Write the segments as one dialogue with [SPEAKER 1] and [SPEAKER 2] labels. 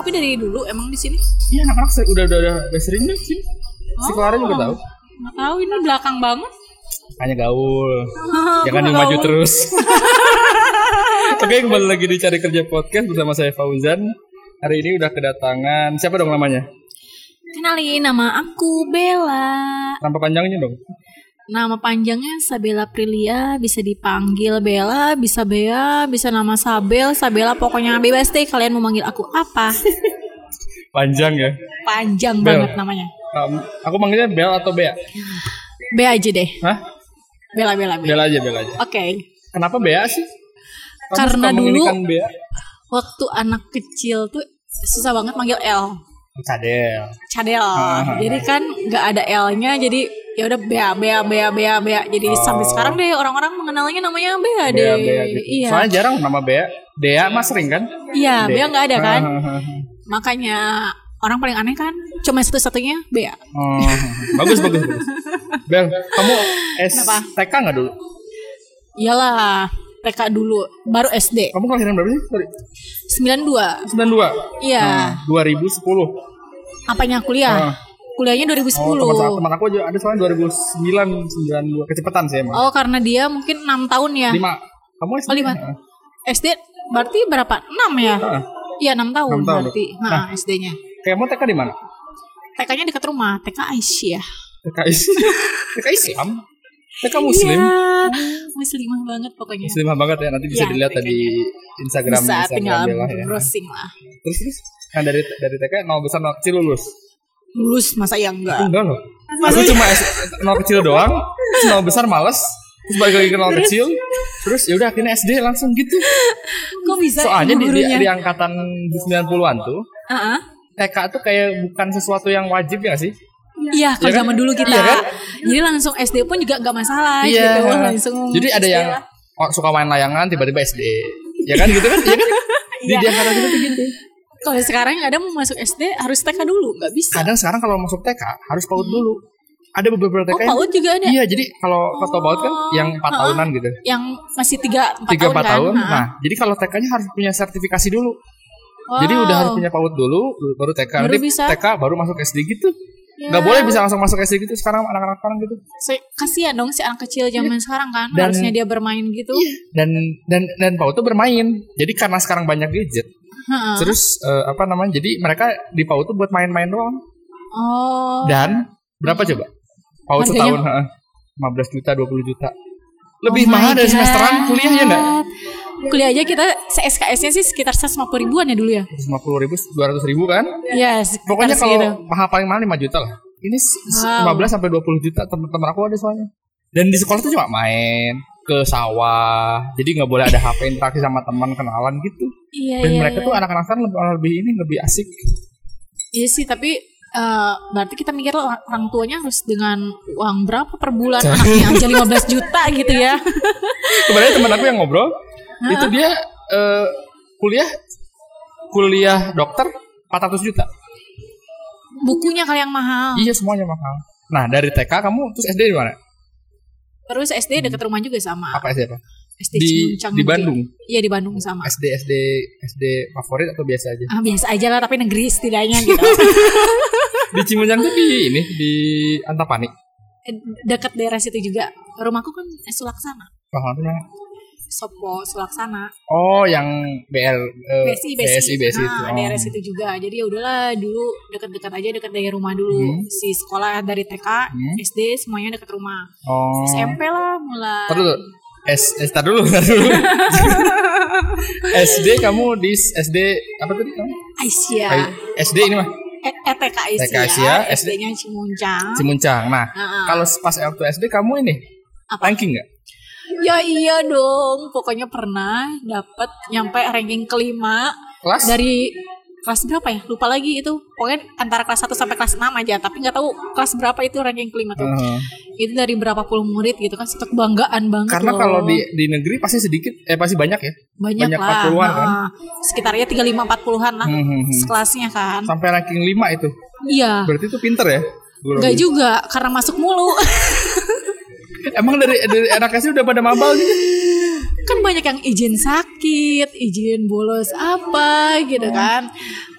[SPEAKER 1] tapi dari dulu emang di sini
[SPEAKER 2] Iya anak-anak se- udah udah udah, udah sering deh sih.
[SPEAKER 1] Oh.
[SPEAKER 2] Si Clara juga tahu.
[SPEAKER 1] nggak tahu ini belakang banget
[SPEAKER 2] Hanya gaul.
[SPEAKER 1] Oh,
[SPEAKER 2] Jangan yang maju terus. Oke, kembali lagi di Cari Kerja Podcast bersama saya Fauzan. Hari ini udah kedatangan siapa dong namanya?
[SPEAKER 1] kenalin nama aku Bella
[SPEAKER 2] Tanpa panjangnya dong.
[SPEAKER 1] Nama panjangnya Sabella Prilia, bisa dipanggil Bella, bisa Bea, bisa nama Sabel, Sabella pokoknya bebas deh kalian mau manggil aku apa.
[SPEAKER 2] Panjang ya.
[SPEAKER 1] Panjang
[SPEAKER 2] Bel.
[SPEAKER 1] banget namanya.
[SPEAKER 2] Um, aku manggilnya Bel atau Bea?
[SPEAKER 1] Bea aja deh.
[SPEAKER 2] Hah?
[SPEAKER 1] Bella Bella Bella. Oke.
[SPEAKER 2] Bel aja, Bel aja. Kenapa Bea sih? Kamu
[SPEAKER 1] Karena
[SPEAKER 2] suka
[SPEAKER 1] dulu-
[SPEAKER 2] menginginkan Bea.
[SPEAKER 1] Waktu anak kecil tuh susah banget manggil L.
[SPEAKER 2] Kadel.
[SPEAKER 1] Cadel.
[SPEAKER 2] Ah.
[SPEAKER 1] Jadi kan nggak ada L-nya jadi ya udah Bea Bea Bea Bea Bea. Jadi sampai sekarang deh orang-orang mengenalnya namanya Bea,
[SPEAKER 2] Oh. Bea,
[SPEAKER 1] deh.
[SPEAKER 2] Bea gitu.
[SPEAKER 1] Iya.
[SPEAKER 2] Soalnya jarang nama Bea. Dea mah sering kan?
[SPEAKER 1] Iya, Bea nggak ada kan?
[SPEAKER 2] Ah. Hahaha.
[SPEAKER 1] Makanya orang paling aneh kan cuma satu-satunya Bea.
[SPEAKER 2] Oh, bagus bagus bagus. Bel, kamu STK nggak dulu?
[SPEAKER 1] Iyalah, TK dulu, baru SD.
[SPEAKER 2] Kamu kelahiran berapa sih? Sorry.
[SPEAKER 1] 92.
[SPEAKER 2] 92.
[SPEAKER 1] Iya,
[SPEAKER 2] 2010.
[SPEAKER 1] apanya kuliah? Kuliahnya 2010.
[SPEAKER 2] Ah. Oh, teman aku, teman aku aja ada soalnya 2009, 92. Kecepatan sih emang.
[SPEAKER 1] Oh, karena dia mungkin 6 tahun ya.
[SPEAKER 2] 5. Kamu SD?
[SPEAKER 1] Oh, lima. SD berarti berapa? 6 ya?
[SPEAKER 2] Heeh.
[SPEAKER 1] Iya, 6 tahun,
[SPEAKER 2] Ah. Enam tahun.
[SPEAKER 1] berarti. Nah, SD-nya.
[SPEAKER 2] Kamu TK di mana?
[SPEAKER 1] TK-nya dekat rumah, TK Aisyah.
[SPEAKER 2] TK Islam. TK Islam. TK Muslim.
[SPEAKER 1] Iya, muslimah banget pokoknya.
[SPEAKER 2] Muslimah banget ya. Nanti bisa
[SPEAKER 1] Iya,
[SPEAKER 2] dilihat tadi Instagram
[SPEAKER 1] Bisa
[SPEAKER 2] Instagram
[SPEAKER 1] tinggal
[SPEAKER 2] Bella ya.
[SPEAKER 1] browsing lah.
[SPEAKER 2] Terus terus. Nah dari dari TK nol besar nol kecil lulus.
[SPEAKER 1] Lulus masa ya enggak?
[SPEAKER 2] Enggak loh. Aku cuma S- nol kecil doang, terus nol besar males, terus balik lagi ke nol kecil, terus ya udah akhirnya SD langsung gitu.
[SPEAKER 1] Kok bisa
[SPEAKER 2] Soalnya di, di,
[SPEAKER 1] gurunya?
[SPEAKER 2] di angkatan 90-an tuh
[SPEAKER 1] Heeh.
[SPEAKER 2] TK tuh kayak bukan sesuatu yang wajib ya nggak sih?
[SPEAKER 1] Iya, kalau
[SPEAKER 2] kan?
[SPEAKER 1] zaman dulu kita.
[SPEAKER 2] Iya kan? Iya.
[SPEAKER 1] Jadi langsung SD pun juga nggak masalah gitu, langsung.
[SPEAKER 2] Jadi ada
[SPEAKER 1] SD
[SPEAKER 2] yang
[SPEAKER 1] lah.
[SPEAKER 2] oh, suka main layangan tiba-tiba SD. Ya kan gitu kan? Iya kan? Di di angkatan kita tuh gitu.
[SPEAKER 1] Kalau sekarang yang ada mau masuk SD harus TK dulu, nggak bisa.
[SPEAKER 2] Kadang sekarang kalau masuk TK harus PAUD dulu. Ada beberapa TK
[SPEAKER 1] Oh,
[SPEAKER 2] yang
[SPEAKER 1] PAUD juga ada.
[SPEAKER 2] Iya, jadi kalau foto PAUD kan yang 4 tahunan gitu.
[SPEAKER 1] Yang masih 3 4
[SPEAKER 2] tiga
[SPEAKER 1] tahun,
[SPEAKER 2] empat
[SPEAKER 1] kan?
[SPEAKER 2] tahun.
[SPEAKER 1] Ha.
[SPEAKER 2] Nah, jadi kalau TK-nya harus punya sertifikasi dulu.
[SPEAKER 1] Wow.
[SPEAKER 2] Jadi udah harus punya PAUD dulu, baru TK.
[SPEAKER 1] Baru
[SPEAKER 2] Nanti
[SPEAKER 1] bisa.
[SPEAKER 2] TK baru masuk SD gitu.
[SPEAKER 1] Ya.
[SPEAKER 2] Gak boleh bisa langsung masuk SD gitu sekarang anak-anak sekarang gitu.
[SPEAKER 1] Se- kasihan dong si anak kecil zaman sekarang kan,
[SPEAKER 2] Iya. Dan- Iya.
[SPEAKER 1] harusnya dia bermain gitu.
[SPEAKER 2] Dan dan dan PAUD tuh bermain. Jadi karena sekarang banyak gadget,
[SPEAKER 1] Ha.
[SPEAKER 2] terus eh, apa namanya? Jadi mereka di PAUD tuh buat main-main doang.
[SPEAKER 1] Oh.
[SPEAKER 2] Dan berapa coba? PAUD
[SPEAKER 1] Harganya?
[SPEAKER 2] setahun, heeh. 15 juta, 20 juta. Lebih
[SPEAKER 1] Oh my
[SPEAKER 2] mahal dari
[SPEAKER 1] God.
[SPEAKER 2] semesteran kuliah ya enggak?
[SPEAKER 1] Kuliah aja kita SKS-nya sih sekitar 150 ribuan ya dulu ya.
[SPEAKER 2] 50 ribu, 200 ribu kan?
[SPEAKER 1] Iya, sekitar
[SPEAKER 2] Iya. Pokoknya
[SPEAKER 1] segitu.
[SPEAKER 2] kalau mahal paling mahal 5 juta lah. Ini se- se-
[SPEAKER 1] Wow.
[SPEAKER 2] 15 sampai 20 juta teman-teman aku ada soalnya. Dan di sekolah tuh cuma main ke sawah. Jadi nggak boleh ada HP interaksi sama teman kenalan gitu.
[SPEAKER 1] Iya,
[SPEAKER 2] Dan
[SPEAKER 1] iya,
[SPEAKER 2] mereka
[SPEAKER 1] iya.
[SPEAKER 2] tuh anak-anak kan lebih, lebih ini lebih asik.
[SPEAKER 1] Iya sih, tapi eh, berarti kita mikir orang orang tuanya harus dengan uang berapa per bulan anaknya aja 15 juta gitu ya.
[SPEAKER 2] Iya. Kemarin teman aku yang ngobrol, itu dia eh, kuliah kuliah dokter 400 juta.
[SPEAKER 1] Bukunya kali yang mahal.
[SPEAKER 2] Iya semuanya mahal. Nah, dari TK kamu terus SD di mana?
[SPEAKER 1] Terus SD deket rumah juga sama.
[SPEAKER 2] Apa SD apa?
[SPEAKER 1] SD
[SPEAKER 2] Di
[SPEAKER 1] Cimuncang
[SPEAKER 2] di
[SPEAKER 1] juga.
[SPEAKER 2] Bandung.
[SPEAKER 1] Iya di Bandung sama.
[SPEAKER 2] SD SD SD favorit atau biasa aja?
[SPEAKER 1] Ah, biasa aja lah tapi negeri setidaknya gitu.
[SPEAKER 2] di Cimunyang tuh di ini di Antapani.
[SPEAKER 1] Eh, deket daerah situ juga. Rumahku kan eh, Sulaksana.
[SPEAKER 2] Bang Lampung yang-
[SPEAKER 1] Sopo Sulaksana.
[SPEAKER 2] Oh, yang BL eh,
[SPEAKER 1] BSI BSI.
[SPEAKER 2] BSI, BSI itu.
[SPEAKER 1] Nah,
[SPEAKER 2] Oh.
[SPEAKER 1] daerah situ juga. Jadi ya udahlah dulu deket-deket aja deket dari rumah dulu. Si sekolah dari TK,
[SPEAKER 2] Hmm.
[SPEAKER 1] SD semuanya deket rumah.
[SPEAKER 2] Oh.
[SPEAKER 1] SMP lah mulai.
[SPEAKER 2] Ntar dulu. S, S tar dulu, tar dulu. SD kamu di SD apa tadi kamu?
[SPEAKER 1] Aisyah.
[SPEAKER 2] SD ini mah
[SPEAKER 1] E- eh, TK Aisyah.
[SPEAKER 2] TK Aisyah, SD.
[SPEAKER 1] SD-nya Cimuncang.
[SPEAKER 2] Cimuncang. Nah,
[SPEAKER 1] Heeh.
[SPEAKER 2] kalau pas waktu SD kamu ini ranking nggak?
[SPEAKER 1] Ya iya dong. Pokoknya pernah dapat nyampe ranking kelima
[SPEAKER 2] Kelas?
[SPEAKER 1] dari kelas berapa ya? Lupa lagi itu. Pokoknya antara kelas 1 sampai kelas 6 aja, tapi nggak tahu kelas berapa itu ranking kelima tuh.
[SPEAKER 2] Heeh.
[SPEAKER 1] Itu dari berapa puluh murid gitu kan satu kebanggaan banget
[SPEAKER 2] Karena
[SPEAKER 1] loh.
[SPEAKER 2] kalau di di negeri pasti sedikit, eh pasti banyak ya.
[SPEAKER 1] banyak,
[SPEAKER 2] banyak
[SPEAKER 1] lah.
[SPEAKER 2] 40-an kan?
[SPEAKER 1] Nah, Sekitarnya 35 40-an lah.
[SPEAKER 2] Hmm, hmm, hmm.
[SPEAKER 1] Sekelasnya kan.
[SPEAKER 2] Sampai ranking 5 itu.
[SPEAKER 1] Iya.
[SPEAKER 2] Berarti itu pinter ya? Guru-
[SPEAKER 1] Enggak juga karena masuk mulu.
[SPEAKER 2] Emang dari dari anak SD udah pada mabal gitu? Hmm.
[SPEAKER 1] kan banyak yang izin sakit, izin bolos apa gitu kan.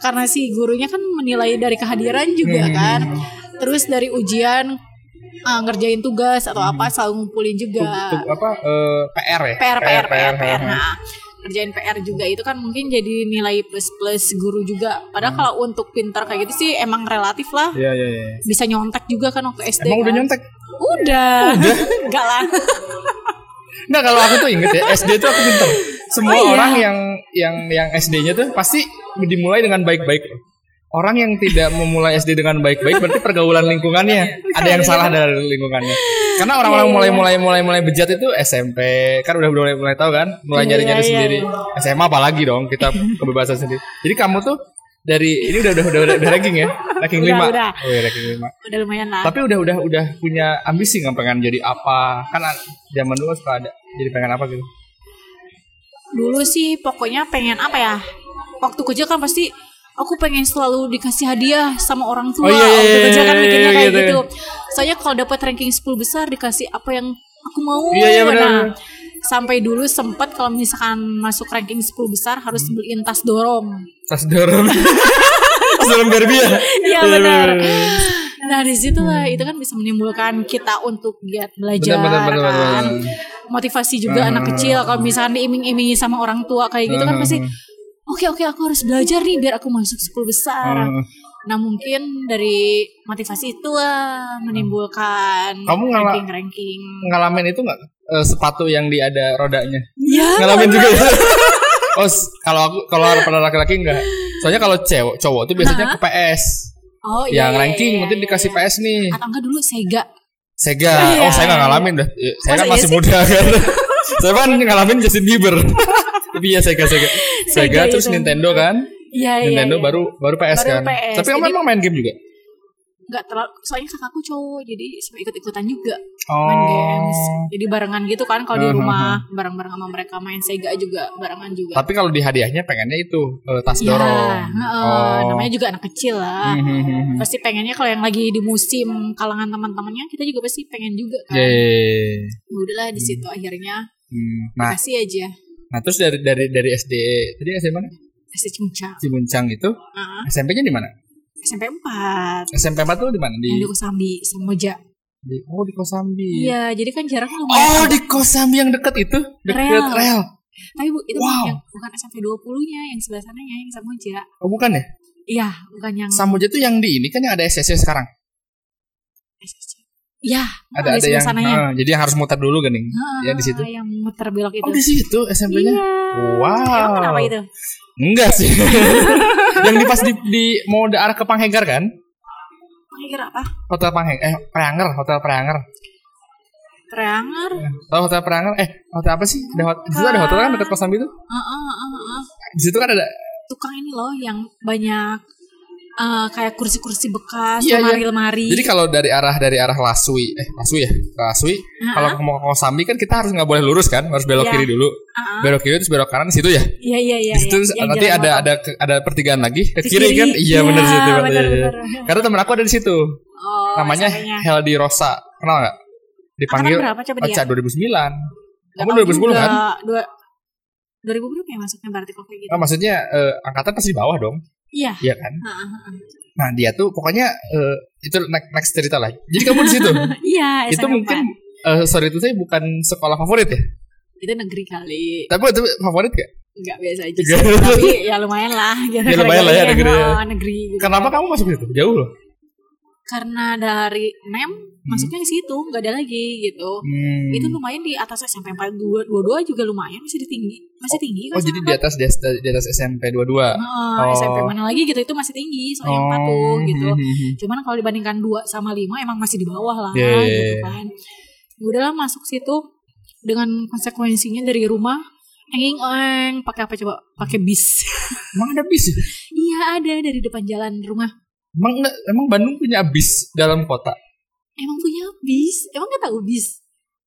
[SPEAKER 1] karena si gurunya kan menilai dari kehadiran juga
[SPEAKER 2] Hmm,
[SPEAKER 1] kan terus dari ujian ah, ngerjain tugas
[SPEAKER 2] Hmm.
[SPEAKER 1] atau apa selalu ngumpulin juga
[SPEAKER 2] Tub- apa eh, PR ya
[SPEAKER 1] PR PR PR PR.
[SPEAKER 2] heeh.
[SPEAKER 1] Nah, kerjain PR juga itu kan mungkin jadi nilai plus plus guru juga. Padahal
[SPEAKER 2] Hmm.
[SPEAKER 1] kalau untuk pintar kayak gitu sih emang relatif lah.
[SPEAKER 2] Iya iya iya.
[SPEAKER 1] Bisa nyontek juga kan waktu SD.
[SPEAKER 2] Emang udah
[SPEAKER 1] kan?
[SPEAKER 2] nyontek?
[SPEAKER 1] Udah. Enggak lah.
[SPEAKER 2] Nah kalau aku tuh inget ya SD tuh aku pinter.
[SPEAKER 1] Oh,
[SPEAKER 2] Semua
[SPEAKER 1] iya.
[SPEAKER 2] orang yang yang yang SD-nya tuh pasti dimulai dengan baik-baik. Orang yang tidak memulai SD dengan baik-baik berarti pergaulan lingkungannya ada yang salah dari lingkungannya. Karena
[SPEAKER 1] Iya,
[SPEAKER 2] orang-orang mulai mulai mulai mulai bejat itu SMP kan udah mulai mulai tahu kan mulai
[SPEAKER 1] Iya,
[SPEAKER 2] nyari nyari
[SPEAKER 1] iya.
[SPEAKER 2] sendiri SMA apalagi dong kita kebebasan sendiri. Jadi kamu tuh dari ini udah udah udah, udah, udah ranking ya ranking
[SPEAKER 1] Udah,
[SPEAKER 2] lima,
[SPEAKER 1] udah.
[SPEAKER 2] Oh, iya, ranking lima.
[SPEAKER 1] Udah lumayan lah.
[SPEAKER 2] Tapi udah udah udah punya ambisi nggak pengen jadi apa? Kan a- zaman dulu suka ada jadi pengen apa gitu.
[SPEAKER 1] Dulu sih pokoknya pengen apa ya? Waktu kerja kan pasti aku pengen selalu dikasih hadiah sama orang tua.
[SPEAKER 2] Oh, iya, iya,
[SPEAKER 1] waktu kerja
[SPEAKER 2] iya,
[SPEAKER 1] kan
[SPEAKER 2] iya,
[SPEAKER 1] mikirnya
[SPEAKER 2] iya,
[SPEAKER 1] kayak
[SPEAKER 2] gitu.
[SPEAKER 1] gitu. Soalnya kalau dapat ranking 10 besar dikasih apa yang aku mau.
[SPEAKER 2] Iya, iya, benar,
[SPEAKER 1] Nah,
[SPEAKER 2] benar.
[SPEAKER 1] sampai dulu sempat kalau misalkan masuk ranking 10 besar harus
[SPEAKER 2] Hmm.
[SPEAKER 1] beliin tas dorong.
[SPEAKER 2] Tas dorong. Tas dorong Barbie ya.
[SPEAKER 1] Iya benar. Nah di situ lah itu kan bisa menimbulkan kita untuk giat belajar
[SPEAKER 2] Benar, benar, benar,
[SPEAKER 1] kan.
[SPEAKER 2] benar. Hmm.
[SPEAKER 1] Motivasi juga anak kecil kalau misalnya diiming-imingi sama orang tua kayak gitu kan pasti oke oke aku harus belajar nih biar aku masuk 10 besar.
[SPEAKER 2] Hmm.
[SPEAKER 1] Nah mungkin dari motivasi itulah menimbulkan
[SPEAKER 2] Kamu ngala-
[SPEAKER 1] ranking-ranking.
[SPEAKER 2] Ngalamin itu nggak eh, sepatu yang di ada rodanya?
[SPEAKER 1] Ya
[SPEAKER 2] Ngalamin juga. ya? oh, s- kalau aku kalau pada laki-laki enggak. Soalnya kalau cewek cowok tuh biasanya ke PS.
[SPEAKER 1] oh iya.
[SPEAKER 2] yang
[SPEAKER 1] iya,
[SPEAKER 2] Ya, ranking
[SPEAKER 1] iya,
[SPEAKER 2] mungkin
[SPEAKER 1] iya.
[SPEAKER 2] dikasih PS nih.
[SPEAKER 1] Atau enggak dulu Sega.
[SPEAKER 2] Sega.
[SPEAKER 1] Iya.
[SPEAKER 2] Oh, saya nggak ngalamin dah. Iya, Saya
[SPEAKER 1] Masa
[SPEAKER 2] kan
[SPEAKER 1] iya
[SPEAKER 2] masih
[SPEAKER 1] sih?
[SPEAKER 2] muda kan. saya kan ngalamin Justin Bieber. Tapi iya Sega Sega. Sega
[SPEAKER 1] Sega
[SPEAKER 2] terus
[SPEAKER 1] itu.
[SPEAKER 2] Nintendo kan.
[SPEAKER 1] Iya iya.
[SPEAKER 2] Nintendo
[SPEAKER 1] iya.
[SPEAKER 2] baru baru PS
[SPEAKER 1] Baru
[SPEAKER 2] kan.
[SPEAKER 1] PS.
[SPEAKER 2] Tapi kamu
[SPEAKER 1] Jadi-
[SPEAKER 2] emang main game juga?
[SPEAKER 1] nggak terlalu soalnya kakakku cowok jadi suka ikut-ikutan juga
[SPEAKER 2] Oh.
[SPEAKER 1] main games jadi barengan gitu kan kalau di
[SPEAKER 2] Hmm, hmm,
[SPEAKER 1] rumah bareng-bareng sama mereka main Sega juga barengan juga
[SPEAKER 2] Tapi kalau di hadiahnya pengennya itu eh, tas
[SPEAKER 1] ya
[SPEAKER 2] dorong. Oh.
[SPEAKER 1] heeh, namanya juga anak kecil lah
[SPEAKER 2] Hmm, hmm, hmm, hmm.
[SPEAKER 1] pasti pengennya kalau yang lagi di musim kalangan teman-temannya kita juga pasti pengen juga
[SPEAKER 2] Iya,
[SPEAKER 1] kan
[SPEAKER 2] Yeay.
[SPEAKER 1] Ya udahlah di situ akhirnya
[SPEAKER 2] Hmm. Nah,
[SPEAKER 1] kasih aja
[SPEAKER 2] nah terus dari dari dari SD tadi SD mana?
[SPEAKER 1] kasih cincang
[SPEAKER 2] Cimuncang itu.
[SPEAKER 1] Heeh,
[SPEAKER 2] SMP-nya di mana?
[SPEAKER 1] SMP 4
[SPEAKER 2] SMP 4 tuh di mana?
[SPEAKER 1] yang
[SPEAKER 2] Di,
[SPEAKER 1] di Kosambi Samboja
[SPEAKER 2] di Oh, di Kosambi.
[SPEAKER 1] iya jadi kan jarak
[SPEAKER 2] Oh,
[SPEAKER 1] lumayan
[SPEAKER 2] di Kosambi yang dekat itu, dekat
[SPEAKER 1] Rel.
[SPEAKER 2] rel.
[SPEAKER 1] tapi bu itu
[SPEAKER 2] Wow.
[SPEAKER 1] yang bukan SMP 20 nya yang sebelah sananya yang Samboja
[SPEAKER 2] Oh, bukan ya?
[SPEAKER 1] iya bukan yang
[SPEAKER 2] Samboja tuh yang di ini kan yang ada SSC sekarang.
[SPEAKER 1] SSC. Ya,
[SPEAKER 2] Ada ada, yang
[SPEAKER 1] sananya.
[SPEAKER 2] eh, jadi yang harus muter dulu
[SPEAKER 1] Gitu.
[SPEAKER 2] gening. ya di situ.
[SPEAKER 1] yang muter belok itu. Iya.
[SPEAKER 2] Oh, di situ SMP-nya. Wow.
[SPEAKER 1] Emang kenapa itu?
[SPEAKER 2] Enggak sih. yang di pas di, di- mau arah ke Panghegar kan?
[SPEAKER 1] Kira apa?
[SPEAKER 2] Hotel Pangheng eh Preanger, Hotel Preanger.
[SPEAKER 1] Triangar.
[SPEAKER 2] Tahu Hotel Preanger? Eh, hotel apa sih? Ada hot- di situ ada hotel kan dekat Kosambi itu?
[SPEAKER 1] Heeh, heeh, heeh.
[SPEAKER 2] Di situ kan ada
[SPEAKER 1] Tukang ini loh yang banyak eh, kayak kursi-kursi bekas,
[SPEAKER 2] Iya, iya.
[SPEAKER 1] lemari-lemari.
[SPEAKER 2] Jadi kalau dari arah dari arah Lasui, eh Lasui ya, ke Lasui. Kalau mau ke Kosambi kan kita harus nggak boleh lurus kan, harus belok
[SPEAKER 1] Iya.
[SPEAKER 2] kiri dulu,
[SPEAKER 1] Heeh.
[SPEAKER 2] belok kiri terus belok kanan di situ ya.
[SPEAKER 1] Iya, iya, iya.
[SPEAKER 2] di situ
[SPEAKER 1] iya.
[SPEAKER 2] terus
[SPEAKER 1] Yang
[SPEAKER 2] nanti
[SPEAKER 1] jalan
[SPEAKER 2] ada
[SPEAKER 1] motor.
[SPEAKER 2] ada ke- ada pertigaan lagi ke
[SPEAKER 1] Ke
[SPEAKER 2] kiri,
[SPEAKER 1] kiri.
[SPEAKER 2] kan? Iya
[SPEAKER 1] Iya,
[SPEAKER 2] benar sih itu berarti.
[SPEAKER 1] benar, benar.
[SPEAKER 2] Karena teman aku ada di situ,
[SPEAKER 1] Oh,
[SPEAKER 2] namanya
[SPEAKER 1] sampai-nya.
[SPEAKER 2] Heldi Rosa, kenal nggak? Dipanggil
[SPEAKER 1] Angkatan berapa coba dia?
[SPEAKER 2] Oca 2009.
[SPEAKER 1] Nggak
[SPEAKER 2] Kamu
[SPEAKER 1] tahu
[SPEAKER 2] 2010
[SPEAKER 1] juga.
[SPEAKER 2] kan?
[SPEAKER 1] Dua, 2000 berapa ya masuknya berarti kalau kayak gitu?
[SPEAKER 2] Nah, maksudnya eh, angkatan pasti di bawah dong,
[SPEAKER 1] Iya.
[SPEAKER 2] iya kan?
[SPEAKER 1] Heeh, heeh.
[SPEAKER 2] Nah dia tuh pokoknya eh, itu next, next cerita lah. Jadi kamu di situ,
[SPEAKER 1] Iya,
[SPEAKER 2] itu
[SPEAKER 1] SMP.
[SPEAKER 2] mungkin eh, sorry itu saya bukan sekolah favorit ya,
[SPEAKER 1] itu negeri kali.
[SPEAKER 2] tapi itu favorit gak?
[SPEAKER 1] Enggak biasa aja.
[SPEAKER 2] Enggak.
[SPEAKER 1] sih. Tapi ya lumayan lah gitu.
[SPEAKER 2] Ya lumayan lah ya
[SPEAKER 1] harganya.
[SPEAKER 2] negeri ya.
[SPEAKER 1] Oh, negeri gitu.
[SPEAKER 2] Kenapa kamu masuk situ? Jauh loh.
[SPEAKER 1] Karena dari
[SPEAKER 2] Hmm.
[SPEAKER 1] NEM masuknya ke situ, nggak ada lagi gitu. Itu lumayan di atas SMP 4 dua, dua-dua juga lumayan masih di tinggi. Masih tinggi kan.
[SPEAKER 2] Oh jadi di
[SPEAKER 1] sama.
[SPEAKER 2] atas di atas, di atas SMP 22
[SPEAKER 1] Heeh,
[SPEAKER 2] Oh.
[SPEAKER 1] SMP mana lagi gitu itu masih tinggi soalnya empat tuh gitu.
[SPEAKER 2] hmm,
[SPEAKER 1] Cuman kalau dibandingkan 2 sama 5 emang masih di bawah lah
[SPEAKER 2] Iya, iya,
[SPEAKER 1] gitu
[SPEAKER 2] iya.
[SPEAKER 1] kan. Ya Udahlah masuk situ dengan konsekuensinya dari rumah Enging eng pakai apa coba? Pakai bis.
[SPEAKER 2] Emang ada bis? ya?
[SPEAKER 1] Iya ada dari depan jalan rumah.
[SPEAKER 2] Emang nggak- emang Bandung punya bis dalam kota?
[SPEAKER 1] Emang punya bis? Emang gak tahu bis?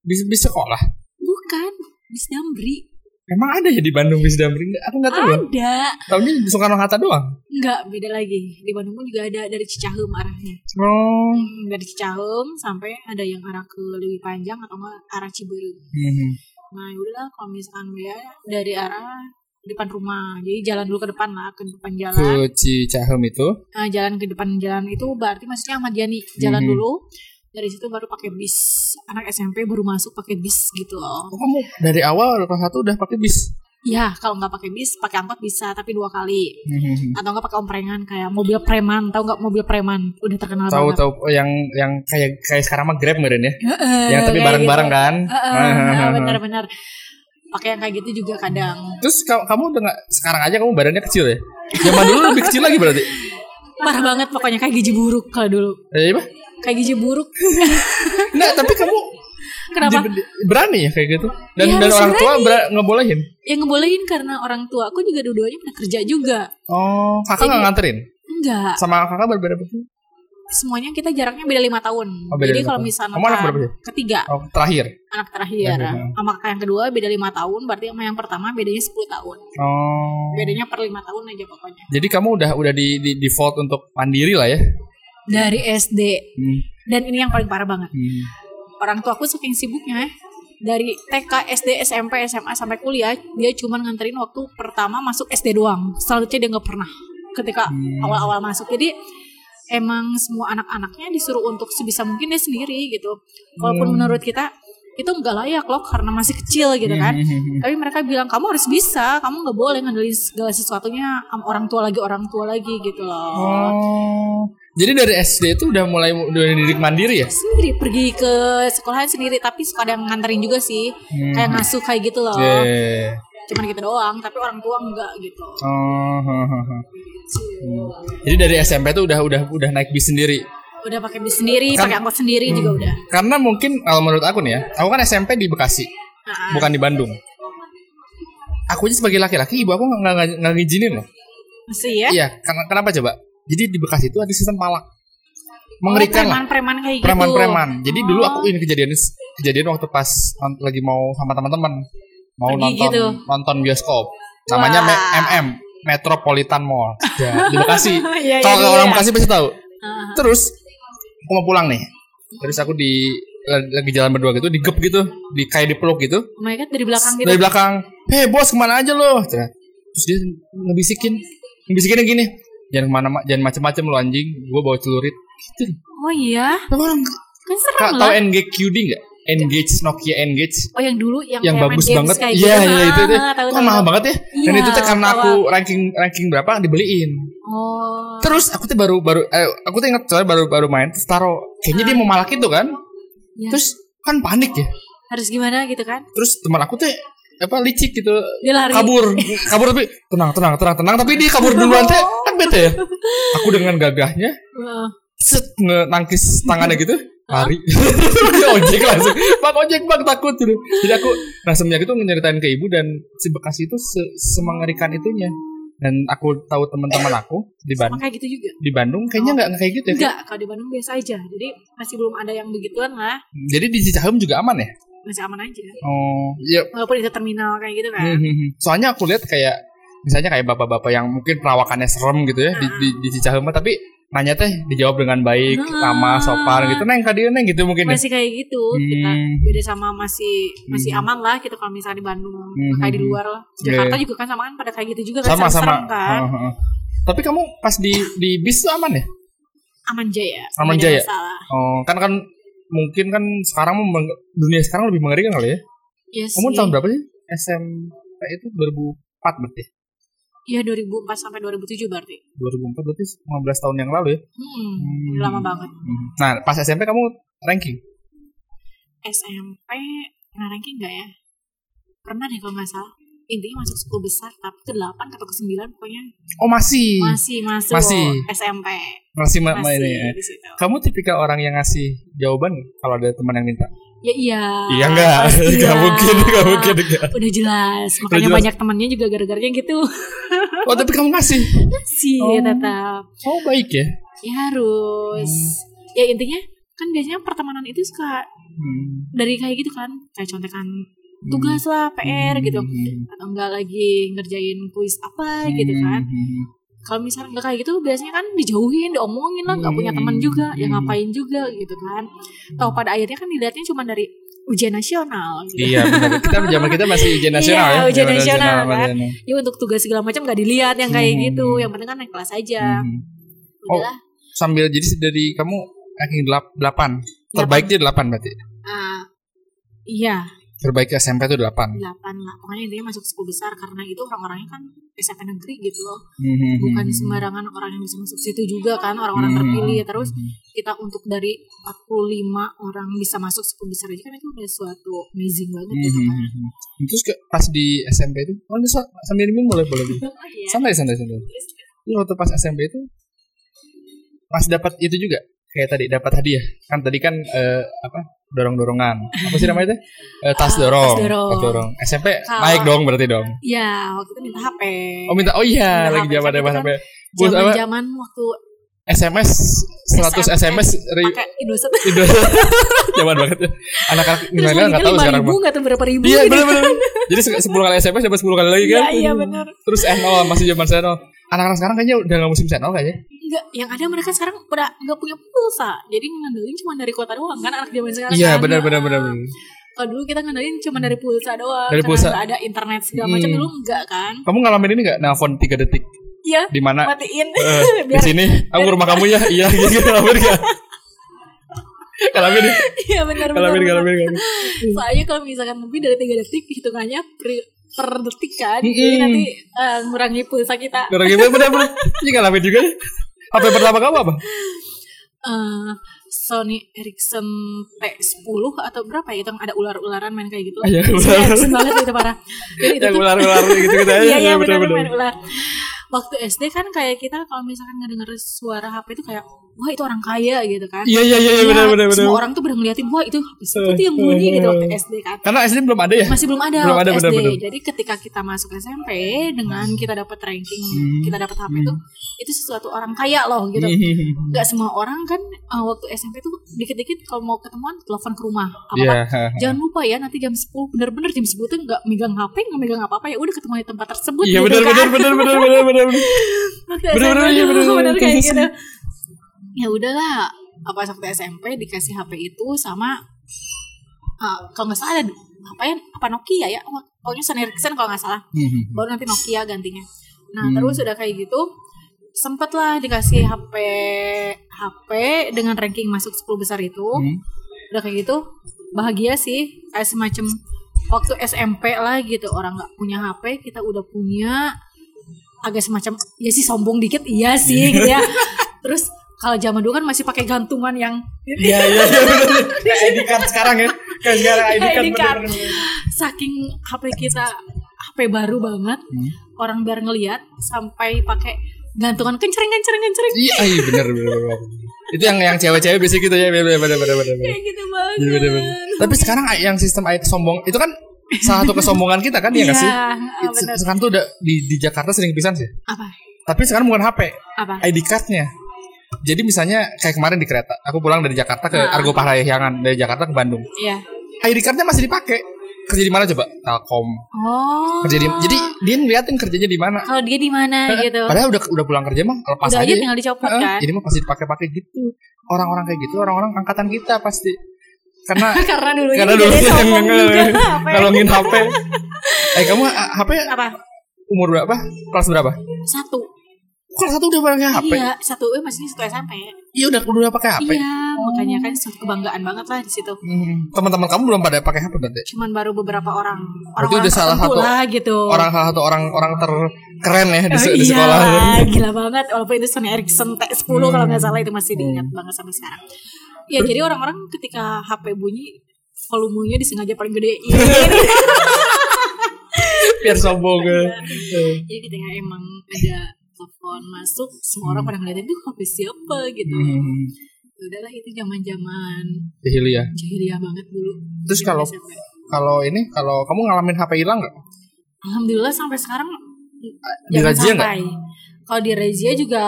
[SPEAKER 2] Bis bis sekolah?
[SPEAKER 1] Bukan bis Damri.
[SPEAKER 2] Emang ada ya di Bandung bis Damri? Nggak- Aku nggak tahu. loh.
[SPEAKER 1] Ada.
[SPEAKER 2] Tahunya di Soekarno Hatta doang.
[SPEAKER 1] Enggak, beda lagi. Di Bandung pun juga ada dari Cicaheum arahnya.
[SPEAKER 2] Oh.
[SPEAKER 1] Hmm, Dari Cicaheum sampai ada yang arah ke lebih panjang atau enggak arah Ciberem.
[SPEAKER 2] Mhm.
[SPEAKER 1] Nah, yaudah kalau misalkan dia ya, dari arah depan rumah. Jadi jalan dulu ke depan lah, ke depan
[SPEAKER 2] ke
[SPEAKER 1] jalan.
[SPEAKER 2] Cicahem itu
[SPEAKER 1] Nah, jalan ke depan jalan itu berarti maksudnya Ahmad Yani jalan
[SPEAKER 2] Mhm.
[SPEAKER 1] dulu. Dari situ baru pakai bis. Anak SMP baru masuk pakai bis gitu loh.
[SPEAKER 2] Oh, kamu dari awal kelas satu udah pakai bis
[SPEAKER 1] Ya, kalau nggak pakai bis, pakai angkot bisa, tapi dua kali. Atau nggak pakai omprengan kayak mobil preman, tahu nggak mobil preman? Udah terkenal
[SPEAKER 2] tahu
[SPEAKER 1] banget.
[SPEAKER 2] tahu oh, yang yang kayak kayak sekarang mah grab meren ya
[SPEAKER 1] Heeh,
[SPEAKER 2] yang tapi
[SPEAKER 1] kayak
[SPEAKER 2] bareng bareng
[SPEAKER 1] gitu.
[SPEAKER 2] kan
[SPEAKER 1] Heeh,
[SPEAKER 2] Hahaha.
[SPEAKER 1] heeh, Benar-benar. Pakai yang kayak gitu juga kadang.
[SPEAKER 2] terus ka- kamu udah nggak sekarang aja kamu badannya kecil ya zaman dulu lebih kecil lagi berarti
[SPEAKER 1] Parah banget pokoknya kayak gigi buruk kalau dulu.
[SPEAKER 2] ya iya, Bah?
[SPEAKER 1] Kayak gigi buruk.
[SPEAKER 2] Nah, tapi kamu
[SPEAKER 1] Kenapa?
[SPEAKER 2] di- berani ya kayak gitu dan
[SPEAKER 1] Ya,
[SPEAKER 2] dan
[SPEAKER 1] harus
[SPEAKER 2] orang tua bera- ngebolehin
[SPEAKER 1] Ya ngebolehin karena orang tua aku juga dua-duanya pernah kerja juga.
[SPEAKER 2] oh kakak nggak nganterin
[SPEAKER 1] Enggak.
[SPEAKER 2] sama kakak berbeda betul
[SPEAKER 1] Semuanya kita jaraknya beda lima tahun.
[SPEAKER 2] Oh, beda
[SPEAKER 1] Jadi
[SPEAKER 2] lima
[SPEAKER 1] kalau
[SPEAKER 2] tahun.
[SPEAKER 1] misalnya
[SPEAKER 2] Kamu anak berapa sih?
[SPEAKER 1] ketiga,
[SPEAKER 2] oh terakhir
[SPEAKER 1] anak terakhir.
[SPEAKER 2] Terakhir, ya.
[SPEAKER 1] Sama kakak yang kedua beda lima tahun, berarti sama yang pertama bedanya 10 tahun.
[SPEAKER 2] oh
[SPEAKER 1] Bedanya per lima tahun aja pokoknya.
[SPEAKER 2] jadi kamu udah udah di, di default untuk mandiri lah ya
[SPEAKER 1] Dari SD.
[SPEAKER 2] Hmm.
[SPEAKER 1] Dan ini yang paling parah banget.
[SPEAKER 2] Hmm.
[SPEAKER 1] Orang tua aku saking sibuknya eh. dari TK, SD, SMP, SMA sampai kuliah dia cuma nganterin waktu pertama masuk SD doang. Selanjutnya dia nggak pernah ketika awal-awal masuk. Jadi emang semua anak-anaknya disuruh untuk sebisa mungkin dia sendiri gitu. Walaupun menurut kita itu nggak layak loh karena masih kecil gitu
[SPEAKER 2] hmm,
[SPEAKER 1] kan. Tapi mereka bilang kamu harus bisa, kamu nggak boleh ngandelin segala sesuatunya sama orang tua lagi orang tua lagi gitu loh.
[SPEAKER 2] Oh. Jadi dari SD itu udah mulai udah didik mandiri ya?
[SPEAKER 1] Sendiri pergi ke sekolahan sendiri tapi suka ada yang nganterin juga sih. Kayak ngasuh kayak gitu loh.
[SPEAKER 2] Hmm. Yeah.
[SPEAKER 1] Cuman gitu doang, tapi orang tua enggak gitu.
[SPEAKER 2] Oh. Hmm. Jadi dari SMP tuh udah udah udah naik bis sendiri.
[SPEAKER 1] Udah pakai bis sendiri,
[SPEAKER 2] Kan-
[SPEAKER 1] pakai angkot sendiri juga udah.
[SPEAKER 2] Karena mungkin kalau menurut aku nih ya, aku kan SMP di Bekasi,
[SPEAKER 1] Nah,
[SPEAKER 2] bukan di Bandung. Aku aja sebagai laki-laki ibu aku nggak- nggak nggak- nggak ngizinin loh.
[SPEAKER 1] masih ya.
[SPEAKER 2] Iya, karena kenapa coba? Jadi di Bekasi itu ada sistem palak. Mengerikan lah.
[SPEAKER 1] Oh, preman-preman kayak gitu. Oh.
[SPEAKER 2] preman-preman. Jadi dulu aku ini kejadian kejadian waktu pas non- lagi mau sama teman-teman mau
[SPEAKER 1] Pergi
[SPEAKER 2] nonton
[SPEAKER 1] gitu.
[SPEAKER 2] nonton bioskop. Namanya
[SPEAKER 1] Wah.
[SPEAKER 2] Me- MM Metropolitan Mall. Ya, di Bekasi.
[SPEAKER 1] Iya, iya,
[SPEAKER 2] Kalau
[SPEAKER 1] iya.
[SPEAKER 2] orang Bekasi pasti tahu.
[SPEAKER 1] Ah.
[SPEAKER 2] Terus aku mau pulang nih. Terus aku di lagi jalan berdua gitu, digep gitu, di kayak dipeluk gitu.
[SPEAKER 1] Oh my god, dari belakang gitu.
[SPEAKER 2] Dari belakang, "Hei bos, kemana aja lo?" Cera. Terus dia ngebisikin, ngebisikinnya gini, "Jangan kemana ma- jangan macem-macem lo anjing, gua bawa celurit." Gitu.
[SPEAKER 1] Oh iya,
[SPEAKER 2] Tapi orang
[SPEAKER 1] kan serem
[SPEAKER 2] Kak
[SPEAKER 1] lah.
[SPEAKER 2] tahu NGQD nggak? Engage Nokia Engage
[SPEAKER 1] Oh yang dulu yang,
[SPEAKER 2] yang
[SPEAKER 1] kayak
[SPEAKER 2] bagus
[SPEAKER 1] main games
[SPEAKER 2] banget.
[SPEAKER 1] kayak
[SPEAKER 2] Iya
[SPEAKER 1] gitu.
[SPEAKER 2] iya
[SPEAKER 1] Ah,
[SPEAKER 2] itu itu.
[SPEAKER 1] tahu,
[SPEAKER 2] Kok
[SPEAKER 1] tahu,
[SPEAKER 2] mahal
[SPEAKER 1] tahu.
[SPEAKER 2] banget ya? Dan
[SPEAKER 1] Iya,
[SPEAKER 2] itu tuh karena aku
[SPEAKER 1] tahu.
[SPEAKER 2] ranking ranking berapa dibeliin.
[SPEAKER 1] Oh.
[SPEAKER 2] Terus aku tuh baru baru eh, aku tuh inget soalnya baru baru main terus taro. Kayaknya
[SPEAKER 1] Ah.
[SPEAKER 2] dia mau malak itu kan.
[SPEAKER 1] Ya,
[SPEAKER 2] Terus kan panik ya.
[SPEAKER 1] harus gimana gitu kan?
[SPEAKER 2] Terus teman aku tuh apa licik gitu
[SPEAKER 1] Dia lari.
[SPEAKER 2] kabur kabur tapi tenang tenang tenang tenang tapi dia kabur duluan teh kan bete ya aku dengan gagahnya
[SPEAKER 1] Heeh.
[SPEAKER 2] set nge- nangkis tangannya gitu lari Dia ojek langsung bang ojek bang takut gitu jadi aku rasanya gitu menceritain ke ibu dan si bekasi itu se- semengerikan itunya dan aku tahu teman-teman aku di
[SPEAKER 1] Sama
[SPEAKER 2] Bandung
[SPEAKER 1] kayak gitu juga.
[SPEAKER 2] di Bandung kayaknya nggak nggak kayak gitu ya
[SPEAKER 1] Enggak, kalau di Bandung biasa aja. Jadi masih belum ada yang begituan lah.
[SPEAKER 2] jadi di Cicahem juga aman ya
[SPEAKER 1] Masih aman aja.
[SPEAKER 2] oh ya
[SPEAKER 1] Walaupun itu terminal kayak gitu kan.
[SPEAKER 2] Hmm, soalnya aku lihat kayak misalnya kayak bapak-bapak yang mungkin perawakannya serem gitu ya di di, di Cicahem tapi nanya teh dijawab dengan baik
[SPEAKER 1] Ah.
[SPEAKER 2] ramah sopan gitu neng kadir neng gitu mungkin ya
[SPEAKER 1] Masih kayak gitu. Kita
[SPEAKER 2] Hmm.
[SPEAKER 1] beda sama masih masih aman lah gitu kalau misalnya di Bandung.
[SPEAKER 2] Hmm.
[SPEAKER 1] Kayak di luar lah.
[SPEAKER 2] Iya,
[SPEAKER 1] Jakarta
[SPEAKER 2] iya.
[SPEAKER 1] juga kan sama kan pada kayak gitu juga kan.
[SPEAKER 2] sama Oh. sama
[SPEAKER 1] serem-serem kan.
[SPEAKER 2] Heeh, heeh. tapi kamu pas di di bis tuh aman ya
[SPEAKER 1] Aman jaya.
[SPEAKER 2] Aman
[SPEAKER 1] Nggak ada
[SPEAKER 2] jaya.
[SPEAKER 1] masalah.
[SPEAKER 2] oh kan kan mungkin kan sekarang mah meng- dunia sekarang lebih mengerikan kali ya
[SPEAKER 1] Iya sih.
[SPEAKER 2] kamu tahun berapa sih SMP itu 2004 berarti ya?
[SPEAKER 1] Iya 2004 sampai 2007 berarti.
[SPEAKER 2] 2004 berarti 15 tahun yang lalu ya
[SPEAKER 1] Hmm.
[SPEAKER 2] Hmm.
[SPEAKER 1] Lama banget.
[SPEAKER 2] nah pas SMP kamu ranking
[SPEAKER 1] SMP pernah ranking nggak ya? Pernah deh kalau nggak salah. Intinya masuk 10 besar tapi ke 8 atau ke 9 pokoknya
[SPEAKER 2] oh masih
[SPEAKER 1] masih masuk
[SPEAKER 2] Masih.
[SPEAKER 1] SMP.
[SPEAKER 2] masih, ma- ma-
[SPEAKER 1] Masih
[SPEAKER 2] ini ya.
[SPEAKER 1] di situ.
[SPEAKER 2] kamu tipikal orang yang ngasih jawaban nggak kalau ada teman yang minta
[SPEAKER 1] Ya iya.
[SPEAKER 2] iya enggak
[SPEAKER 1] pastilah.
[SPEAKER 2] enggak mungkin enggak mungkin enggak
[SPEAKER 1] Udah jelas, makanya
[SPEAKER 2] jelas.
[SPEAKER 1] banyak temannya juga gara-garanya gitu
[SPEAKER 2] oh tapi kamu ngasih
[SPEAKER 1] sih
[SPEAKER 2] Oh.
[SPEAKER 1] tetap.
[SPEAKER 2] oh baik ya
[SPEAKER 1] Ya harus. Ya intinya kan biasanya pertemanan itu suka
[SPEAKER 2] Hmm.
[SPEAKER 1] dari kayak gitu kan, kayak contekan tugas lah, PR gitu.
[SPEAKER 2] Hmm.
[SPEAKER 1] Atau enggak lagi ngerjain kuis apa gitu kan.
[SPEAKER 2] Hmm.
[SPEAKER 1] kalau misalnya nggak kayak gitu biasanya kan dijauhin diomongin lah nggak punya teman juga ya
[SPEAKER 2] Hmm.
[SPEAKER 1] ngapain juga gitu kan atau pada akhirnya kan dilihatnya cuma dari ujian nasional gitu.
[SPEAKER 2] Iya, benar. Kita zaman kita masih ujian nasional
[SPEAKER 1] Iya,
[SPEAKER 2] ya.
[SPEAKER 1] ujian nasional, kan.
[SPEAKER 2] ujian nasional.
[SPEAKER 1] ya untuk tugas segala macam nggak dilihat yang kayak
[SPEAKER 2] Hmm.
[SPEAKER 1] gitu yang penting kan naik kelas aja
[SPEAKER 2] Hmm. Oh.
[SPEAKER 1] udahlah
[SPEAKER 2] Sambil jadi dari kamu eh, ranking 8. Terbaik dia 8 berarti.
[SPEAKER 1] ah, iya
[SPEAKER 2] Terbaik SMP itu 8.
[SPEAKER 1] delapan lah pokoknya intinya masuk sepuluh besar karena itu orang-orangnya kan SMP negeri gitu loh
[SPEAKER 2] Hmm,
[SPEAKER 1] bukan sembarangan orang yang bisa masuk situ juga kan orang-orang
[SPEAKER 2] Hmm.
[SPEAKER 1] terpilih terus kita untuk dari 45 orang bisa masuk 10 besar aja kan itu udah suatu amazing banget
[SPEAKER 2] hmm,
[SPEAKER 1] gitu kan
[SPEAKER 2] Mhm. Terus ke, pas di SMP itu, oh ini sa- sambil minum boleh boleh.
[SPEAKER 1] Oh, iya.
[SPEAKER 2] Santai santai santai. Terus waktu pas SMP itu, pas dapat itu juga kayak tadi dapat hadiah. Kan tadi kan eh, apa dorong dorongan. Apa sih namanya itu? Eh, tas dorong.
[SPEAKER 1] Ah, tas dorong.
[SPEAKER 2] SMP
[SPEAKER 1] Kalau-
[SPEAKER 2] naik dong berarti dong.
[SPEAKER 1] ya waktu itu minta HP
[SPEAKER 2] Oh minta oh iya
[SPEAKER 1] Minta
[SPEAKER 2] lagi
[SPEAKER 1] HP,
[SPEAKER 2] zaman
[SPEAKER 1] tapi
[SPEAKER 2] zaman
[SPEAKER 1] kan
[SPEAKER 2] HP. Bus apa?
[SPEAKER 1] zaman-zaman waktu
[SPEAKER 2] SMS 100 SMS ri-
[SPEAKER 1] pakai Indosat
[SPEAKER 2] Indonesia. Zaman banget. Anak-anak
[SPEAKER 1] terus
[SPEAKER 2] milenial nggak tahu
[SPEAKER 1] lima
[SPEAKER 2] sekarang.
[SPEAKER 1] ribu nggak tahu berapa ribu
[SPEAKER 2] Iya
[SPEAKER 1] gitu.
[SPEAKER 2] benar benar. Jadi se- 10 kali SMS dapat 10 kali lagi kan?
[SPEAKER 1] Iya, iya, benar.
[SPEAKER 2] Terus Seno masih zaman Seno. Anak-anak sekarang kayaknya udah nggak musim Seno kayaknya.
[SPEAKER 1] Enggak, yang ada mereka sekarang udah nggak punya pulsa jadi ngandelin cuma dari kuota doang kan anak zaman sekarang
[SPEAKER 2] Iya
[SPEAKER 1] kan?
[SPEAKER 2] benar benar benar. benar.
[SPEAKER 1] kalau dulu kita ngandelin cuma dari pulsa doang
[SPEAKER 2] Dari
[SPEAKER 1] karena
[SPEAKER 2] pulsa.
[SPEAKER 1] nggak ada internet segala macam
[SPEAKER 2] Hmm.
[SPEAKER 1] dulu enggak kan
[SPEAKER 2] Kamu ngalamin ini nggak nelfon 3 detik
[SPEAKER 1] iya
[SPEAKER 2] di mana?
[SPEAKER 1] matiin
[SPEAKER 2] eh, di
[SPEAKER 1] biar
[SPEAKER 2] sini. Aku ke rumah kamu ya. Iya gitu ngalamin nggak? Ngalamin
[SPEAKER 1] iya benar benar
[SPEAKER 2] ngalamin
[SPEAKER 1] benar.
[SPEAKER 2] ngalamin ngalamin.
[SPEAKER 1] soalnya kalau misalkan lebih dari tiga detik hitungannya per, per detik kan
[SPEAKER 2] Mm-mm.
[SPEAKER 1] jadi nanti eh, ngurangi pulsa kita
[SPEAKER 2] Gara gimana benar benar. Ini ngalamin juga. HP pertama kamu apa?
[SPEAKER 1] Eh, Sony Ericsson T10 atau berapa ya itu yang ada ular-ularan main kayak gitu
[SPEAKER 2] Iya,
[SPEAKER 1] Sony
[SPEAKER 2] ular.
[SPEAKER 1] Ericsson banget itu parah jadi itu
[SPEAKER 2] Yang
[SPEAKER 1] tuh
[SPEAKER 2] ular-ular gitu gitu aja.
[SPEAKER 1] iya iya
[SPEAKER 2] benar,
[SPEAKER 1] benar
[SPEAKER 2] benar.
[SPEAKER 1] main ular waktu SD kan kayak kita kalau misalkan ngedenger suara HP itu kayak wah itu orang kaya gitu kan
[SPEAKER 2] Iya iya iya
[SPEAKER 1] Iya,
[SPEAKER 2] benar benar benar.
[SPEAKER 1] semua orang tuh pada ngeliatin wah itu seperti yang bunyi gitu waktu SD kan
[SPEAKER 2] Karena SD belum ada ya.
[SPEAKER 1] masih belum ada
[SPEAKER 2] Belum
[SPEAKER 1] waktu
[SPEAKER 2] ada, benar,
[SPEAKER 1] SD.
[SPEAKER 2] benar.
[SPEAKER 1] Jadi ketika kita masuk SMP dengan kita dapat ranking,
[SPEAKER 2] Hmm. Iya,
[SPEAKER 1] kita dapat HP itu itu sesuatu orang kaya loh gitu. Gak
[SPEAKER 2] Hmm.
[SPEAKER 1] semua orang kan uh, waktu SMP tuh dikit-dikit kalau mau ketemuan telepon ke rumah. Apa-apa.
[SPEAKER 2] Iya.
[SPEAKER 1] Jangan lupa ya nanti jam 10 bener-bener jam 10 tuh nggak megang HP, nggak megang apa-apa ya udah ketemu di tempat tersebut
[SPEAKER 2] Iya
[SPEAKER 1] gitu
[SPEAKER 2] benar
[SPEAKER 1] kan.
[SPEAKER 2] benar benar benar benar benar.
[SPEAKER 1] Waktu SMP
[SPEAKER 2] Bener, bener, iya,
[SPEAKER 1] tuh
[SPEAKER 2] bener, bener,
[SPEAKER 1] bener kayak
[SPEAKER 2] konsisten.
[SPEAKER 1] gitu. Ya udahlah, apa waktu SMP dikasih HP itu sama uh, kalau nggak salah ada apa ya apa Nokia ya pokoknya Sony Ericsson kalau nggak salah baru nanti Nokia gantinya nah
[SPEAKER 2] Hmm.
[SPEAKER 1] terus udah kayak gitu sempet lah dikasih HP HP dengan ranking masuk 10 besar itu
[SPEAKER 2] Hmm.
[SPEAKER 1] udah kayak gitu bahagia sih kayak semacam waktu SMP lah gitu orang nggak punya HP kita udah punya agak semacam ya sih sombong dikit iya sih gitu ya terus kalau zaman dulu kan masih pakai gantungan yang
[SPEAKER 2] Iya iya iya benar. Kayak ID card sekarang ya. Kayak sekarang ID card.
[SPEAKER 1] ID
[SPEAKER 2] bener,
[SPEAKER 1] card.
[SPEAKER 2] bener, bener.
[SPEAKER 1] kan saking HP kita HP baru banget
[SPEAKER 2] Hmm.
[SPEAKER 1] orang biar ngelihat sampai pakai gantungan kencering kencering kencering
[SPEAKER 2] Iya iya benar benar benar. Itu yang yang cewek-cewek biasa gitu ya. Benar benar benar benar. benar.
[SPEAKER 1] kayak gitu banget
[SPEAKER 2] Iya, benar, benar. Tapi sekarang yang sistem ID sombong itu kan salah satu kesombongan kita kan
[SPEAKER 1] iya
[SPEAKER 2] ya nggak sih?
[SPEAKER 1] ah, bener.
[SPEAKER 2] Sekarang tuh udah di di Jakarta sering pisan sih.
[SPEAKER 1] apa
[SPEAKER 2] Tapi sekarang bukan HP,
[SPEAKER 1] apa
[SPEAKER 2] ID cardnya. Jadi misalnya kayak kemarin di kereta, aku pulang dari Jakarta ke Argo Parahyangan dari Jakarta ke Bandung.
[SPEAKER 1] iya
[SPEAKER 2] ID cardnya masih dipakai. Kerja di mana coba? Telkom.
[SPEAKER 1] oh
[SPEAKER 2] Kerja di, jadi dia ngeliatin kerjanya di mana.
[SPEAKER 1] kalau dia di mana gitu
[SPEAKER 2] Padahal udah udah pulang kerja mah lepas
[SPEAKER 1] udah
[SPEAKER 2] aja.
[SPEAKER 1] aja
[SPEAKER 2] ya.
[SPEAKER 1] tinggal dicopot
[SPEAKER 2] Heeh,
[SPEAKER 1] kan
[SPEAKER 2] Jadi mah pasti dipakai-pakai gitu. Orang-orang kayak gitu, orang-orang angkatan kita pasti. Karena
[SPEAKER 1] karena dulu
[SPEAKER 2] karena dulu
[SPEAKER 1] jadi
[SPEAKER 2] yang
[SPEAKER 1] sombong juga apa ya?
[SPEAKER 2] ngalongin HP. Eh kamu ah, HP
[SPEAKER 1] apa
[SPEAKER 2] umur berapa? Kelas berapa?
[SPEAKER 1] satu
[SPEAKER 2] Kelas satu udah pakai HP.
[SPEAKER 1] iya satu eh maksudnya satu SMP
[SPEAKER 2] Iya udah udah pakai HP.
[SPEAKER 1] iya makanya kan suatu kebanggaan banget lah di situ
[SPEAKER 2] Hmm, Teman-teman kamu belum pada pakai HP berarti?
[SPEAKER 1] cuman baru beberapa orang
[SPEAKER 2] Berarti
[SPEAKER 1] orang
[SPEAKER 2] udah salah satu-
[SPEAKER 1] lah gitu
[SPEAKER 2] Orang salah satu orang orang terkeren ya di,
[SPEAKER 1] Oh,
[SPEAKER 2] di
[SPEAKER 1] iya
[SPEAKER 2] sekolah.
[SPEAKER 1] lah, gila banget walaupun itu Sony Ericsson T10 kalau nggak salah itu masih diingat
[SPEAKER 2] Hmm.
[SPEAKER 1] banget sampai sekarang ya jadi orang-orang ketika HP bunyi volumenya disengaja paling gede
[SPEAKER 2] Biar sombong. eh.
[SPEAKER 1] jadi ketika emang ada telepon masuk semua orang pada ngeliatin itu HP siapa gitu
[SPEAKER 2] Hmm.
[SPEAKER 1] Ya udahlah itu zaman-zaman
[SPEAKER 2] Dihili ya.
[SPEAKER 1] jahiliyah banget dulu
[SPEAKER 2] Terus kalau
[SPEAKER 1] SMP.
[SPEAKER 2] kalau ini kalau kamu ngalamin HP hilang nggak?
[SPEAKER 1] alhamdulillah sampai sekarang jangan
[SPEAKER 2] Dirajia nggak?
[SPEAKER 1] sampai kalau di razia juga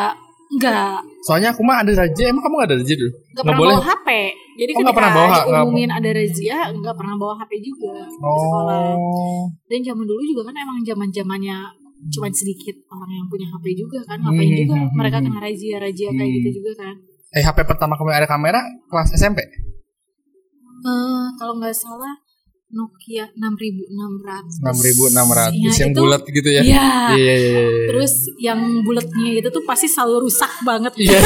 [SPEAKER 1] enggak
[SPEAKER 2] Soalnya aku mah ada raja, emang kamu nggak ada raja dulu?
[SPEAKER 1] Gak pernah
[SPEAKER 2] boleh.
[SPEAKER 1] bawa HP. Jadi
[SPEAKER 2] Oh, nggak
[SPEAKER 1] ketika
[SPEAKER 2] pernah bawa, nggak-
[SPEAKER 1] diumumin ada razia, nggak pernah bawa HP juga di sekolah.
[SPEAKER 2] Oh,
[SPEAKER 1] Dan zaman dulu juga kan emang zaman zamannya cuman sedikit orang yang punya HP juga kan ngapain
[SPEAKER 2] Hmm,
[SPEAKER 1] juga
[SPEAKER 2] hmm,
[SPEAKER 1] mereka
[SPEAKER 2] hmm.
[SPEAKER 1] kena razia razia kayak
[SPEAKER 2] Hmm.
[SPEAKER 1] gitu juga kan
[SPEAKER 2] Eh HP pertama kemudian ada kamera kelas SMP.
[SPEAKER 1] Eh, kalau nggak salah Nokia 6600
[SPEAKER 2] 6600
[SPEAKER 1] Ya,
[SPEAKER 2] yang
[SPEAKER 1] itu-
[SPEAKER 2] bulat gitu ya.
[SPEAKER 1] Iya
[SPEAKER 2] Iya iya iya.
[SPEAKER 1] Terus yang bulatnya itu tuh pasti selalu rusak banget.
[SPEAKER 2] Iya.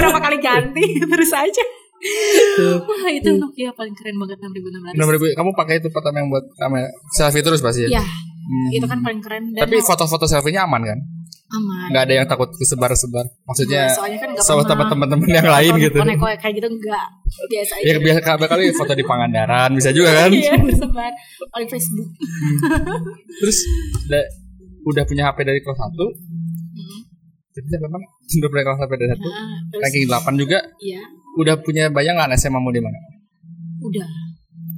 [SPEAKER 1] Berapa kali ganti terus aja.
[SPEAKER 2] Iya.
[SPEAKER 1] Wah itu Nokia paling keren banget 6600.
[SPEAKER 2] 6000 kamu pakai itu pertama yang buat kamera selfie terus pasti ya.
[SPEAKER 1] Ya,
[SPEAKER 2] Hmm.
[SPEAKER 1] itu kan paling keren dan
[SPEAKER 2] Tapi foto-foto selfie-nya aman kan?
[SPEAKER 1] aman.
[SPEAKER 2] Nggak ada yang takut kesebar-sebar. Maksudnya
[SPEAKER 1] Soalnya kan nggak
[SPEAKER 2] sama
[SPEAKER 1] pernah
[SPEAKER 2] teman-teman yang lain gitu.
[SPEAKER 1] Konek -konek kayak gitu enggak. Biasa aja.
[SPEAKER 2] Ya biasa kali foto di Pangandaran bisa juga kan?
[SPEAKER 1] Iya, tersebar paling Facebook.
[SPEAKER 2] Terus udah, udah punya HP dari kelas 1
[SPEAKER 1] Heeh.
[SPEAKER 2] Jadi memang sudah punya kelas HP dari satu
[SPEAKER 1] Nah, Mm-hmm. terus
[SPEAKER 2] Ranking 8 juga
[SPEAKER 1] iya,
[SPEAKER 2] Udah punya bayangan SMA mau di mana?
[SPEAKER 1] udah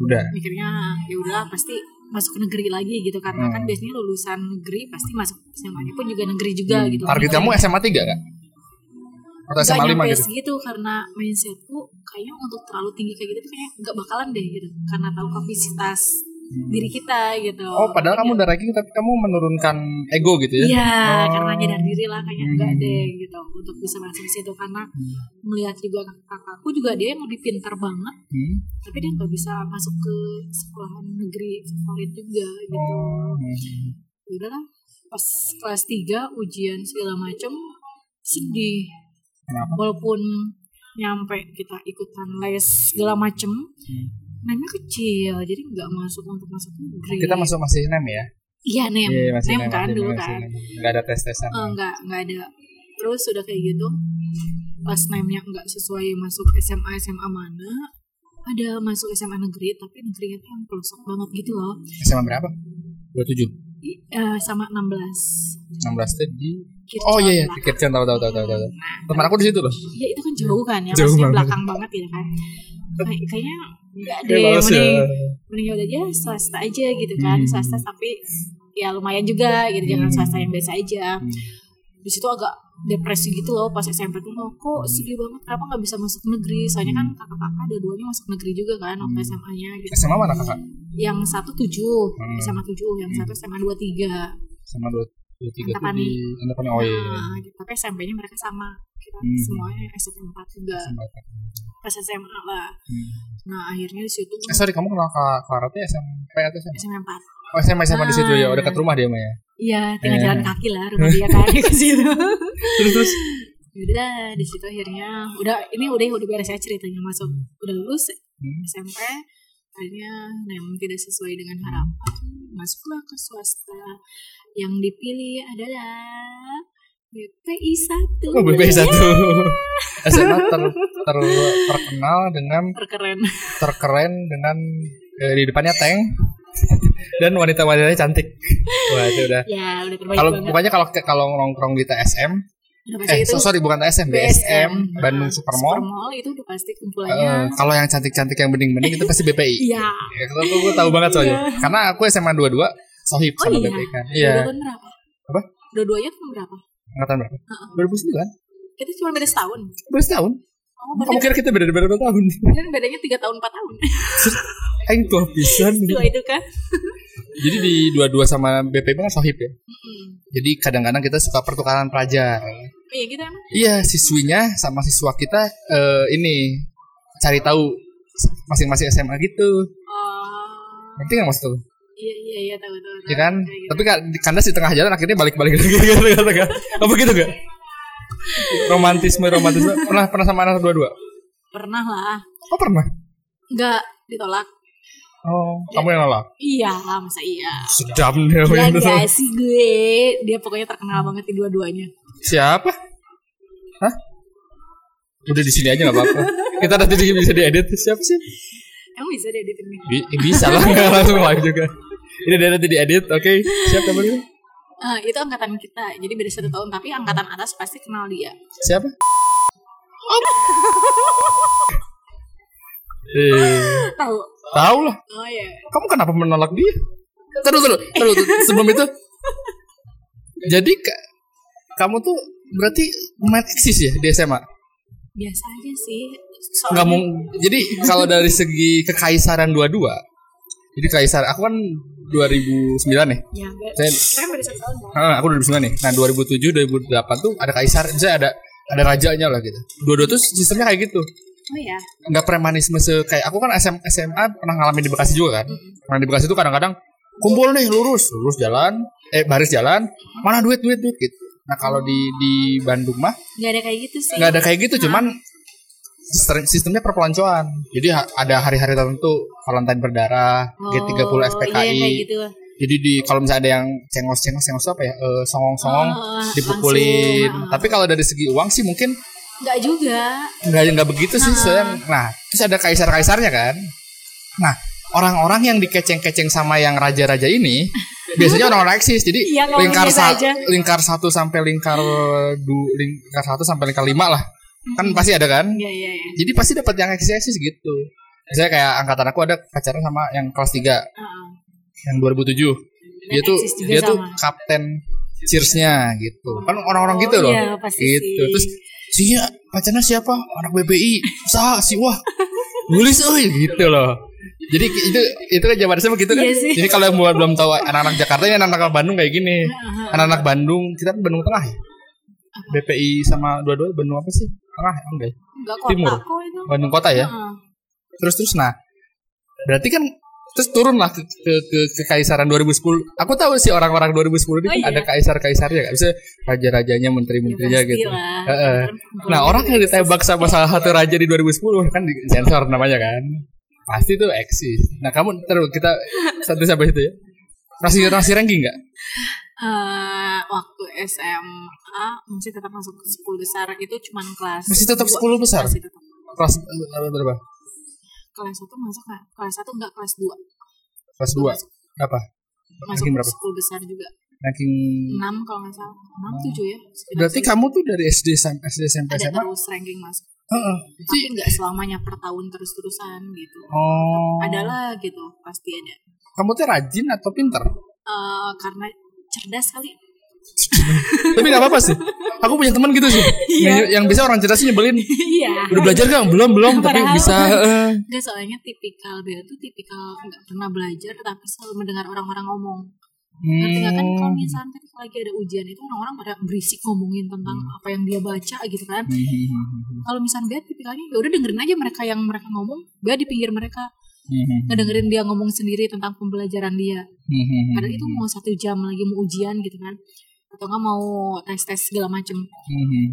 [SPEAKER 2] Udah
[SPEAKER 1] mikirnya ya udah pasti masuk ke negeri lagi gitu karena
[SPEAKER 2] Hmm.
[SPEAKER 1] kan biasanya lulusan negeri pasti masuk SMA pun juga negeri juga gitu.
[SPEAKER 2] Hmm, Target kamu SMA 3 gak? Atau
[SPEAKER 1] Gak
[SPEAKER 2] SMA 5
[SPEAKER 1] nyampe
[SPEAKER 2] gitu?
[SPEAKER 1] segitu karena mindsetku kayaknya untuk terlalu tinggi kayak gitu tuh kayak nggak bakalan deh gitu karena tahu kapasitas diri kita gitu.
[SPEAKER 2] Hmm. Oh padahal kamu udah ranking tapi kamu menurunkan ego gitu ya?
[SPEAKER 1] Iya,
[SPEAKER 2] Oh.
[SPEAKER 1] karena nyadar diri lah kayaknya
[SPEAKER 2] Hmm.
[SPEAKER 1] enggak deh gitu untuk bisa masuk situ karena melihat juga kakakku juga dia yang lebih pintar banget
[SPEAKER 2] Hmm.
[SPEAKER 1] tapi dia nggak bisa masuk ke sekolah negeri favorit juga gitu.
[SPEAKER 2] Hmm.
[SPEAKER 1] Ya udah lah pas kelas 3 ujian segala macem sedih
[SPEAKER 2] Kenapa?
[SPEAKER 1] walaupun nyampe kita ikutan les segala macem
[SPEAKER 2] Hmm.
[SPEAKER 1] namanya kecil jadi nggak masuk untuk masuk negeri
[SPEAKER 2] Kita masuk masih nem ya?
[SPEAKER 1] iya nem
[SPEAKER 2] Iya masih
[SPEAKER 1] nem
[SPEAKER 2] nem
[SPEAKER 1] kan
[SPEAKER 2] masih
[SPEAKER 1] dulu
[SPEAKER 2] nem, masih
[SPEAKER 1] kan
[SPEAKER 2] nem. Nggak ada tes-tesan
[SPEAKER 1] Eh, nggak nggak ada terus udah kayak gitu pas namanya nggak sesuai masuk SMA SMA mana ada masuk SMA negeri tapi negerinya tuh yang pelosok banget gitu loh
[SPEAKER 2] SMA berapa? 27
[SPEAKER 1] I- eh, sama 16
[SPEAKER 2] 16 tadi
[SPEAKER 1] Gitu
[SPEAKER 2] Oh iya iya
[SPEAKER 1] lah.
[SPEAKER 2] Tiket tahu tahu tahu tahu tahu Teman aku di situ loh
[SPEAKER 1] ya itu kan jauh kan ya
[SPEAKER 2] Jauh
[SPEAKER 1] masih
[SPEAKER 2] banget.
[SPEAKER 1] belakang banget gitu kan Kayak- kayaknya nggak deh
[SPEAKER 2] Dia males ya.
[SPEAKER 1] mending mending udah aja swasta aja gitu kan
[SPEAKER 2] Hmm.
[SPEAKER 1] swasta tapi ya lumayan juga gitu jangan
[SPEAKER 2] Hmm.
[SPEAKER 1] swasta yang biasa aja
[SPEAKER 2] Hmm.
[SPEAKER 1] di situ agak depresi gitu loh pas SMP tuh loh, kok sedih banget kenapa nggak bisa masuk negeri soalnya kan kakak-kakak dua-duanya masuk negeri juga kan waktu
[SPEAKER 2] Hmm.
[SPEAKER 1] SMA-nya gitu
[SPEAKER 2] SMA mana kakak?
[SPEAKER 1] yang satu tujuh
[SPEAKER 2] Hmm.
[SPEAKER 1] SMA tujuh yang satu SMA dua tiga
[SPEAKER 2] sama dua dua tiga tuh
[SPEAKER 1] Antapani.
[SPEAKER 2] di Antapani oh iya iya.
[SPEAKER 1] Nah, gitu. tapi SMP-nya mereka sama kita
[SPEAKER 2] Hmm.
[SPEAKER 1] semuanya SMP empat juga
[SPEAKER 2] Sama kakak.
[SPEAKER 1] pas SMA lah
[SPEAKER 2] Hmm.
[SPEAKER 1] nah akhirnya di situ
[SPEAKER 2] Eh, sorry kamu kenal kak Clara tuh SMP atau SMA?
[SPEAKER 1] SMA empat
[SPEAKER 2] Oh SMA SMA di situ ya
[SPEAKER 1] Ah.
[SPEAKER 2] udah dekat rumah dia mah ya.
[SPEAKER 1] Iya, tinggal
[SPEAKER 2] Eh.
[SPEAKER 1] jalan kaki lah rumah dia kan ke situ.
[SPEAKER 2] Terus terus
[SPEAKER 1] Udah, di situ akhirnya udah ini udah udah beres ya ceritanya masuk. Udah lulus
[SPEAKER 2] Hmm.
[SPEAKER 1] SMP akhirnya memang tidak sesuai dengan harapan. Masuklah ke swasta. Yang dipilih adalah BPI 1.
[SPEAKER 2] oh BPI satu.
[SPEAKER 1] Iya.
[SPEAKER 2] SMA ter, ter terkenal dengan
[SPEAKER 1] Terkeren.
[SPEAKER 2] terkeren dengan eh, di depannya tank dan wanita-wanitanya cantik. Wah itu udah.
[SPEAKER 1] Ya, udah terbaik
[SPEAKER 2] Kalau
[SPEAKER 1] banget.
[SPEAKER 2] pokoknya kalau kalau nongkrong di TSM,
[SPEAKER 1] Udah pasti
[SPEAKER 2] eh
[SPEAKER 1] itu
[SPEAKER 2] so- sorry bukan TSM, BSM,
[SPEAKER 1] Nah,
[SPEAKER 2] Bandung Supermall.
[SPEAKER 1] Supermall itu udah pasti
[SPEAKER 2] Eh,
[SPEAKER 1] kumpulannya.
[SPEAKER 2] kalau yang cantik-cantik yang bening-bening itu pasti BPI.
[SPEAKER 1] Iya.
[SPEAKER 2] Ya, kalau aku gue tahu banget soalnya.
[SPEAKER 1] Iya.
[SPEAKER 2] Karena aku SMA 22 sohib
[SPEAKER 1] Oh
[SPEAKER 2] sama
[SPEAKER 1] iya.
[SPEAKER 2] BPK. Iya.
[SPEAKER 1] Iya. Dua-duanya berapa?
[SPEAKER 2] Apa?
[SPEAKER 1] Dua-duanya kan berapa?
[SPEAKER 2] Angkatan berapa? 2009.
[SPEAKER 1] Kita cuma beda setahun.
[SPEAKER 2] Baru setahun.
[SPEAKER 1] Oh,
[SPEAKER 2] Kamu kira kita beda beda berapa tahun?
[SPEAKER 1] kan bedanya tiga tahun empat tahun
[SPEAKER 2] Aing tua pisan.
[SPEAKER 1] dua itu kan
[SPEAKER 2] Jadi di 22 sama BPP kan sohib ya.
[SPEAKER 1] Mm-mm.
[SPEAKER 2] Jadi kadang-kadang kita suka pertukaran pelajar.
[SPEAKER 1] Hmm. iya gitu emang
[SPEAKER 2] Iya, siswinya sama siswa kita eh, ini cari tahu masing-masing SMA gitu.
[SPEAKER 1] Oh,
[SPEAKER 2] Nanti nggak maksud tuh,
[SPEAKER 1] iya iya iya tahu tahu tahu.
[SPEAKER 2] ya kan?
[SPEAKER 1] Kayak gitu.
[SPEAKER 2] Tapi kan kandas di tengah jalan akhirnya balik-balik lagi gitu kata gak? Apa gitu gak? Romantisme romantisme pernah pernah sama anak dua-dua?
[SPEAKER 1] pernah lah
[SPEAKER 2] Oh pernah.
[SPEAKER 1] nggak ditolak
[SPEAKER 2] Oh, kamu yang nolak.
[SPEAKER 1] iya lah masa iya
[SPEAKER 2] Sedap dia.
[SPEAKER 1] Gila gak sih gue Dia pokoknya terkenal banget di dua-duanya
[SPEAKER 2] Siapa? Hah? Udah di sini aja nggak apa-apa. Kita nanti juga bisa diedit. Siapa sih?
[SPEAKER 1] Emang bisa deh editin nih
[SPEAKER 2] Bi- bisa lah nggak langsung live juga. Ini dia nanti diedit. Oke, siap kabarnya?
[SPEAKER 1] Eh, Itu angkatan kita Jadi beda satu tahun Tapi angkatan atas pasti kenal dia
[SPEAKER 2] Siapa? Eh,
[SPEAKER 1] Tahu
[SPEAKER 2] tahu lah.
[SPEAKER 1] Oh iya
[SPEAKER 2] Kamu kenapa menolak dia? Terus dulu, terus sebelum itu. Jadi ka- kamu tuh berarti marxis ya di SMA?
[SPEAKER 1] Biasa aja sih
[SPEAKER 2] nggak
[SPEAKER 1] Soalnya
[SPEAKER 2] mau jadi kalau dari segi kekaisaran dua-dua Jadi Kaisar, aku kan 2009
[SPEAKER 1] Ya,
[SPEAKER 2] ya.
[SPEAKER 1] enggak.
[SPEAKER 2] Saya-
[SPEAKER 1] Saya beda satu tahun. kan?
[SPEAKER 2] Ah, aku 2009 nih. Nah, 2007 2008 tuh ada kaisar, saya ada ada rajanya lah gitu. Dua-dua tuh sistemnya kayak gitu.
[SPEAKER 1] Oh ya.
[SPEAKER 2] Enggak premanisme se kayak aku kan SM, SMA pernah ngalamin di Bekasi juga kan.
[SPEAKER 1] Mm-hmm.
[SPEAKER 2] Pernah di Bekasi tuh kadang-kadang kumpul nih lurus, lurus jalan, eh baris jalan, mana duit duit duit gitu. Nah, kalau di di Bandung mah
[SPEAKER 1] Enggak ada kayak gitu sih.
[SPEAKER 2] nggak ada kayak gitu, cuman sistem- sistemnya perpeloncoan. Jadi ha- ada hari-hari tertentu Valentine berdarah, G30
[SPEAKER 1] Oh, Iya,
[SPEAKER 2] SPKI.
[SPEAKER 1] kayak gitu.
[SPEAKER 2] Jadi di kalau misalnya ada yang cengos cengos cengos apa ya eh, songong songong
[SPEAKER 1] Oh,
[SPEAKER 2] dipukulin.
[SPEAKER 1] langsung, ah.
[SPEAKER 2] Tapi kalau dari segi uang sih mungkin
[SPEAKER 1] Enggak juga.
[SPEAKER 2] nggak nggak begitu sih. Sayang. Nah terus ada kaisar kaisarnya kan. Nah orang-orang yang dikeceng keceng sama yang raja-raja ini biasanya orang-orang eksis. Jadi
[SPEAKER 1] Iya, ngomongin
[SPEAKER 2] lingkar
[SPEAKER 1] biasa
[SPEAKER 2] sa-
[SPEAKER 1] aja.
[SPEAKER 2] lingkar satu sampai lingkar du, lingkar satu sampai lingkar lima lah. Kan pasti ada kan.
[SPEAKER 1] Iya, iya, iya.
[SPEAKER 2] Jadi pasti dapat yang eksis-eksis gitu. Misalnya kayak angkatan aku ada pacaran sama yang kelas 3
[SPEAKER 1] Heeh.
[SPEAKER 2] yang 2007 dia
[SPEAKER 1] Dan
[SPEAKER 2] tuh
[SPEAKER 1] eksis juga
[SPEAKER 2] dia tuh
[SPEAKER 1] sama.
[SPEAKER 2] kapten cheersnya gitu kan
[SPEAKER 1] Oh,
[SPEAKER 2] orang-orang gitu loh
[SPEAKER 1] iya, pasti
[SPEAKER 2] gitu
[SPEAKER 1] sih.
[SPEAKER 2] terus sinya pacarnya siapa anak BPI sah si wah nulis oi gitu loh jadi itu itu kan zaman saya begitu kan
[SPEAKER 1] Iya sih.
[SPEAKER 2] jadi kalau yang buat belum tahu anak-anak Jakarta ini anak-anak Bandung kayak gini anak-anak Bandung kita kan Bandung Tengah ya BPI sama dua-dua Bandung apa sih Tengah ya? enggak ya?
[SPEAKER 1] Enggak
[SPEAKER 2] Timur.
[SPEAKER 1] kota kok itu.
[SPEAKER 2] Bandung kota ya
[SPEAKER 1] Heeh.
[SPEAKER 2] terus terus nah berarti kan terus turun lah ke ke, ke kekaisaran 2010 aku tahu sih orang-orang 2010 ini
[SPEAKER 1] Oh,
[SPEAKER 2] kan
[SPEAKER 1] iya.
[SPEAKER 2] ada kaisar kaisarnya kan bisa raja-rajanya menteri-menterinya
[SPEAKER 1] Ya, pasti
[SPEAKER 2] gitu
[SPEAKER 1] lah.
[SPEAKER 2] Heeh.
[SPEAKER 1] Perempuan.
[SPEAKER 2] nah orang yang ditembak sama salah satu raja di 2010 kan di sensor namanya kan pasti tuh eksis nah kamu terus kita satu sampai itu ya masih masih ranking nggak
[SPEAKER 1] Eh, waktu SMA masih tetap masuk ke 10 besar itu cuman kelas
[SPEAKER 2] Masih tetap
[SPEAKER 1] dua.
[SPEAKER 2] 10 besar?
[SPEAKER 1] Masih tetap.
[SPEAKER 2] kelas eh, berapa
[SPEAKER 1] Kelas 1 masuk nggak? Kelas 1 enggak kelas 2.
[SPEAKER 2] kelas dua apa
[SPEAKER 1] Masuk
[SPEAKER 2] Ranking
[SPEAKER 1] ke
[SPEAKER 2] berapa?
[SPEAKER 1] 10 besar juga.
[SPEAKER 2] ranking
[SPEAKER 1] 6 kalau nggak salah. 6 7 ya. Sekitar
[SPEAKER 2] Hmm. berarti
[SPEAKER 1] segitu.
[SPEAKER 2] kamu tuh dari SD sampai SD SMP
[SPEAKER 1] ada
[SPEAKER 2] SMA
[SPEAKER 1] terus ranking masuk.
[SPEAKER 2] Heeh.
[SPEAKER 1] Tapi enggak selamanya per tahun terus-terusan gitu.
[SPEAKER 2] oh
[SPEAKER 1] Adalah gitu, pasti ada.
[SPEAKER 2] kamu tuh rajin atau pinter?
[SPEAKER 1] Eh, karena cerdas kali.
[SPEAKER 2] Tapi gak apa-apa sih. Aku punya teman gitu sih. yang, yang bisa orang cerdas nyebelin.
[SPEAKER 1] Iya.
[SPEAKER 2] Udah belajar gak? Belum, belum. tapi
[SPEAKER 1] Padahal. kan-
[SPEAKER 2] bisa. Eh. heeh.
[SPEAKER 1] Enggak soalnya tipikal Bella tuh tipikal nggak pernah belajar tapi selalu mendengar orang-orang ngomong. Ngerti nggak kan
[SPEAKER 2] Hmm.
[SPEAKER 1] kalau misalnya ketika lagi ada ujian itu orang-orang pada berisik ngomongin tentang apa yang dia baca gitu kan. Kalau misalnya Bella tipikalnya ya udah dengerin aja mereka yang mereka ngomong, Bella di pinggir mereka ngedengerin dia ngomong sendiri tentang pembelajaran dia. Padahal itu mau satu jam lagi mau ujian gitu kan atau nggak mau tes tes segala macem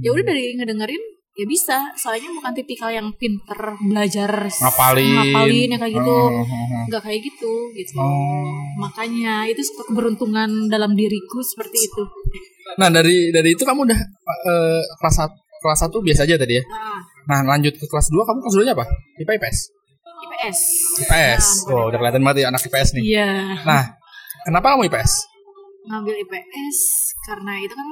[SPEAKER 1] ya udah dari ngedengerin ya bisa soalnya bukan tipikal yang pinter belajar
[SPEAKER 2] Ngapalin. Hmm.
[SPEAKER 1] ngapalin ya kayak gitu
[SPEAKER 2] Heeh.
[SPEAKER 1] nggak kayak gitu gitu
[SPEAKER 2] Oh.
[SPEAKER 1] makanya itu suatu keberuntungan dalam diriku seperti itu
[SPEAKER 2] Nah dari dari itu kamu udah eh, kelas satu kelas satu biasa aja tadi ya.
[SPEAKER 1] ah
[SPEAKER 2] Nah lanjut ke kelas 2 kamu kelas 2 nya apa? IPA IPS.
[SPEAKER 1] IPS
[SPEAKER 2] IPS. Oh udah kelihatan banget ya anak IPS nih.
[SPEAKER 1] Nah, iya
[SPEAKER 2] Nah kenapa kamu IPS?
[SPEAKER 1] ngambil IPS karena itu kan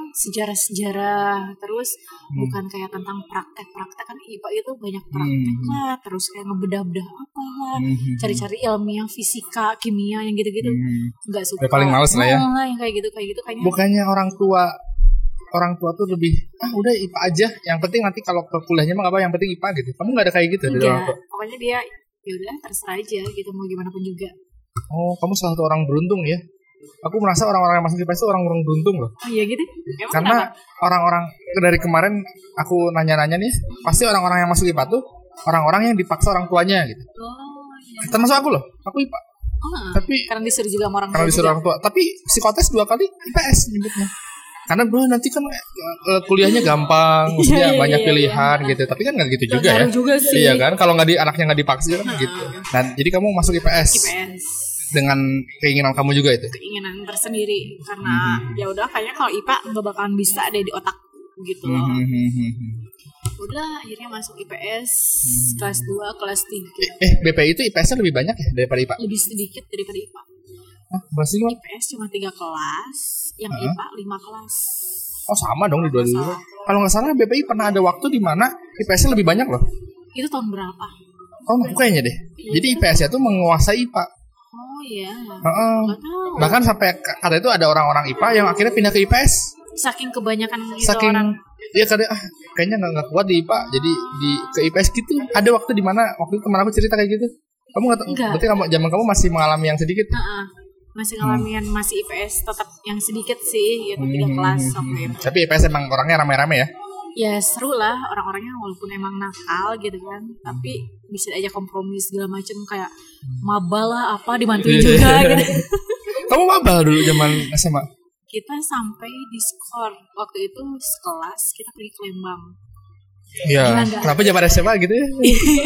[SPEAKER 1] sejarah-sejarah terus bukan kayak tentang praktek-praktek kan IPA itu banyak praktek
[SPEAKER 2] Hmm. Hmm.
[SPEAKER 1] lah terus kayak ngebedah-bedah apa lah cari-cari ilmiah fisika kimia yang gitu-gitu
[SPEAKER 2] Hmm.
[SPEAKER 1] nggak suka
[SPEAKER 2] Udah paling males lah ya.
[SPEAKER 1] Nah, yang kayak gitu kayak gitu kayaknya
[SPEAKER 2] bukannya orang tua orang tua tuh lebih ah udah IPA aja yang penting nanti kalau ke kuliahnya mah gak apa yang penting IPA gitu kamu gak ada kayak gitu dari orang
[SPEAKER 1] enggak
[SPEAKER 2] tua
[SPEAKER 1] pokoknya dia ya udah terserah aja gitu mau gimana pun juga
[SPEAKER 2] oh kamu salah satu orang beruntung ya aku merasa orang-orang yang masuk IPS itu orang-orang beruntung loh
[SPEAKER 1] oh iya gitu emang
[SPEAKER 2] karena
[SPEAKER 1] kenapa?
[SPEAKER 2] orang-orang dari kemarin aku nanya-nanya nih pasti orang-orang yang masuk IPA tuh orang-orang yang dipaksa orang tuanya gitu
[SPEAKER 1] oh iya
[SPEAKER 2] termasuk aku loh aku IPA
[SPEAKER 1] oh,
[SPEAKER 2] tapi
[SPEAKER 1] karena disuruh juga sama orang
[SPEAKER 2] karena
[SPEAKER 1] tua
[SPEAKER 2] disuruh orang tua tapi psikotes dua kali IPS nyebutnya karena bro nanti kan eh, kuliahnya gampang
[SPEAKER 1] Iya,
[SPEAKER 2] maksudnya
[SPEAKER 1] iya,
[SPEAKER 2] banyak
[SPEAKER 1] iya,
[SPEAKER 2] pilihan gitu tapi kan nggak gitu
[SPEAKER 1] Nggak
[SPEAKER 2] juga ya
[SPEAKER 1] ngaruh juga sih. Iya.
[SPEAKER 2] iya kan kalau nggak di anaknya nggak dipaksa kan gitu
[SPEAKER 1] Ah,
[SPEAKER 2] nah jadi kamu masuk IPS
[SPEAKER 1] IPS
[SPEAKER 2] dengan keinginan kamu juga itu
[SPEAKER 1] keinginan tersendiri karena ya udah kayaknya kalau IPA nggak bakalan bisa deh di otak gitu loh
[SPEAKER 2] Hmm.
[SPEAKER 1] udah akhirnya masuk IPS kelas 2 kelas 3
[SPEAKER 2] eh BPI itu IPS-nya lebih banyak ya daripada IPA
[SPEAKER 1] lebih sedikit daripada IPA
[SPEAKER 2] Hah, berarti lo-
[SPEAKER 1] IPS cuma 3 kelas yang IPA 5 kelas
[SPEAKER 2] oh sama dong di dua dulu kalau nggak salah BPI pernah ada waktu di mana IPS-nya lebih banyak loh
[SPEAKER 1] itu tahun berapa
[SPEAKER 2] oh kayaknya deh jadi IPS-nya tuh menguasai IPA
[SPEAKER 1] oh iya
[SPEAKER 2] Heeh.
[SPEAKER 1] Nggak tahu.
[SPEAKER 2] Bahkan sampai k- kata itu ada orang-orang IPA yang akhirnya pindah ke IPS.
[SPEAKER 1] saking kebanyakan itu
[SPEAKER 2] Saking
[SPEAKER 1] Gitu orang
[SPEAKER 2] dia kadang ah kayaknya nggak nggak kuat di IPA, jadi di ke IPS gitu. Ada waktu di mana waktu itu teman aku cerita kayak gitu. Kamu nggak tahu-
[SPEAKER 1] Enggak.
[SPEAKER 2] berarti kamu zaman kamu masih mengalami yang sedikit.
[SPEAKER 1] Heeh. masih ngalamin masih IPS tetap yang sedikit sih gitu tiga
[SPEAKER 2] Hmm.
[SPEAKER 1] kelas waktu itu
[SPEAKER 2] Tapi IPS emang orangnya rame-rame ya.
[SPEAKER 1] ya seru lah orang-orangnya walaupun emang nakal gitu kan tapi bisa aja kompromi segala macem kayak maba lah apa dibantuin juga gitu
[SPEAKER 2] Kamu mabal dulu zaman SMA.
[SPEAKER 1] kita sampai di skor waktu itu sekelas kita pergi ke Lembang
[SPEAKER 2] Iya.
[SPEAKER 1] Gila, enggak?
[SPEAKER 2] Kenapa zaman SMA gitu ya?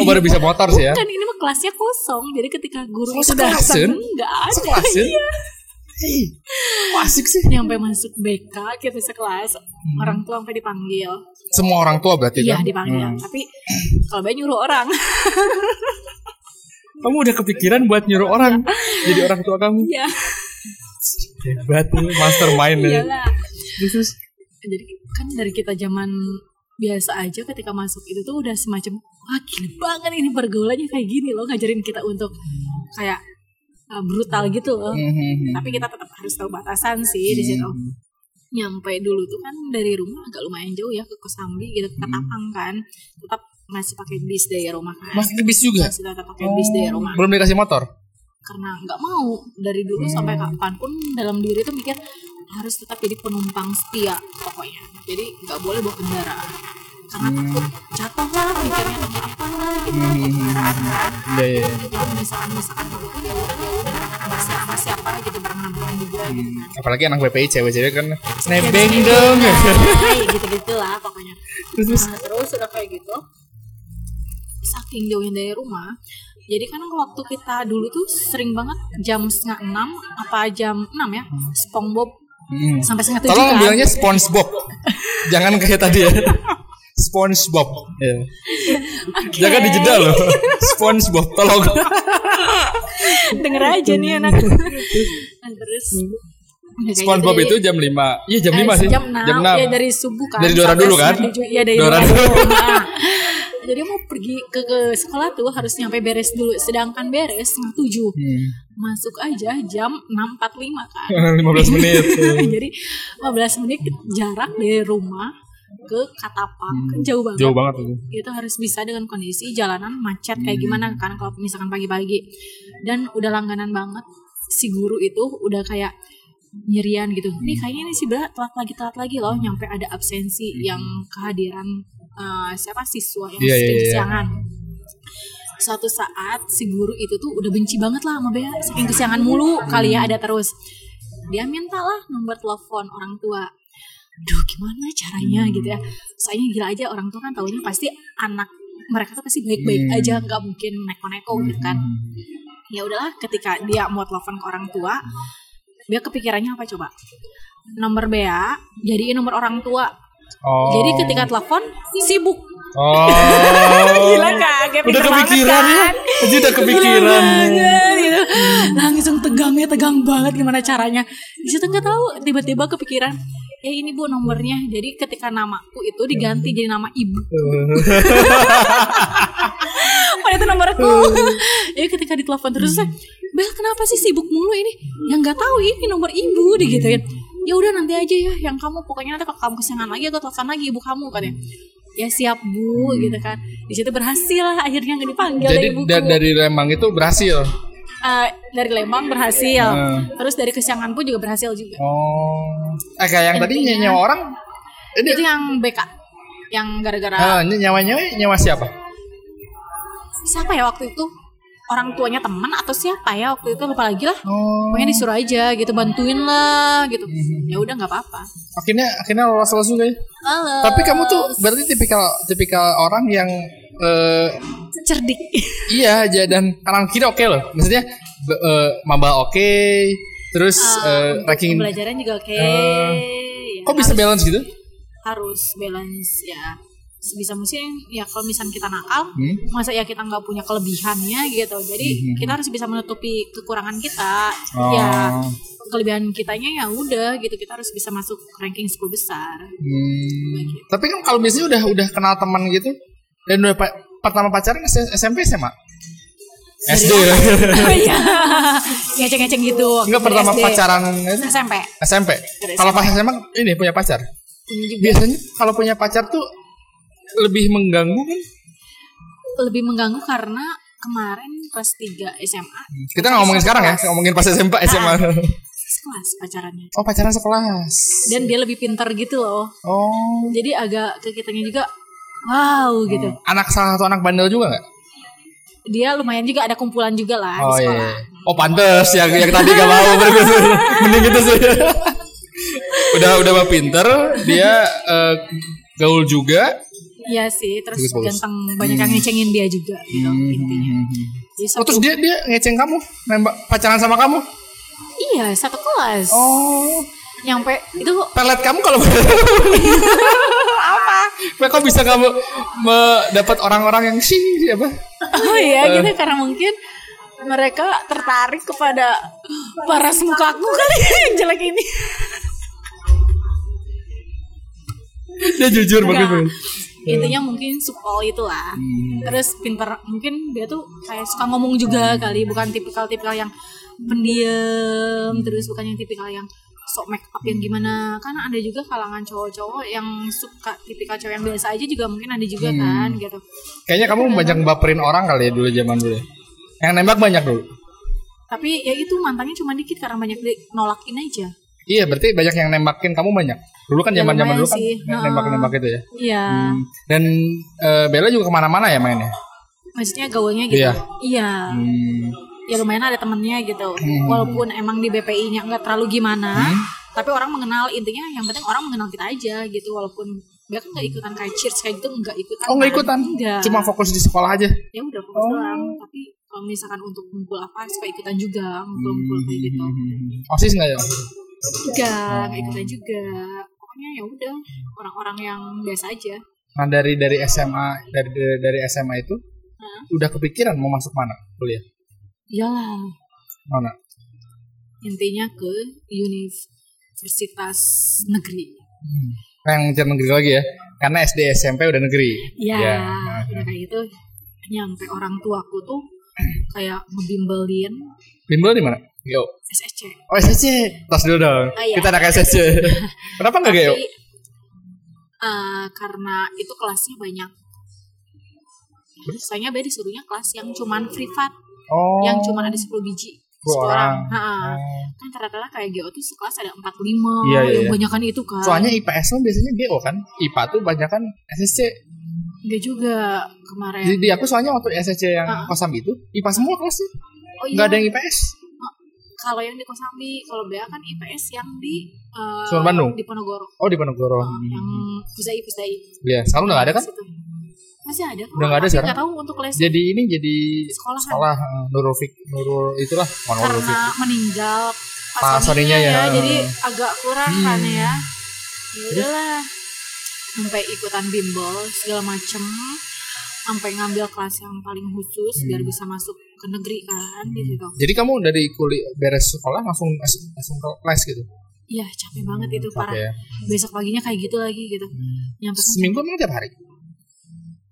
[SPEAKER 2] Oh, baru bisa motor sih ya.
[SPEAKER 1] kan ini mah kelasnya kosong jadi ketika guru
[SPEAKER 2] Oh,
[SPEAKER 1] itu datang
[SPEAKER 2] sekelasan?
[SPEAKER 1] nggak ada
[SPEAKER 2] Sekelasin. ya? Ih, kok asik sih.
[SPEAKER 1] nyampe masuk BK kita sekelas orang tua sampai dipanggil
[SPEAKER 2] Semua orang tua berarti
[SPEAKER 1] iya
[SPEAKER 2] kan?
[SPEAKER 1] dipanggil tapi kalau baik nyuruh orang
[SPEAKER 2] Kamu udah kepikiran buat nyuruh orang
[SPEAKER 1] Iya.
[SPEAKER 2] jadi orang tua kamu.
[SPEAKER 1] ya
[SPEAKER 2] Hebat tuh, mastermind ya.
[SPEAKER 1] iyalah
[SPEAKER 2] Terus, terus.
[SPEAKER 1] jadi kan dari kita zaman biasa aja ketika masuk itu tuh udah semacam wah gila banget ini pergaulannya kayak gini loh ngajarin kita untuk kayak uh, brutal gitu loh
[SPEAKER 2] Mhm.
[SPEAKER 1] tapi kita tetap harus tahu batasan sih di situ nyampe dulu tuh kan dari rumah agak lumayan jauh ya ke Kosambi gitu ke Tapang kan tetap masih pakai bis dari rumah kan
[SPEAKER 2] Masih ke bis juga.
[SPEAKER 1] masih tetap pakai bis dari rumah kan.
[SPEAKER 2] Belum dikasih motor.
[SPEAKER 1] karena nggak mau dari dulu sampai kapanpun dalam diri tuh mikir harus tetap jadi penumpang setia pokoknya jadi nggak boleh bawa kendaraan karena takut jatuh lah mikirnya sama apa lah gitu kendaraan kan
[SPEAKER 2] Iya, iya. iya.
[SPEAKER 1] kalau misalkan misalkan gitu ya udah sama siapa gitu berenang juga
[SPEAKER 2] Hmm.
[SPEAKER 1] gitu kan
[SPEAKER 2] Apalagi anak BPI cewek-cewek kan nebeng
[SPEAKER 1] Iya,
[SPEAKER 2] dong.
[SPEAKER 1] Hai, gitu-gitu lah pokoknya
[SPEAKER 2] gitu Terus, terus.
[SPEAKER 1] Nah, terus udah kayak gitu saking jauhnya dari rumah jadi kan waktu kita dulu tuh sering banget jam setengah enam apa jam enam ya SpongeBob
[SPEAKER 2] Mhm.
[SPEAKER 1] sampai setengah tujuh
[SPEAKER 2] Tolong
[SPEAKER 1] kan
[SPEAKER 2] bilangnya SpongeBob. Jangan kayak tadi ya. SpongeBob. Iya.
[SPEAKER 1] Oke.
[SPEAKER 2] Jangan dijeda loh. SpongeBob tolong.
[SPEAKER 1] denger aja nih
[SPEAKER 2] Hmm.
[SPEAKER 1] anak Nah, terus udah kayak gitu,
[SPEAKER 2] SpongeBob
[SPEAKER 1] jadi-
[SPEAKER 2] itu jam 5. Iya jam
[SPEAKER 1] Eh,
[SPEAKER 2] 5 sih.
[SPEAKER 1] Jam 6.
[SPEAKER 2] Jam enam.
[SPEAKER 1] Ya, dari subuh kan.
[SPEAKER 2] Dari Dora
[SPEAKER 1] sampai
[SPEAKER 2] dulu kan?
[SPEAKER 1] setengah tujuh. Iya dari Dora,
[SPEAKER 2] Dora
[SPEAKER 1] dulu.
[SPEAKER 2] dulu.
[SPEAKER 1] Nah, Jadi mau pergi ke, ke sekolah tuh harus nyampe beres dulu. Sedangkan beres setengah tujuh. Masuk aja jam 6.45 kan.
[SPEAKER 2] Hmm. 15 menit.
[SPEAKER 1] Jadi 15 menit jarak dari rumah ke Katapang kan jauh banget.
[SPEAKER 2] Jauh banget itu.
[SPEAKER 1] Itu harus bisa dengan kondisi jalanan macet kayak
[SPEAKER 2] Hmm.
[SPEAKER 1] gimana kan kalau misalkan pagi-pagi. Dan udah langganan banget si guru itu udah kayak nyerian gitu. Nih
[SPEAKER 2] Hmm.
[SPEAKER 1] kayaknya ini si Bella telat lagi telat lagi loh nyampe ada absensi yang kehadiran eh, siapa siswa yang
[SPEAKER 2] Iya, iya,
[SPEAKER 1] sering
[SPEAKER 2] iya.
[SPEAKER 1] kesiangan. Suatu saat si guru itu tuh udah benci banget lah sama Bella saking kesiangan mulu kali ya ada terus. Dia minta lah nomor telepon orang tua. Duh gimana caranya
[SPEAKER 2] Hmm.
[SPEAKER 1] gitu ya. Soalnya gila aja orang tua kan taunya pasti anak mereka tuh pasti baik-baik
[SPEAKER 2] Hmm.
[SPEAKER 1] aja nggak mungkin neko-neko gitu kan ya udahlah ketika dia mau telepon ke orang tua dia kepikirannya apa coba nomor BA jadi nomor orang tua
[SPEAKER 2] Oh.
[SPEAKER 1] jadi ketika telepon sibuk
[SPEAKER 2] Oh.
[SPEAKER 1] gila kaget
[SPEAKER 2] Udah kepikiran ya. Jadi udah kepikiran.
[SPEAKER 1] gitu. langsung tegangnya tegang banget gimana caranya di situ nggak tahu tiba-tiba kepikiran ya ini bu nomornya jadi ketika namaku itu diganti jadi nama ibu Padahal Oh, itu nomorku. Jadi ketika ditelepon terus saya, Bel kenapa sih sibuk mulu ini? Yang nggak tahu ini nomor ibu digituin. Ya udah nanti aja ya yang kamu pokoknya nanti kalau kamu kesenangan lagi atau telepon lagi ibu kamu katanya. Ya siap bu gitu kan. Di situ berhasil lah akhirnya nggak dipanggil
[SPEAKER 2] Jadi
[SPEAKER 1] dari ibuku.
[SPEAKER 2] da- dari Lembang itu berhasil.
[SPEAKER 1] Eh, dari Lembang berhasil.
[SPEAKER 2] Hmm.
[SPEAKER 1] Terus dari kesiangan pun juga berhasil juga.
[SPEAKER 2] Oh. Eh kayak yang tadi
[SPEAKER 1] Intinya-
[SPEAKER 2] nyewa orang. Ini
[SPEAKER 1] Itu yang BK yang gara-gara
[SPEAKER 2] Ah, ini nyawa-nyawa nyawa siapa?
[SPEAKER 1] siapa ya waktu itu orang tuanya teman atau siapa ya waktu itu lupa lagi lah.
[SPEAKER 2] Oh.
[SPEAKER 1] pokoknya disuruh aja gitu bantuin lah gitu
[SPEAKER 2] Hmm.
[SPEAKER 1] ya udah nggak apa-apa
[SPEAKER 2] Akhirnya akhirnya lolos lolos juga ya.
[SPEAKER 1] halo
[SPEAKER 2] Tapi kamu tuh berarti tipikal tipikal orang yang eh,
[SPEAKER 1] cerdik
[SPEAKER 2] iya aja dan kanan kiri oke loh. Maksudnya be- eh, maba oke, terus eh, ranking
[SPEAKER 1] pembelajaran juga oke
[SPEAKER 2] Eh,
[SPEAKER 1] Ya,
[SPEAKER 2] kok bisa balance gitu?
[SPEAKER 1] harus balance ya sebisa mungkin ya kalau misalnya kita nakal
[SPEAKER 2] Hmm.
[SPEAKER 1] masa ya kita nggak punya kelebihannya gitu jadi kita harus bisa menutupi kekurangan kita
[SPEAKER 2] Oh.
[SPEAKER 1] ya kelebihan kitanya ya udah gitu kita harus bisa masuk ranking 10 besar
[SPEAKER 2] Hmm. Tapi kan kalau biasanya udah udah kenal teman gitu dan udah pa- pertama pacaran S- SMP SMA. SD ya.
[SPEAKER 1] ya ngeceng-ngeceng gitu
[SPEAKER 2] Enggak pertama
[SPEAKER 1] SD.
[SPEAKER 2] pacaran itu
[SPEAKER 1] SMP
[SPEAKER 2] SMP.
[SPEAKER 1] Dari
[SPEAKER 2] Kalau pas SMA ini punya pacar.
[SPEAKER 1] Ini juga
[SPEAKER 2] Biasanya kalau punya pacar tuh lebih mengganggu kan?
[SPEAKER 1] lebih mengganggu karena kemarin kelas 3 SMA
[SPEAKER 2] Kita nggak ngomongin sekarang ya, ngomongin pas SMP, SMA.
[SPEAKER 1] sekelas pacarannya
[SPEAKER 2] Oh pacaran sekelas.
[SPEAKER 1] dan dia lebih pintar gitu loh
[SPEAKER 2] Oh.
[SPEAKER 1] jadi agak ke kitanya juga wow gitu
[SPEAKER 2] Anak salah satu anak bandel juga nggak?
[SPEAKER 1] dia lumayan juga ada kumpulan juga lah Ah, di
[SPEAKER 2] Oh iya.
[SPEAKER 1] sekolah
[SPEAKER 2] iya. Oh pantes yang yang tadi gak mau bergusur. Mending gitu sih. udah udah mah pinter, dia eh, gaul juga.
[SPEAKER 1] Iya sih, terus
[SPEAKER 2] Bagus, Hmm. bagus.
[SPEAKER 1] ganteng banyak yang ngecengin dia juga gitu intinya. Jadi
[SPEAKER 2] Oh,
[SPEAKER 1] satu,
[SPEAKER 2] terus dia dia ngeceng kamu, nembak pacaran sama kamu.
[SPEAKER 1] iya satu kelas.
[SPEAKER 2] Oh.
[SPEAKER 1] Nyampe itu
[SPEAKER 2] Pelet kamu kalau apa? Kok bisa kamu mendapat orang-orang yang sih apa?
[SPEAKER 1] oh iya
[SPEAKER 2] Eh.
[SPEAKER 1] gitu karena mungkin mereka tertarik kepada paras mukaku kali yang jelek ini.
[SPEAKER 2] Dia jujur
[SPEAKER 1] Nah,
[SPEAKER 2] bagus. Hmm.
[SPEAKER 1] intinya mungkin supol itulah. Terus pinter mungkin dia tuh kayak suka ngomong juga
[SPEAKER 2] Hmm.
[SPEAKER 1] kali, bukan tipikal-tipikal yang pendiam,
[SPEAKER 2] Hmm.
[SPEAKER 1] terus bukan yang tipikal yang sok make up yang gimana kan ada juga kalangan cowok-cowok yang suka tipikal cowok yang biasa aja juga mungkin ada juga
[SPEAKER 2] Hmm.
[SPEAKER 1] kan gitu
[SPEAKER 2] Kayaknya kamu banyak baperin orang kali ya dulu zaman dulu. ya. Yang nembak banyak dulu.
[SPEAKER 1] tapi ya itu mantannya cuma dikit karena banyak di- nolakin aja
[SPEAKER 2] Iya, berarti banyak yang nembakin kamu banyak. Dulu kan
[SPEAKER 1] Ya,
[SPEAKER 2] zaman-zaman dulu
[SPEAKER 1] lumayan
[SPEAKER 2] kan
[SPEAKER 1] sih. Heeh.
[SPEAKER 2] nembak-nembak itu ya.
[SPEAKER 1] iya
[SPEAKER 2] Dan eh, Bella juga kemana-mana ya mainnya.
[SPEAKER 1] maksudnya gaulnya gitu
[SPEAKER 2] Iya.
[SPEAKER 1] iya
[SPEAKER 2] Hmm.
[SPEAKER 1] ya lumayan ada temennya gitu walaupun emang di BPI-nya nggak terlalu gimana
[SPEAKER 2] Hmm.
[SPEAKER 1] tapi orang mengenal intinya yang penting orang mengenal kita aja gitu walaupun dia kan nggak ikutan kayak cheers kayak gitu nggak ikutan
[SPEAKER 2] Oh
[SPEAKER 1] kan.
[SPEAKER 2] nggak ikutan?
[SPEAKER 1] Nggak.
[SPEAKER 2] Cuma Oh. fokus di sekolah aja.
[SPEAKER 1] ya udah fokus doang tapi kalau misalkan untuk ngumpul apa suka ikutan juga ngumpul-ngumpul
[SPEAKER 2] Hmm.
[SPEAKER 1] kayak gitu
[SPEAKER 2] Osis nggak ya?
[SPEAKER 1] enggak
[SPEAKER 2] Oh.
[SPEAKER 1] nggak ikutan juga pokoknya ya udah orang-orang yang biasa aja
[SPEAKER 2] Nah dari dari SMA dari dari, dari SMA itu
[SPEAKER 1] Hah?
[SPEAKER 2] udah kepikiran mau masuk mana kuliah?
[SPEAKER 1] Nah, iyalah
[SPEAKER 2] Mana?
[SPEAKER 1] intinya ke universitas negeri
[SPEAKER 2] Nah, yang ngincer negeri lagi ya? Karena SD SMP udah negeri.
[SPEAKER 1] Ya,
[SPEAKER 2] Ya.
[SPEAKER 1] udah kayak gitu nyampe orang tuaku tuh kayak ngebimbelin
[SPEAKER 2] Bimbel di mana? Yo.
[SPEAKER 1] SSC.
[SPEAKER 2] Oh SSC. Tas dulu dong.
[SPEAKER 1] Oh, iya.
[SPEAKER 2] Kita anak SSC. Kenapa nggak Geo?
[SPEAKER 1] Tapi eh, karena itu kelasnya banyak. Soalnya Bay disuruhnya kelas yang cuman privat,
[SPEAKER 2] Oh.
[SPEAKER 1] yang cuman ada 10 biji.
[SPEAKER 2] Sepuluh orang.
[SPEAKER 1] Heeh.
[SPEAKER 2] Oh.
[SPEAKER 1] Kan rata-rata kayak GO tuh sekelas ada 45,
[SPEAKER 2] Iya, iya,
[SPEAKER 1] yang
[SPEAKER 2] iya.
[SPEAKER 1] banyakan itu kan.
[SPEAKER 2] Soalnya IPS mah biasanya GO kan. IPA tuh banyak kan SSC.
[SPEAKER 1] Eh. Enggak juga kemarin.
[SPEAKER 2] Jadi di aku soalnya waktu SSC yang
[SPEAKER 1] Ah.
[SPEAKER 2] kosam itu IPA semua kelasnya.
[SPEAKER 1] oh eh,
[SPEAKER 2] Enggak ada yang IPS.
[SPEAKER 1] Kalau yang di Kosambi, kalau Bea kan IPS yang di eh,
[SPEAKER 2] Sunan Bandung?
[SPEAKER 1] di Ponorogo.
[SPEAKER 2] Oh di Ponegoro.
[SPEAKER 1] yang Pusdai Pusdai
[SPEAKER 2] Iya, sekarang Hmm. udah nggak ada kan?
[SPEAKER 1] Situ. masih ada
[SPEAKER 2] Udah nggak ada
[SPEAKER 1] Tapi
[SPEAKER 2] sekarang?
[SPEAKER 1] nggak tahu untuk les
[SPEAKER 2] Jadi ini jadi
[SPEAKER 1] Sekolahan.
[SPEAKER 2] sekolah eh, Nurul Fik, Nurul itulah. oh, Bukan Nurul
[SPEAKER 1] karena
[SPEAKER 2] Fik.
[SPEAKER 1] meninggal
[SPEAKER 2] Pak Soninya ya.
[SPEAKER 1] jadi agak kurang
[SPEAKER 2] Hmm.
[SPEAKER 1] kan ya ya udahlah sampai ikutan bimbel segala macem sampai ngambil kelas yang paling khusus
[SPEAKER 2] Hmm.
[SPEAKER 1] biar bisa masuk ke negeri kan di situ
[SPEAKER 2] Jadi kamu dari kuliah beres sekolah langsung langsung ke kelas gitu.
[SPEAKER 1] iya capek
[SPEAKER 2] Hmm,
[SPEAKER 1] banget itu parah
[SPEAKER 2] Oke.
[SPEAKER 1] besok paginya kayak gitu lagi gitu nyampe kan
[SPEAKER 2] Seminggu emang tiap hari?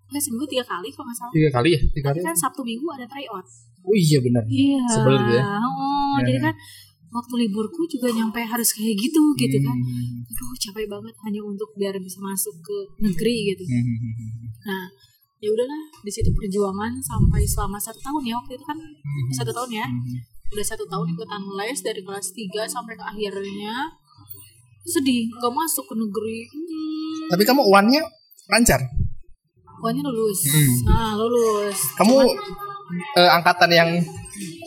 [SPEAKER 1] nggak, seminggu tiga kali kalau nggak salah
[SPEAKER 2] Tiga kali ya? Tiga kali.
[SPEAKER 1] kan Sabtu Minggu ada tryout
[SPEAKER 2] Oh iya benar.
[SPEAKER 1] Iya.
[SPEAKER 2] Sebelum gitu ya.
[SPEAKER 1] Oh,
[SPEAKER 2] Ya.
[SPEAKER 1] jadi kan waktu liburku juga nyampe harus kayak gitu gitu kan.
[SPEAKER 2] Hmm.
[SPEAKER 1] Aduh, capek banget hanya untuk biar bisa masuk ke negeri gitu.
[SPEAKER 2] Hmm.
[SPEAKER 1] Nah, ya udahlah di situ perjuangan sampai selama satu tahun ya waktu itu kan satu tahun ya. Udah satu tahun ikutan les dari kelas 3 sampai ke akhirnya sedih nggak masuk ke negeri. Hmm.
[SPEAKER 2] Tapi kamu uannya lancar.
[SPEAKER 1] Pokoknya lulus. Nah, lulus.
[SPEAKER 2] Kamu eh, angkatan yang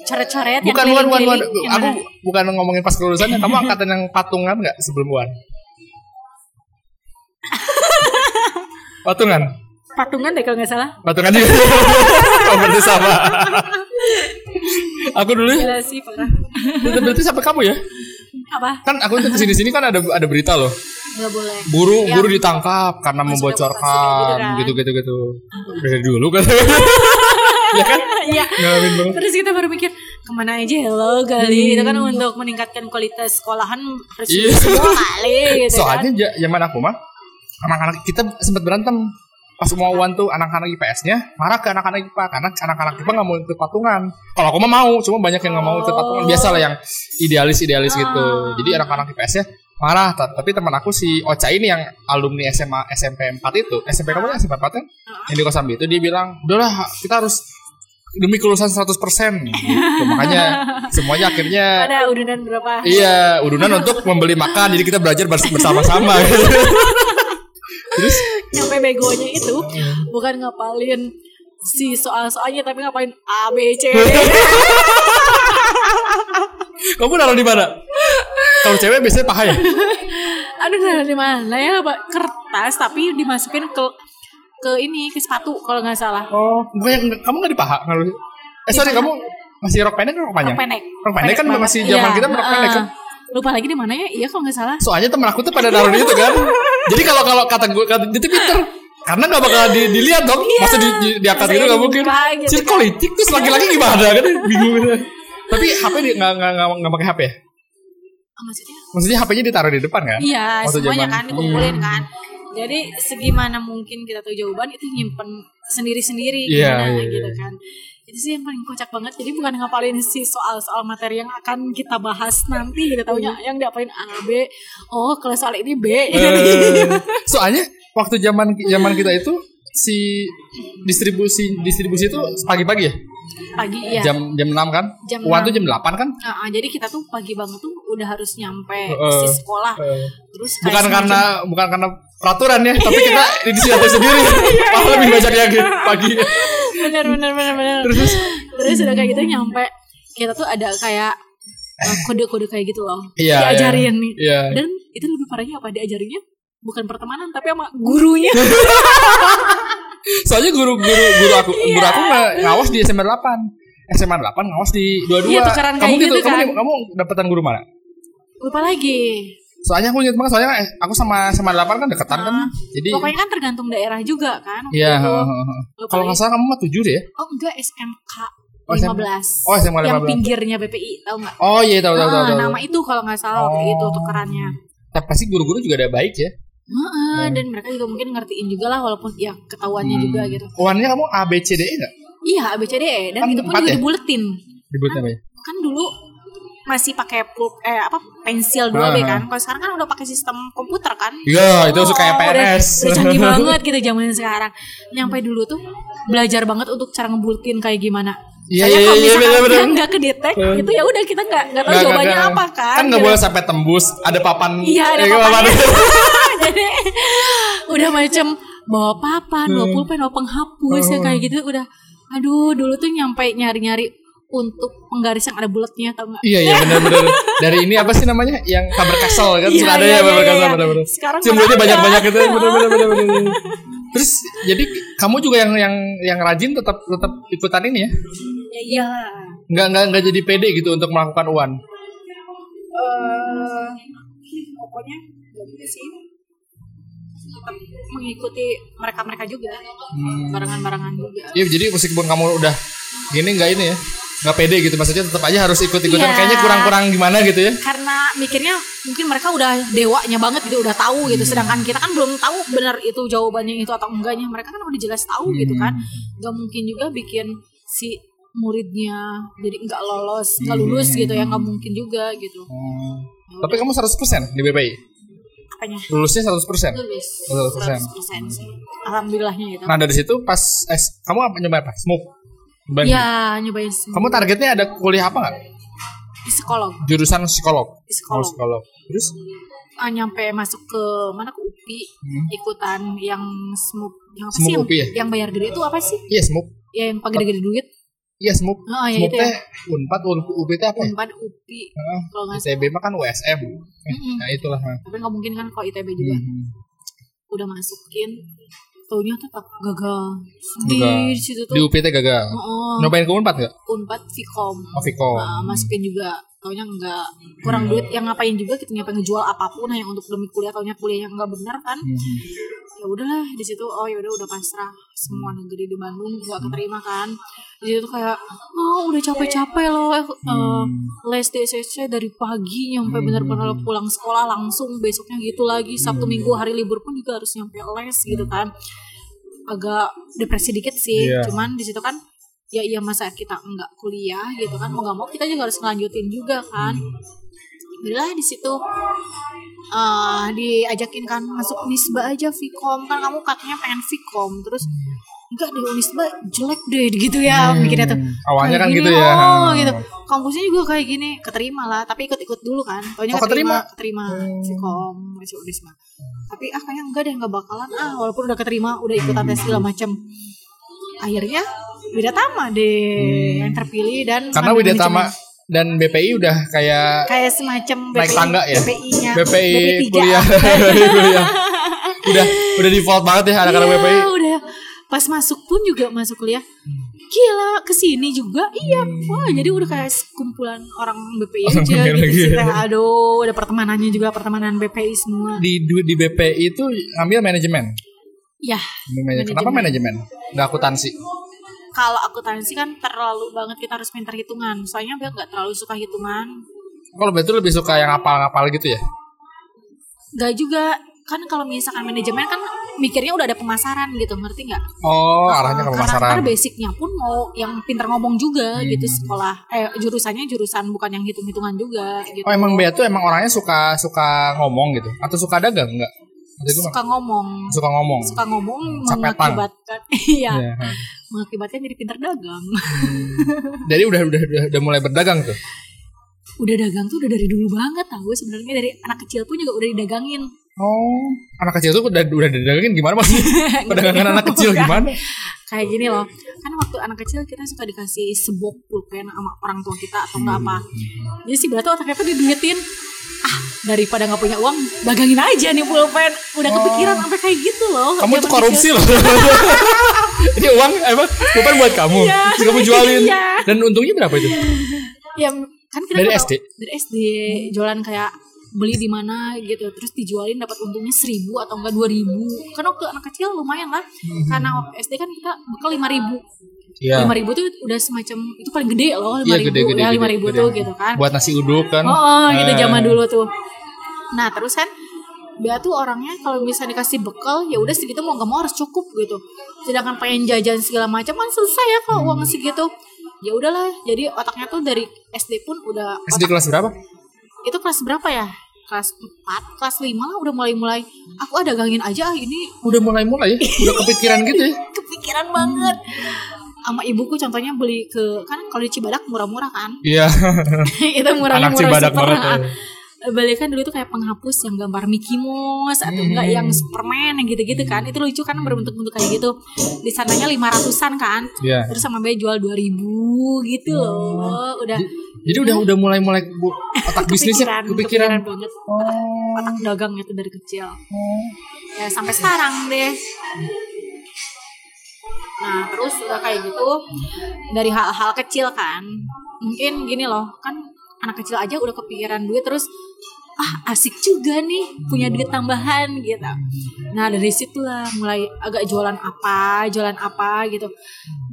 [SPEAKER 1] Coret-coret yang
[SPEAKER 2] bukan bukan bukan, bukan.
[SPEAKER 1] keliling-keliling yang
[SPEAKER 2] aku
[SPEAKER 1] mana?
[SPEAKER 2] bukan ngomongin pas kelulusannya. Kamu angkatan yang patungan nggak sebelum uan? patungan,
[SPEAKER 1] patungan deh kalau nggak salah.
[SPEAKER 2] patungan juga. oh, berarti sama. aku dulu
[SPEAKER 1] Gila sih parah.
[SPEAKER 2] berarti sampai kamu ya?
[SPEAKER 1] Apa?
[SPEAKER 2] Kan aku tuh kesini sini kan ada ada berita loh.
[SPEAKER 1] nggak boleh
[SPEAKER 2] Buru
[SPEAKER 1] Yang
[SPEAKER 2] buru ditangkap karena
[SPEAKER 1] masuk
[SPEAKER 2] membocorkan
[SPEAKER 1] demokrasi
[SPEAKER 2] Iya. gitu gitu gitu. Dari dulu kan. ya kan?
[SPEAKER 1] Iya.
[SPEAKER 2] Ngalamin banget.
[SPEAKER 1] terus kita baru mikir kemana aja hello kali itu kan untuk meningkatkan kualitas sekolahan harus
[SPEAKER 2] Hmm. Iya.
[SPEAKER 1] semua kali gitu
[SPEAKER 2] Soalnya ja- zaman aku mah anak-anak kita sempat berantem pas mau awan tuh anak-anak IPS-nya marah ke anak-anak IPA karena anak-anak IPA nggak mau ikut patungan. Kalau aku mah mau, cuma banyak yang nggak mau ikut
[SPEAKER 1] Oh.
[SPEAKER 2] patungan. Biasa lah yang idealis-idealis gitu.
[SPEAKER 1] Ah.
[SPEAKER 2] Jadi anak-anak IPS-nya marah. Ta- Tapi teman aku si Ocha ini yang alumni SMA ya? SMP 4 itu, SMP kamu kan SMP 4 kan? Yang di Kosambi itu dia bilang, "Udahlah, kita harus demi kelulusan 100% gitu. makanya semuanya akhirnya
[SPEAKER 1] Ada udunan berapa?
[SPEAKER 2] iya udunan untuk membeli makan jadi kita belajar bers- bersama-sama terus
[SPEAKER 1] Nyampe begonya itu
[SPEAKER 2] Iya.
[SPEAKER 1] bukan ngapalin si soal-soalnya tapi ngapalin A B C.
[SPEAKER 2] kamu naruh di mana kalau cewek biasanya paha ya
[SPEAKER 1] Aduh dari mana ya Pak? Kertas tapi dimasukin ke ke ini ke sepatu kalau nggak salah.
[SPEAKER 2] oh bukannya kamu nggak di paha naruh eh sorry kamu masih rok pendek atau rok panjang
[SPEAKER 1] Rok pendek.
[SPEAKER 2] rok pendek kan
[SPEAKER 1] banget.
[SPEAKER 2] masih zaman
[SPEAKER 1] Iya,
[SPEAKER 2] kita rok pendek kan
[SPEAKER 1] heeh. Lupa lagi di mana ya? Iya kalau nggak salah.
[SPEAKER 2] soalnya temen aku tuh pada naruh itu kan jadi kalau kalau kata gue kata dia tuh pinter karena gak bakal di- dilihat dong masa di, di, diangkat
[SPEAKER 1] Masa
[SPEAKER 2] Iya. gitu
[SPEAKER 1] ya
[SPEAKER 2] gak mungkin
[SPEAKER 1] dibuka gitu kan.
[SPEAKER 2] cirkolitik terus laki-laki gimana kan bingung gitu. tapi HP dia nggak nggak nggak nggak pakai HP ya
[SPEAKER 1] Ah, Maksudnya?
[SPEAKER 2] maksudnya HP-nya ditaruh di depan kan
[SPEAKER 1] Iya, semuanya
[SPEAKER 2] Waktu zaman- Hmm.
[SPEAKER 1] kan dikumpulin kan. Jadi segimana mungkin kita tahu jawaban itu nyimpen sendiri-sendiri
[SPEAKER 2] Iya,
[SPEAKER 1] gimana
[SPEAKER 2] iya,
[SPEAKER 1] gitu kan. Itu sih yang paling kocak banget. Jadi bukan ngapalin si soal-soal materi yang akan kita bahas nanti gitu taunya yang diapalin A B. Oh, kalau soal ini B.
[SPEAKER 2] Iya.
[SPEAKER 1] gitu.
[SPEAKER 2] Eh, soalnya waktu zaman zaman kita itu si distribusi distribusi itu pagi-pagi ya
[SPEAKER 1] Pagi ya.
[SPEAKER 2] jam jam 6 kan
[SPEAKER 1] Jam
[SPEAKER 2] uang
[SPEAKER 1] 6.
[SPEAKER 2] tuh jam 8 kan
[SPEAKER 1] Ah, ah, jadi kita tuh pagi banget tuh udah harus nyampe
[SPEAKER 2] Heeh.
[SPEAKER 1] si sekolah.
[SPEAKER 2] Heeh.
[SPEAKER 1] Terus kayak
[SPEAKER 2] bukan
[SPEAKER 1] semacam- Iya.
[SPEAKER 2] karena bukan karena peraturan ya tapi kita di situ sendiri malah lebih banyak yang pagi
[SPEAKER 1] bener bener bener bener terus terus udah kayak gitu nyampe kita tuh ada kayak eh, kode-kode kayak gitu loh
[SPEAKER 2] Iya,
[SPEAKER 1] diajarin nih
[SPEAKER 2] iya.
[SPEAKER 1] dan itu lebih parahnya apa diajarinnya bukan pertemanan tapi sama gurunya
[SPEAKER 2] soalnya guru guru guru aku
[SPEAKER 1] Iya.
[SPEAKER 2] guru aku nge- ngawas di SMA 8 SMA 8 ngawas di 22
[SPEAKER 1] Iya, tukeran
[SPEAKER 2] kamu
[SPEAKER 1] kayak gitu
[SPEAKER 2] kamu,
[SPEAKER 1] kan.
[SPEAKER 2] kamu dapetan guru mana
[SPEAKER 1] lupa lagi
[SPEAKER 2] soalnya aku ingat banget soalnya eh, aku sama SMA 8 kan deketan kan
[SPEAKER 1] Ah,
[SPEAKER 2] jadi
[SPEAKER 1] pokoknya kan tergantung daerah juga kan waktu
[SPEAKER 2] iya
[SPEAKER 1] itu.
[SPEAKER 2] heeh, heeh.
[SPEAKER 1] Lupa
[SPEAKER 2] kalau nggak
[SPEAKER 1] lagi.
[SPEAKER 2] salah kamu mah 7 deh ya
[SPEAKER 1] oh enggak SMK
[SPEAKER 2] Oh,
[SPEAKER 1] 15
[SPEAKER 2] Oh, SMK
[SPEAKER 1] yang
[SPEAKER 2] 15.
[SPEAKER 1] pinggirnya BPI tau nggak
[SPEAKER 2] oh iya tahu tahu
[SPEAKER 1] Ah,
[SPEAKER 2] tahu tahu
[SPEAKER 1] nama itu kalau nggak salah waktu itu
[SPEAKER 2] Oh.
[SPEAKER 1] tukerannya
[SPEAKER 2] tapi pasti guru-guru juga ada baik ya
[SPEAKER 1] Heeh, dan mereka juga mungkin ngertiin juga lah walaupun ya ketahuannya
[SPEAKER 2] Hmm.
[SPEAKER 1] juga gitu
[SPEAKER 2] Uannya kamu A B C D E nggak
[SPEAKER 1] iya ABCDE dan
[SPEAKER 2] Kan
[SPEAKER 1] itu pun
[SPEAKER 2] empat
[SPEAKER 1] juga
[SPEAKER 2] ya?
[SPEAKER 1] di buletin
[SPEAKER 2] Dibuat apa ya
[SPEAKER 1] kan dulu masih pakai pul- eh apa pensil 2B
[SPEAKER 2] Ah.
[SPEAKER 1] kan. Kalau sekarang kan udah pakai sistem komputer kan.
[SPEAKER 2] Iya, itu suka kayak
[SPEAKER 1] Oh, udah-
[SPEAKER 2] PNS.
[SPEAKER 1] Udah, canggih banget gitu zaman sekarang. Nyampe dulu tuh belajar banget untuk cara ngebulletin kayak gimana.
[SPEAKER 2] Iya,
[SPEAKER 1] Soalnya
[SPEAKER 2] iya,
[SPEAKER 1] kalau
[SPEAKER 2] iya,
[SPEAKER 1] misalkan
[SPEAKER 2] bener-bener.
[SPEAKER 1] dia nggak kedetek itu ya udah kita nggak nggak tahu
[SPEAKER 2] Nggak,
[SPEAKER 1] jawabannya
[SPEAKER 2] nggak,
[SPEAKER 1] apa kan.
[SPEAKER 2] Kan nggak
[SPEAKER 1] gitu.
[SPEAKER 2] boleh sampai tembus. Ada papan.
[SPEAKER 1] Iya ada
[SPEAKER 2] eh,
[SPEAKER 1] papannya. Jadi udah macam bawa papan, bawa
[SPEAKER 2] Hmm.
[SPEAKER 1] pulpen, bawa penghapus ya kayak gitu udah. Aduh dulu tuh nyampe nyari-nyari untuk penggaris yang ada bulatnya tau nggak?
[SPEAKER 2] Iya iya benar-benar dari ini apa sih namanya yang kabar kasel kan
[SPEAKER 1] Iya,
[SPEAKER 2] suka ada
[SPEAKER 1] iya,
[SPEAKER 2] ya kabar
[SPEAKER 1] iya,
[SPEAKER 2] kasel
[SPEAKER 1] iya.
[SPEAKER 2] benar-benar.
[SPEAKER 1] Sekarang
[SPEAKER 2] Simbolnya
[SPEAKER 1] mana ada?
[SPEAKER 2] banyak-banyak gitu ya, itu benar-benar benar-benar. Terus jadi kamu juga yang yang yang rajin tetap tetap ikutan ini ya.
[SPEAKER 1] Ya iyalah.
[SPEAKER 2] Nggak nggak nggak jadi pede gitu untuk melakukan uan.
[SPEAKER 1] eh pokoknya jadi sih tetap mengikuti mereka-mereka juga barengan-barengan juga
[SPEAKER 2] Iya jadi meskipun kamu udah gini nggak ini ya nggak pede gitu maksudnya tetap aja harus ikut-ikutan
[SPEAKER 1] Iya.
[SPEAKER 2] kayaknya kurang-kurang gimana gitu ya.
[SPEAKER 1] karena mikirnya mungkin mereka udah dewanya banget gitu udah tahu gitu sedangkan kita kan belum tahu benar itu jawabannya itu atau enggaknya mereka kan udah jelas tahu gitu kan gak mungkin juga bikin si muridnya jadi nggak lolos nggak lulus gitu ya nggak mungkin juga gitu
[SPEAKER 2] Hmm. Tapi kamu 100% di BPI.
[SPEAKER 1] apanya
[SPEAKER 2] Lulusnya 100%.
[SPEAKER 1] lulus
[SPEAKER 2] Lulus,
[SPEAKER 1] 100% sih alhamdulilahnya gitu
[SPEAKER 2] Nah dari situ pas eh, kamu apa nyoba apa? Smoke. Ban.
[SPEAKER 1] ya nyobain semua
[SPEAKER 2] Kamu targetnya ada kuliah apa nggak?
[SPEAKER 1] psikolog
[SPEAKER 2] Jurusan psikolog.
[SPEAKER 1] Psikolog.
[SPEAKER 2] Oh, psikolog. Terus
[SPEAKER 1] Ah, nyampe masuk ke mana ke UPI
[SPEAKER 2] Hmm.
[SPEAKER 1] ikutan yang smuk yang apa
[SPEAKER 2] Smuk
[SPEAKER 1] sih yang,
[SPEAKER 2] UPI ya?
[SPEAKER 1] yang bayar gede itu apa sih
[SPEAKER 2] iya smoke.
[SPEAKER 1] ya yang pakai gede-gede duit
[SPEAKER 2] Iya smoke.
[SPEAKER 1] Oh, iya, itu
[SPEAKER 2] smoke
[SPEAKER 1] ya.
[SPEAKER 2] teh unpad Un- UPT apa? Ya?
[SPEAKER 1] umpan UPI
[SPEAKER 2] Heeh.
[SPEAKER 1] kalau nggak salah
[SPEAKER 2] ITB mah kan USM. Eh,
[SPEAKER 1] Mm-mm.
[SPEAKER 2] Nah itulah. nah.
[SPEAKER 1] tapi nggak mungkin kan kalau ITB juga
[SPEAKER 2] Hmm.
[SPEAKER 1] udah masukin taunya tetap gagal sedih di
[SPEAKER 2] Gagal.
[SPEAKER 1] situ
[SPEAKER 2] Di
[SPEAKER 1] tuh
[SPEAKER 2] UPT gagal.
[SPEAKER 1] oh,
[SPEAKER 2] Nyobain ke unpad nggak?
[SPEAKER 1] unpad Vkom
[SPEAKER 2] Oh, Hmm. Vkom.
[SPEAKER 1] Ah, masukin juga taunya nggak kurang duit yang ngapain juga kita nyobain ngejual apapun nah, yang untuk demi kuliah taunya kuliah yang nggak benar kan
[SPEAKER 2] Hmm.
[SPEAKER 1] ya udahlah di situ oh ya udah udah pasrah semua negeri di Bandung gak keterima kan di situ tuh kayak oh udah capek-capek loh eh, eh, les di SSC dari pagi nyampe benar-benar pulang sekolah langsung besoknya gitu lagi Sabtu Minggu hari libur pun juga harus nyampe les gitu kan agak depresi dikit sih
[SPEAKER 2] Iya.
[SPEAKER 1] cuman di situ kan ya iya masa kita nggak kuliah gitu kan mau nggak mau kita juga harus ngelanjutin juga kan Bila di situ eh, diajakin kan masuk Unisba aja Vkom kan kamu katanya pengen Vkom terus enggak deh Unisba jelek deh gitu ya mikirnya tuh.
[SPEAKER 2] Hmm. Awalnya
[SPEAKER 1] Kayak
[SPEAKER 2] kan
[SPEAKER 1] gini,
[SPEAKER 2] gitu ya.
[SPEAKER 1] Oh, gitu. Kampusnya juga kayak gini, keterima lah, tapi ikut-ikut dulu kan. Pokoknya
[SPEAKER 2] Oh,
[SPEAKER 1] keterima,
[SPEAKER 2] keterima.
[SPEAKER 1] keterima
[SPEAKER 2] Hmm.
[SPEAKER 1] Vkom masuk Unisba. Tapi ah kayaknya enggak deh enggak bakalan ah walaupun udah keterima, udah ikutan tes segala macem Akhirnya Widatama deh yang terpilih dan
[SPEAKER 2] Hmm. Karena
[SPEAKER 1] ngambil
[SPEAKER 2] Widyatama
[SPEAKER 1] manajemen.
[SPEAKER 2] dan BPI udah kayak
[SPEAKER 1] kayak semacam
[SPEAKER 2] Naik tangga ya?
[SPEAKER 1] BPI-nya
[SPEAKER 2] BPI
[SPEAKER 1] tiga.
[SPEAKER 2] kuliah, BPI kuliah. Udah udah default banget ya anak-anak
[SPEAKER 1] Iya,
[SPEAKER 2] BPI.
[SPEAKER 1] udah pas masuk pun juga masuk kuliah gila kesini juga iya wah jadi udah kayak kumpulan orang BPI
[SPEAKER 2] Hmm. Orang
[SPEAKER 1] aja
[SPEAKER 2] BPI
[SPEAKER 1] gitu
[SPEAKER 2] lagi
[SPEAKER 1] sih
[SPEAKER 2] ya.
[SPEAKER 1] Teh. aduh ada pertemanannya juga pertemanan BPI semua
[SPEAKER 2] Di du- di BPI itu ngambil manajemen.
[SPEAKER 1] ya
[SPEAKER 2] Ngambil manajemen. Kenapa manajemen? Enggak akuntansi.
[SPEAKER 1] kalau akuntansi kan terlalu banget kita harus pintar hitungan soalnya Bel nggak terlalu suka hitungan
[SPEAKER 2] Kalau betul lebih suka yang ngapal-ngapal gitu ya.
[SPEAKER 1] nggak juga kan kalau misalkan manajemen kan mikirnya udah ada pemasaran gitu ngerti nggak
[SPEAKER 2] Oh, arahnya
[SPEAKER 1] Karena-
[SPEAKER 2] ke
[SPEAKER 1] kan
[SPEAKER 2] pemasaran. Hmm.
[SPEAKER 1] Karena basicnya pun mau yang pinter ngomong juga gitu sekolah. Eh jurusannya jurusan bukan yang hitung-hitungan juga gitu.
[SPEAKER 2] Oh, emang Bea tuh emang orangnya suka suka ngomong gitu atau suka dagang enggak? Maksudnya gimana?
[SPEAKER 1] suka ngomong.
[SPEAKER 2] suka ngomong.
[SPEAKER 1] Suka ngomong
[SPEAKER 2] Sapetan.
[SPEAKER 1] mengakibatkan iya,
[SPEAKER 2] Hmm, Iya, ha.
[SPEAKER 1] mengakibatkan jadi pinter dagang.
[SPEAKER 2] Jadi udah udah udah, udah mulai berdagang tuh.
[SPEAKER 1] udah dagang tuh udah dari dulu banget tahu sebenarnya dari anak kecil pun juga udah didagangin.
[SPEAKER 2] Oh, anak kecil tuh udah udah didagangin gimana maksudnya? Perdagangan anak kecil gimana?
[SPEAKER 1] Kayak gini loh. Kan waktu anak kecil kita suka dikasih sebok pulpen sama orang tua kita atau enggak
[SPEAKER 2] Hmm,
[SPEAKER 1] apa. Jadi si Bella tuh otaknya tuh diduitin. Ah, daripada nggak punya uang, dagangin aja nih pulpen. Udah kepikiran sampai kayak gitu loh.
[SPEAKER 2] Oh. Kamu
[SPEAKER 1] Zaman
[SPEAKER 2] itu korupsi
[SPEAKER 1] kecil.
[SPEAKER 2] loh. Ini uang emang bukan buat kamu.
[SPEAKER 1] Iya.
[SPEAKER 2] Terus kamu jualin.
[SPEAKER 1] Iya.
[SPEAKER 2] Dan untungnya berapa itu?
[SPEAKER 1] Ya, kan kita
[SPEAKER 2] Dari
[SPEAKER 1] nggak
[SPEAKER 2] SD?
[SPEAKER 1] tahu- Dari SD jualan kayak beli di mana gitu terus dijualin dapat untungnya seribu atau enggak dua ribu kan waktu anak kecil lumayan lah
[SPEAKER 2] Hmm.
[SPEAKER 1] karena waktu SD kan kita bekal lima ribu
[SPEAKER 2] Iya.
[SPEAKER 1] lima ribu tuh udah semacam itu paling gede loh lima
[SPEAKER 2] Iya
[SPEAKER 1] ribu
[SPEAKER 2] gede-gede.
[SPEAKER 1] ya lima ribu tuh gitu kan
[SPEAKER 2] Buat nasi uduk kan.
[SPEAKER 1] Oh, gitu
[SPEAKER 2] Eh,
[SPEAKER 1] zaman dulu tuh. Nah, terus kan dia tuh orangnya kalau bisa dikasih bekal ya udah segitu mau gak mau harus cukup gitu. Sedangkan pengen jajan segala macam kan susah ya kalau uang
[SPEAKER 2] Hmm.
[SPEAKER 1] segitu. Ya udahlah, jadi otaknya tuh dari SD pun udah
[SPEAKER 2] SD kelas berapa?
[SPEAKER 1] itu kelas berapa ya? Kelas 4, kelas 5 lah udah mulai-mulai aku ada gangin aja ah, ini
[SPEAKER 2] Udah mulai-mulai ya. Udah kepikiran gitu ya.
[SPEAKER 1] kepikiran banget. Sama ibuku contohnya beli ke kan kalau di Cibadak murah-murah kan.
[SPEAKER 2] Iya.
[SPEAKER 1] itu murah
[SPEAKER 2] Anak
[SPEAKER 1] murah
[SPEAKER 2] Cibadak
[SPEAKER 1] super.
[SPEAKER 2] banget
[SPEAKER 1] Ah,
[SPEAKER 2] tuh.
[SPEAKER 1] Balik kan dulu tuh kayak penghapus yang gambar Mickey Mouse atau enggak
[SPEAKER 2] Hmm.
[SPEAKER 1] yang Superman yang gitu-gitu kan. Itu lucu kan berbentuk-bentuk kayak gitu. Di sananya 500-an kan.
[SPEAKER 2] Iya. Oh.
[SPEAKER 1] Terus sama Bay jual 2000 gitu loh. Udah
[SPEAKER 2] Jadi udah udah mulai-mulai bu- otak bisnisnya
[SPEAKER 1] kepikiran
[SPEAKER 2] kepikiran.
[SPEAKER 1] banget
[SPEAKER 2] Oh. Hmm.
[SPEAKER 1] otak dagang itu dari kecil. Ya sampai sekarang deh. Nah terus udah kayak gitu dari hal-hal kecil kan. Mungkin gini loh kan anak kecil aja udah kepikiran duit terus ah asik juga nih punya duit tambahan gitu. Nah dari situlah mulai agak jualan apa, jualan apa gitu.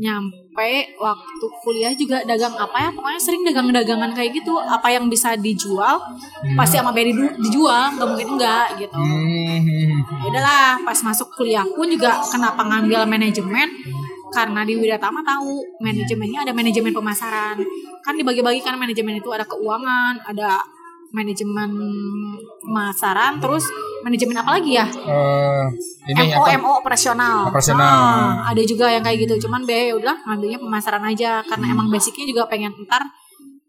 [SPEAKER 1] Nyampe waktu kuliah juga dagang apa ya pokoknya sering dagang-dagangan kayak gitu. Apa yang bisa dijual pasti sama Berry du- dijual, nggak mungkin enggak gitu.
[SPEAKER 2] Hmm.
[SPEAKER 1] Ya udahlah pas masuk kuliah pun juga kenapa ngambil manajemen karena di Widatama tahu manajemennya ada manajemen pemasaran kan dibagi-bagi kan manajemen itu ada keuangan ada manajemen pemasaran terus manajemen apa lagi ya
[SPEAKER 2] Eh, ini
[SPEAKER 1] MO
[SPEAKER 2] apa?
[SPEAKER 1] MO operasional
[SPEAKER 2] Operasional.
[SPEAKER 1] Ah, ada juga yang kayak gitu cuman be udah ngambilnya pemasaran aja karena
[SPEAKER 2] Hmm.
[SPEAKER 1] emang basicnya juga pengen ntar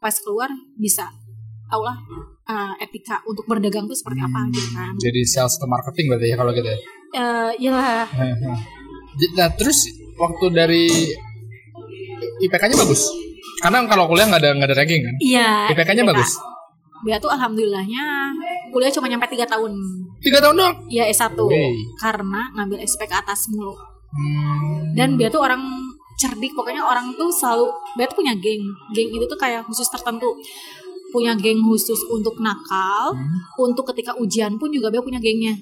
[SPEAKER 1] pas keluar bisa tau lah eh, etika untuk berdagang tuh seperti apa gitu kan
[SPEAKER 2] Jadi sales atau marketing berarti ya kalau gitu ya.
[SPEAKER 1] Eh, iyalah
[SPEAKER 2] Heeh. Nah terus waktu dari IPK-nya bagus. Karena kalau kuliah nggak ada nggak ada ranking kan.
[SPEAKER 1] Iya.
[SPEAKER 2] IPK-nya
[SPEAKER 1] IPK.
[SPEAKER 2] bagus.
[SPEAKER 1] Bea tuh alhamdulillahnya kuliah cuma nyampe 3 tahun.
[SPEAKER 2] Tiga tahun doang.
[SPEAKER 1] Ya S1
[SPEAKER 2] Wey.
[SPEAKER 1] karena ngambil SPK atas mulu.
[SPEAKER 2] Hmm.
[SPEAKER 1] Dan Bea tuh orang cerdik pokoknya orang tuh selalu Bea tuh punya geng. Geng itu tuh kayak khusus tertentu. Punya geng khusus untuk nakal,
[SPEAKER 2] Hmm.
[SPEAKER 1] untuk ketika ujian pun juga Bea punya gengnya.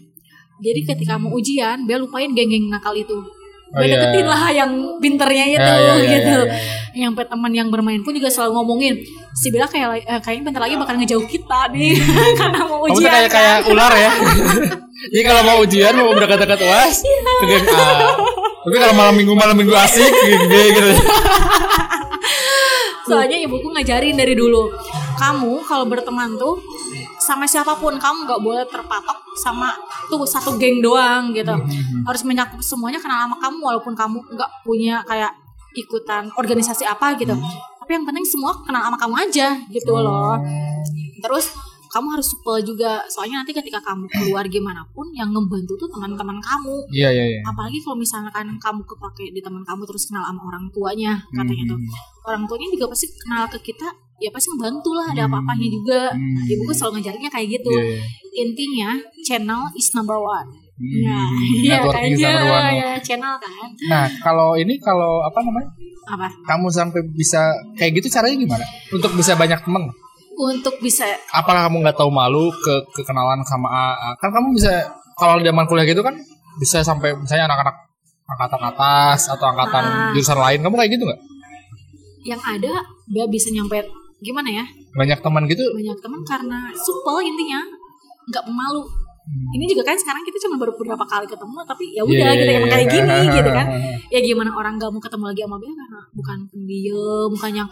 [SPEAKER 1] Jadi ketika mau ujian, Bea lupain geng-geng nakal itu.
[SPEAKER 2] Oh,
[SPEAKER 1] Bea
[SPEAKER 2] iya.
[SPEAKER 1] deketin lah yang pinternya itu
[SPEAKER 2] Ya, ya, ya,
[SPEAKER 1] gitu.
[SPEAKER 2] ya, ya.
[SPEAKER 1] yang pe- teman yang bermain pun juga selalu ngomongin si Bella kayak li- eh, kayaknya bentar lagi bakal ngejauh kita nih karena mau
[SPEAKER 2] Hmm. Kamu
[SPEAKER 1] ujian
[SPEAKER 2] tuh kayak kayak
[SPEAKER 1] kan.
[SPEAKER 2] ular ya. Jadi kalau mau ujian mau berdekat-dekat uas
[SPEAKER 1] Iya.
[SPEAKER 2] ke geng A. Tapi kalau malam minggu malam minggu asik geng B gitu.
[SPEAKER 1] soalnya ibuku ngajarin dari dulu kamu kalau berteman tuh sama siapapun kamu nggak boleh terpatok sama tuh satu geng doang gitu harus mencakup semuanya kenal sama kamu walaupun kamu nggak punya kayak ikutan organisasi apa gitu tapi yang penting semua kenal sama kamu aja gitu loh terus kamu harus supel juga soalnya nanti ketika kamu keluar gimana pun yang ngebantu tuh teman-teman kamu
[SPEAKER 2] Iya iya iya.
[SPEAKER 1] apalagi kalau misalkan kamu kepake di teman kamu terus kenal sama orang tuanya katanya tuh
[SPEAKER 2] Hmm.
[SPEAKER 1] orang tuanya juga pasti kenal ke kita ya pasti ngebantu lah ada apa-apanya juga
[SPEAKER 2] Hmm.
[SPEAKER 1] ibuku selalu ngajarinnya kayak gitu
[SPEAKER 2] Iya iya.
[SPEAKER 1] intinya channel is number one
[SPEAKER 2] Hmm.
[SPEAKER 1] Nah, iya
[SPEAKER 2] Networking is
[SPEAKER 1] kayaknya,
[SPEAKER 2] number one. oh.
[SPEAKER 1] ya, channel kan
[SPEAKER 2] Nah, kalau ini kalau apa namanya?
[SPEAKER 1] apa
[SPEAKER 2] Kamu sampai bisa kayak gitu caranya gimana? Untuk bisa banyak temen
[SPEAKER 1] untuk bisa
[SPEAKER 2] Apakah kamu nggak tahu malu ke kekenalan sama AA? Kan kamu bisa kalau di zaman kuliah gitu kan bisa sampai misalnya anak-anak angkatan atas atau angkatan
[SPEAKER 1] Ah.
[SPEAKER 2] jurusan lain. Kamu kayak gitu nggak?
[SPEAKER 1] yang ada gak bisa nyampe gimana ya
[SPEAKER 2] Banyak teman gitu?
[SPEAKER 1] banyak teman karena supel intinya nggak pemalu ini juga kan sekarang kita cuma baru beberapa kali ketemu tapi ya udah
[SPEAKER 2] Hmm. Iya,
[SPEAKER 1] kita emang kayak
[SPEAKER 2] iya,
[SPEAKER 1] gini
[SPEAKER 2] iya.
[SPEAKER 1] gitu kan ya gimana orang gak mau ketemu lagi sama dia karena bukan pendiam bukan yang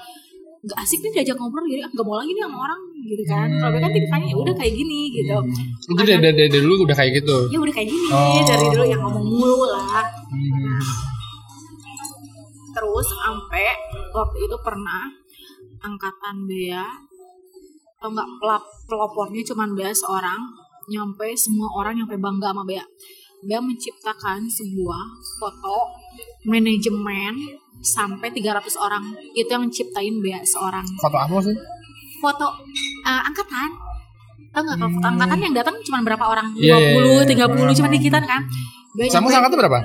[SPEAKER 1] gak asik nih diajak ngobrol jadi ah, gak mau lagi nih sama orang gitu kan kalau gue kan tipikanya ya udah kayak gini gitu
[SPEAKER 2] Itu dari, dari, dari dulu udah kayak gitu.
[SPEAKER 1] ya udah kayak gini
[SPEAKER 2] Hmm. Oh.
[SPEAKER 1] dari dulu yang ngomong mulu lah
[SPEAKER 2] Hmm.
[SPEAKER 1] terus sampai waktu itu pernah angkatan Bea atau enggak pelap, pelopornya cuman Bea seorang nyampe semua orang nyampe bangga sama Bea Bea menciptakan sebuah foto manajemen sampai 300 orang itu yang ciptain Bea seorang
[SPEAKER 2] Foto apa sih?
[SPEAKER 1] foto eh, angkatan tau nggak kalau foto angkatan yang datang cuman berapa orang 20,
[SPEAKER 2] Hmm. Iya, iya, iya.
[SPEAKER 1] 30 cuman dikitan kan Bea
[SPEAKER 2] Sama
[SPEAKER 1] nyampe-
[SPEAKER 2] angkatan berapa?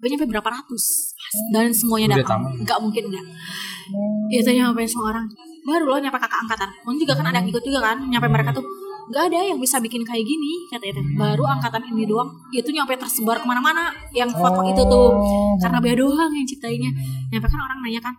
[SPEAKER 1] gue nyampe berapa ratus dan semuanya
[SPEAKER 2] Udah
[SPEAKER 1] datang
[SPEAKER 2] tamat.
[SPEAKER 1] nggak mungkin nggak itu Iya, nyampe semua orang baru loh nyampe kakak angkatan mungkin juga kan ada yang ikut juga kan nyampe mereka tuh nggak ada yang bisa bikin kayak gini kata itu baru angkatan ini doang itu nyampe tersebar kemana-mana yang foto itu tuh
[SPEAKER 2] Oh.
[SPEAKER 1] karena Bea doang yang ciptainnya nyampe kan orang nanya kan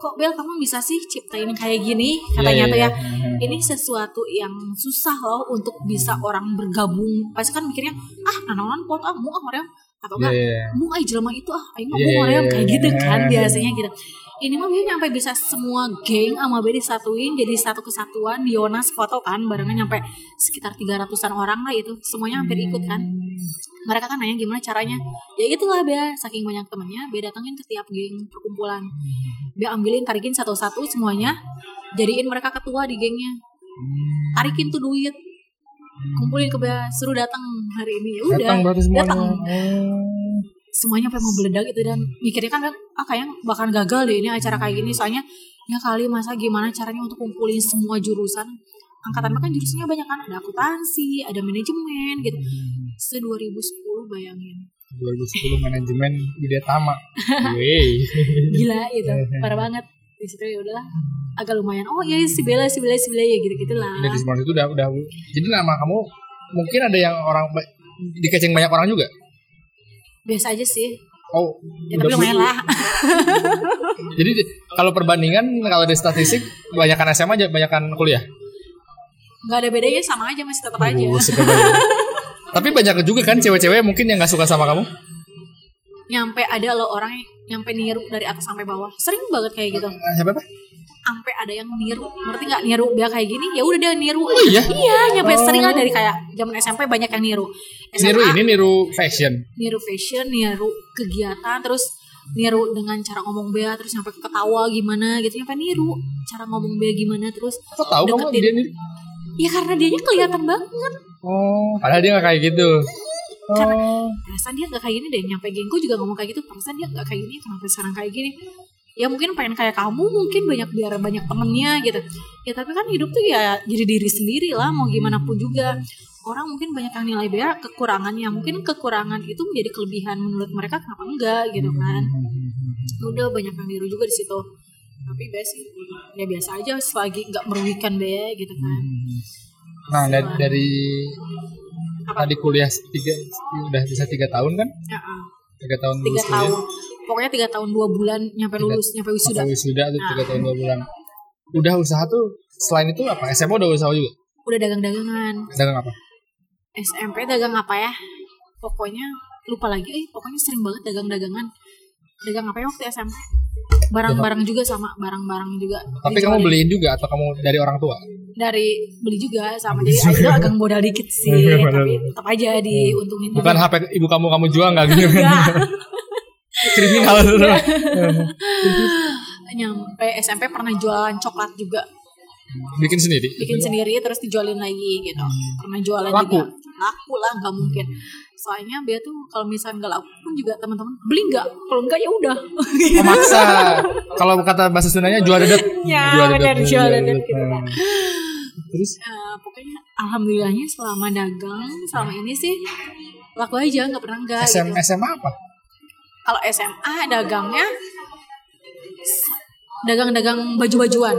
[SPEAKER 1] kok Bel kamu bisa sih ciptain kayak gini katanya
[SPEAKER 2] Iya,
[SPEAKER 1] tuh
[SPEAKER 2] iya,
[SPEAKER 1] ya
[SPEAKER 2] iya.
[SPEAKER 1] ini sesuatu yang susah loh untuk bisa orang bergabung pasti kan mikirnya ah nanonan foto ah mau ah orang atau enggak
[SPEAKER 2] Iya.
[SPEAKER 1] mau aja jelema itu ah aing mah
[SPEAKER 2] Iya,
[SPEAKER 1] mau
[SPEAKER 2] iya,
[SPEAKER 1] orang kayak
[SPEAKER 2] iya,
[SPEAKER 1] gitu
[SPEAKER 2] iya.
[SPEAKER 1] kan biasanya gitu ini mah dia nyampe bisa semua geng sama B disatuin jadi satu kesatuan Dionas foto kan barengan nyampe sekitar 300-an orang lah itu semuanya hampir ikut kan
[SPEAKER 2] Hmm.
[SPEAKER 1] mereka kan nanya gimana caranya ya itulah Bea saking banyak temennya Bea datangin ke tiap geng perkumpulan Bea ambilin tarikin satu-satu semuanya jadiin mereka ketua di gengnya
[SPEAKER 2] Hmm.
[SPEAKER 1] tarikin tuh duit kumpulin ke Bea suruh datang hari ini ya udah
[SPEAKER 2] Datang berarti semuanya.
[SPEAKER 1] datang
[SPEAKER 2] Oh.
[SPEAKER 1] semuanya pengen mau meledak gitu dan mikirnya kan ah kayaknya bahkan gagal deh ini acara kayak gini soalnya ya kali masa gimana caranya untuk kumpulin semua jurusan angkatan kan jurusannya banyak kan ada akuntansi ada manajemen gitu
[SPEAKER 2] Hmm.
[SPEAKER 1] se 2010 bayangin
[SPEAKER 2] 2010 manajemen Ide Tama. Wey.
[SPEAKER 1] gila itu parah banget di situ ya udahlah agak lumayan oh iya si Bella si Bella si Bella ya gitu gitulah
[SPEAKER 2] Dari semua itu udah udah. Jadi nama kamu mungkin ada yang orang dikeceng banyak orang juga.
[SPEAKER 1] biasa aja sih
[SPEAKER 2] Oh,
[SPEAKER 1] ya tapi
[SPEAKER 2] udah
[SPEAKER 1] lumayan
[SPEAKER 2] bu-
[SPEAKER 1] lah
[SPEAKER 2] Jadi kalau perbandingan kalau dari statistik banyakkan SMA aja banyakkan kuliah.
[SPEAKER 1] nggak ada bedanya sama aja masih tetap aja
[SPEAKER 2] Buset, kebanyakan. Tapi banyak juga kan cewek-cewek mungkin yang nggak suka sama kamu.
[SPEAKER 1] nyampe ada loh orang yang nyampe niru dari atas sampai bawah sering banget kayak gitu
[SPEAKER 2] Eh, Siapa Pak?
[SPEAKER 1] sampai ada yang niru ngerti nggak niru dia kayak gini ya udah dia niru
[SPEAKER 2] iya?
[SPEAKER 1] nyampe sering lah dari kayak zaman SMP banyak yang niru SMA,
[SPEAKER 2] Niru ya? ini niru fashion.
[SPEAKER 1] niru fashion niru kegiatan terus niru dengan cara ngomong Bea terus nyampe ketawa gimana gitu nyampe niru cara ngomong Bea gimana terus
[SPEAKER 2] Kok tahu kamu
[SPEAKER 1] Deketin.
[SPEAKER 2] dia niru?
[SPEAKER 1] ya karena dianya kelihatan banget
[SPEAKER 2] Oh, padahal dia nggak kayak gitu. Oh.
[SPEAKER 1] perasaan dia nggak kayak gini deh nyampe gengku juga ngomong kayak gitu perasaan dia nggak kayak gini kenapa sekarang kayak gini ya mungkin pengen kayak kamu mungkin banyak biar banyak temennya gitu ya tapi kan hidup tuh ya jadi diri sendiri lah mau gimana pun juga orang mungkin banyak yang nilai bea kekurangannya mungkin kekurangan itu menjadi kelebihan menurut mereka kenapa enggak gitu kan udah banyak yang niru juga di situ tapi bea sih ya biasa aja selagi nggak merugikan bea gitu kan
[SPEAKER 2] Nah, dari, dari
[SPEAKER 1] Apa?
[SPEAKER 2] tadi kuliah tiga udah bisa tiga tahun kan?
[SPEAKER 1] Ya, ah,
[SPEAKER 2] Tiga tahun
[SPEAKER 1] tiga
[SPEAKER 2] lulus kuliah.
[SPEAKER 1] tahun pokoknya tiga tahun dua bulan nyampe lulus nyampe wisuda
[SPEAKER 2] Atau wisuda tuh
[SPEAKER 1] Ah.
[SPEAKER 2] tiga tahun dua bulan. Udah usaha tuh selain itu apa? SMA udah usaha juga.
[SPEAKER 1] udah dagang-dagangan
[SPEAKER 2] Dagang apa?
[SPEAKER 1] SMP dagang apa ya pokoknya lupa lagi eh pokoknya sering banget dagang-dagangan dagang apa ya waktu SMP barang-barang juga sama barang-barang juga
[SPEAKER 2] Tapi kamu beliin juga atau kamu dari orang tua?
[SPEAKER 1] dari beli juga sama jadi akhirnya agak modal dikit sih tapi tetap aja diuntungin
[SPEAKER 2] Iya, Hmm. Bukan HP ibu kamu kamu jual nggak gitu kan?
[SPEAKER 1] Enggak.
[SPEAKER 2] Kriminal tuh.
[SPEAKER 1] nyampe SMP pernah jualan coklat juga
[SPEAKER 2] Bikin sendiri.
[SPEAKER 1] bikin sendiri terus dijualin lagi gitu pernah jualan
[SPEAKER 2] Iya. Hmm. Laku? Hmm.
[SPEAKER 1] juga laku lah nggak mungkin soalnya dia tuh kalau misalnya nggak laku pun juga teman-teman beli nggak kalau nggak ya udah
[SPEAKER 2] Memaksa. Kalau kata bahasa Sundanya jual dedet. Hmm.
[SPEAKER 1] Ya, benar, jual dedet gitu kan.
[SPEAKER 2] Terus
[SPEAKER 1] Eh, pokoknya alhamdulillahnya selama dagang selama ini sih laku aja nggak pernah enggak
[SPEAKER 2] SM,
[SPEAKER 1] gitu
[SPEAKER 2] SMA apa?
[SPEAKER 1] kalau SMA dagangnya dagang-dagang baju-bajuan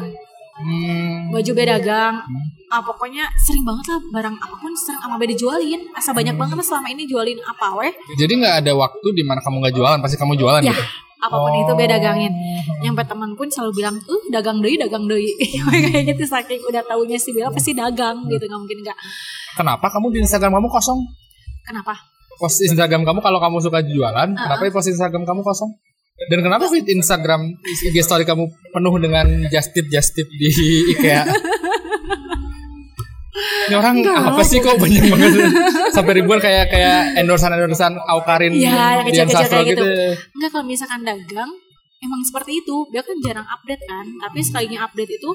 [SPEAKER 2] Hmm,
[SPEAKER 1] baju beda dagang ah pokoknya sering banget lah barang apapun sering sama beda jualin asa banyak banget lah selama ini jualin apa weh
[SPEAKER 2] jadi nggak ada waktu di mana kamu nggak jualan, pasti kamu jualan
[SPEAKER 1] ya Oh.
[SPEAKER 2] gitu.
[SPEAKER 1] apapun itu beda dagangin nyampe teman pun selalu bilang eh dagang doi dagang doi kayak gitu saking udah taunya si Bella pasti dagang gitu nggak mungkin nggak
[SPEAKER 2] Kenapa kamu di Instagram kamu kosong?
[SPEAKER 1] kenapa
[SPEAKER 2] Post Instagram kamu kalau kamu suka jualan, kenapa post Instagram kamu kosong? Dan kenapa feed Instagram IG story kamu penuh dengan just tip just tip di IKEA? Ini orang apa sih kok banyak banget sampai ribuan kayak kayak endorsan endorsan Aukarin
[SPEAKER 1] Iya, yang
[SPEAKER 2] Dian
[SPEAKER 1] kecil-kecil
[SPEAKER 2] Sastro
[SPEAKER 1] kayak gitu.
[SPEAKER 2] Iya.
[SPEAKER 1] Enggak kalau misalkan dagang emang seperti itu. Dia kan jarang update kan. Tapi
[SPEAKER 2] Hmm.
[SPEAKER 1] sekalinya update itu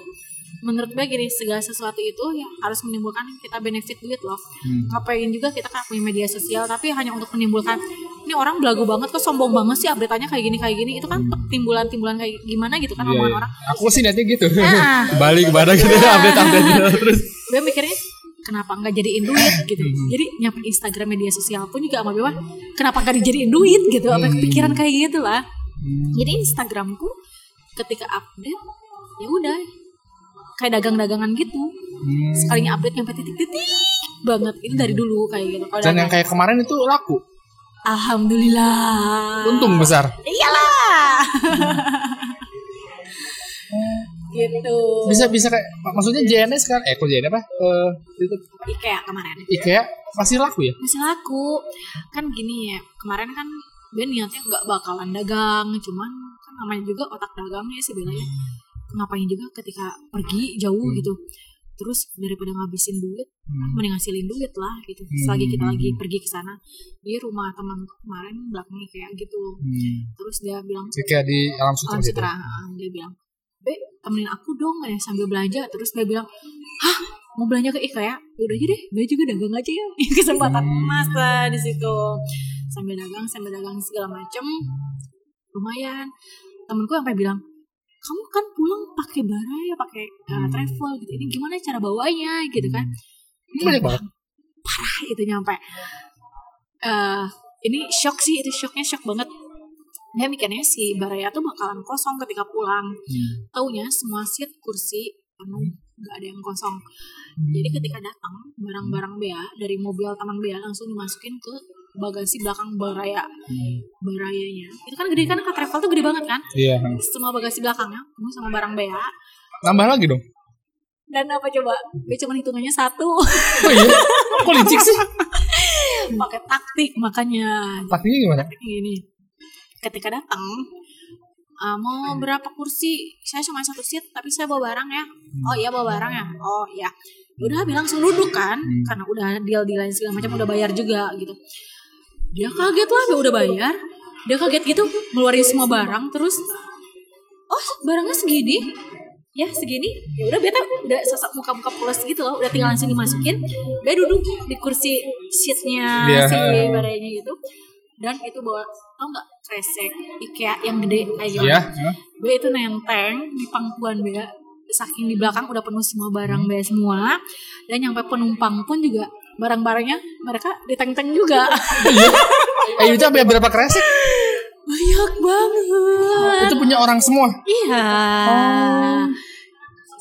[SPEAKER 1] menurut gue gini segala sesuatu itu ya harus menimbulkan kita benefit duit loh.
[SPEAKER 2] Hmm.
[SPEAKER 1] Ngapain juga kita kan punya media sosial tapi hanya untuk menimbulkan ini orang belagu banget kok sombong banget sih update-annya kayak gini kayak gini itu kan timbulan-timbulan kayak gimana gitu kan
[SPEAKER 2] Hmm. Iya,
[SPEAKER 1] omongan
[SPEAKER 2] iya.
[SPEAKER 1] orang.
[SPEAKER 2] Aku sih niatnya gitu.
[SPEAKER 1] Ah.
[SPEAKER 2] Balik badan gitu update update terus.
[SPEAKER 1] gue mikirnya kenapa nggak jadiin duit gitu jadi nyampe Instagram media sosial pun juga sama Bewa kenapa nggak dijadiin duit gitu apa kepikiran kayak gitu lah jadi Instagramku ketika update ya udah kayak dagang-dagangan gitu sekalinya update nyampe titik-titik banget itu dari dulu kayak gitu Kalau
[SPEAKER 2] Dan yang
[SPEAKER 1] dagang,
[SPEAKER 2] kayak kemarin itu laku,
[SPEAKER 1] alhamdulillah
[SPEAKER 2] untung besar.
[SPEAKER 1] iyalah gitu
[SPEAKER 2] Bisa bisa kayak maksudnya JNS sekarang eh kok JNS apa? Eh, itu
[SPEAKER 1] Ikea kemarin
[SPEAKER 2] IKEA pasti laku ya?
[SPEAKER 1] masih laku kan gini ya kemarin kan gue niatnya nggak bakalan dagang cuman kan namanya juga otak dagangnya sih Bella ya ngapain juga ketika pergi jauh gitu terus daripada ngabisin duit mending ngasilin duit lah gitu selagi kita lagi pergi ke sana di rumah teman kemarin belakangnya kayak gitu terus dia bilang
[SPEAKER 2] IKEA di Hmm. Alam Sutra
[SPEAKER 1] Alam
[SPEAKER 2] gitu.
[SPEAKER 1] Sutra ah, dia bilang Be temenin aku dong eh, sambil belanja terus dia bilang hah mau belanja ke IKEA udah aja deh gue juga dagang aja ya kesempatan emas lah di situ sambil dagang sambil dagang segala macem lumayan temenku sampai bilang kamu kan pulang pakai barang ya pakai eh, travel gitu ini gimana cara bawanya gitu kan
[SPEAKER 2] Ini banyak banget.
[SPEAKER 1] parah itu gitu nyampe eh ini shock sih itu shocknya shock banget dia mikirnya si Baraya tuh bakalan kosong ketika pulang taunya semua seat kursi penuh nggak ada yang kosong jadi ketika datang barang-barang Bea dari mobil teman Bea langsung dimasukin ke bagasi belakang Baraya Barayanya itu kan gede kan ke travel tuh gede banget kan
[SPEAKER 2] Hmm. Iya.
[SPEAKER 1] semua bagasi belakangnya penuh sama barang Bea
[SPEAKER 2] Nambah lagi dong.
[SPEAKER 1] dan apa coba Bea cuma hitungannya satu
[SPEAKER 2] Oh iya. Kok licik sih?
[SPEAKER 1] pakai taktik makanya
[SPEAKER 2] Taktiknya gimana?
[SPEAKER 1] ini ketika datang "Ah, mau berapa kursi saya cuma satu seat tapi saya bawa barang ya oh iya bawa barang ya oh iya udah bilang langsung duduk kan karena udah deal dealan segala macam udah bayar juga gitu dia kaget lah dia udah bayar dia kaget gitu ngeluarin semua barang terus oh barangnya segini ya segini ya udah beta udah sosok muka-muka polos gitu loh udah tinggal langsung dimasukin dia duduk di kursi seatnya
[SPEAKER 2] Iya.
[SPEAKER 1] si barangnya gitu dan itu bawa tau nggak kresek Ikea yang gede kayak gitu
[SPEAKER 2] Iya.
[SPEAKER 1] gue itu nenteng di pangkuan bea saking di belakang udah penuh semua barang bea semua dan nyampe penumpang pun juga barang-barangnya mereka diteng-teng juga
[SPEAKER 2] Eh itu sampai berapa kresek?
[SPEAKER 1] banyak banget
[SPEAKER 2] Itu punya orang semua.
[SPEAKER 1] iya
[SPEAKER 2] Oh.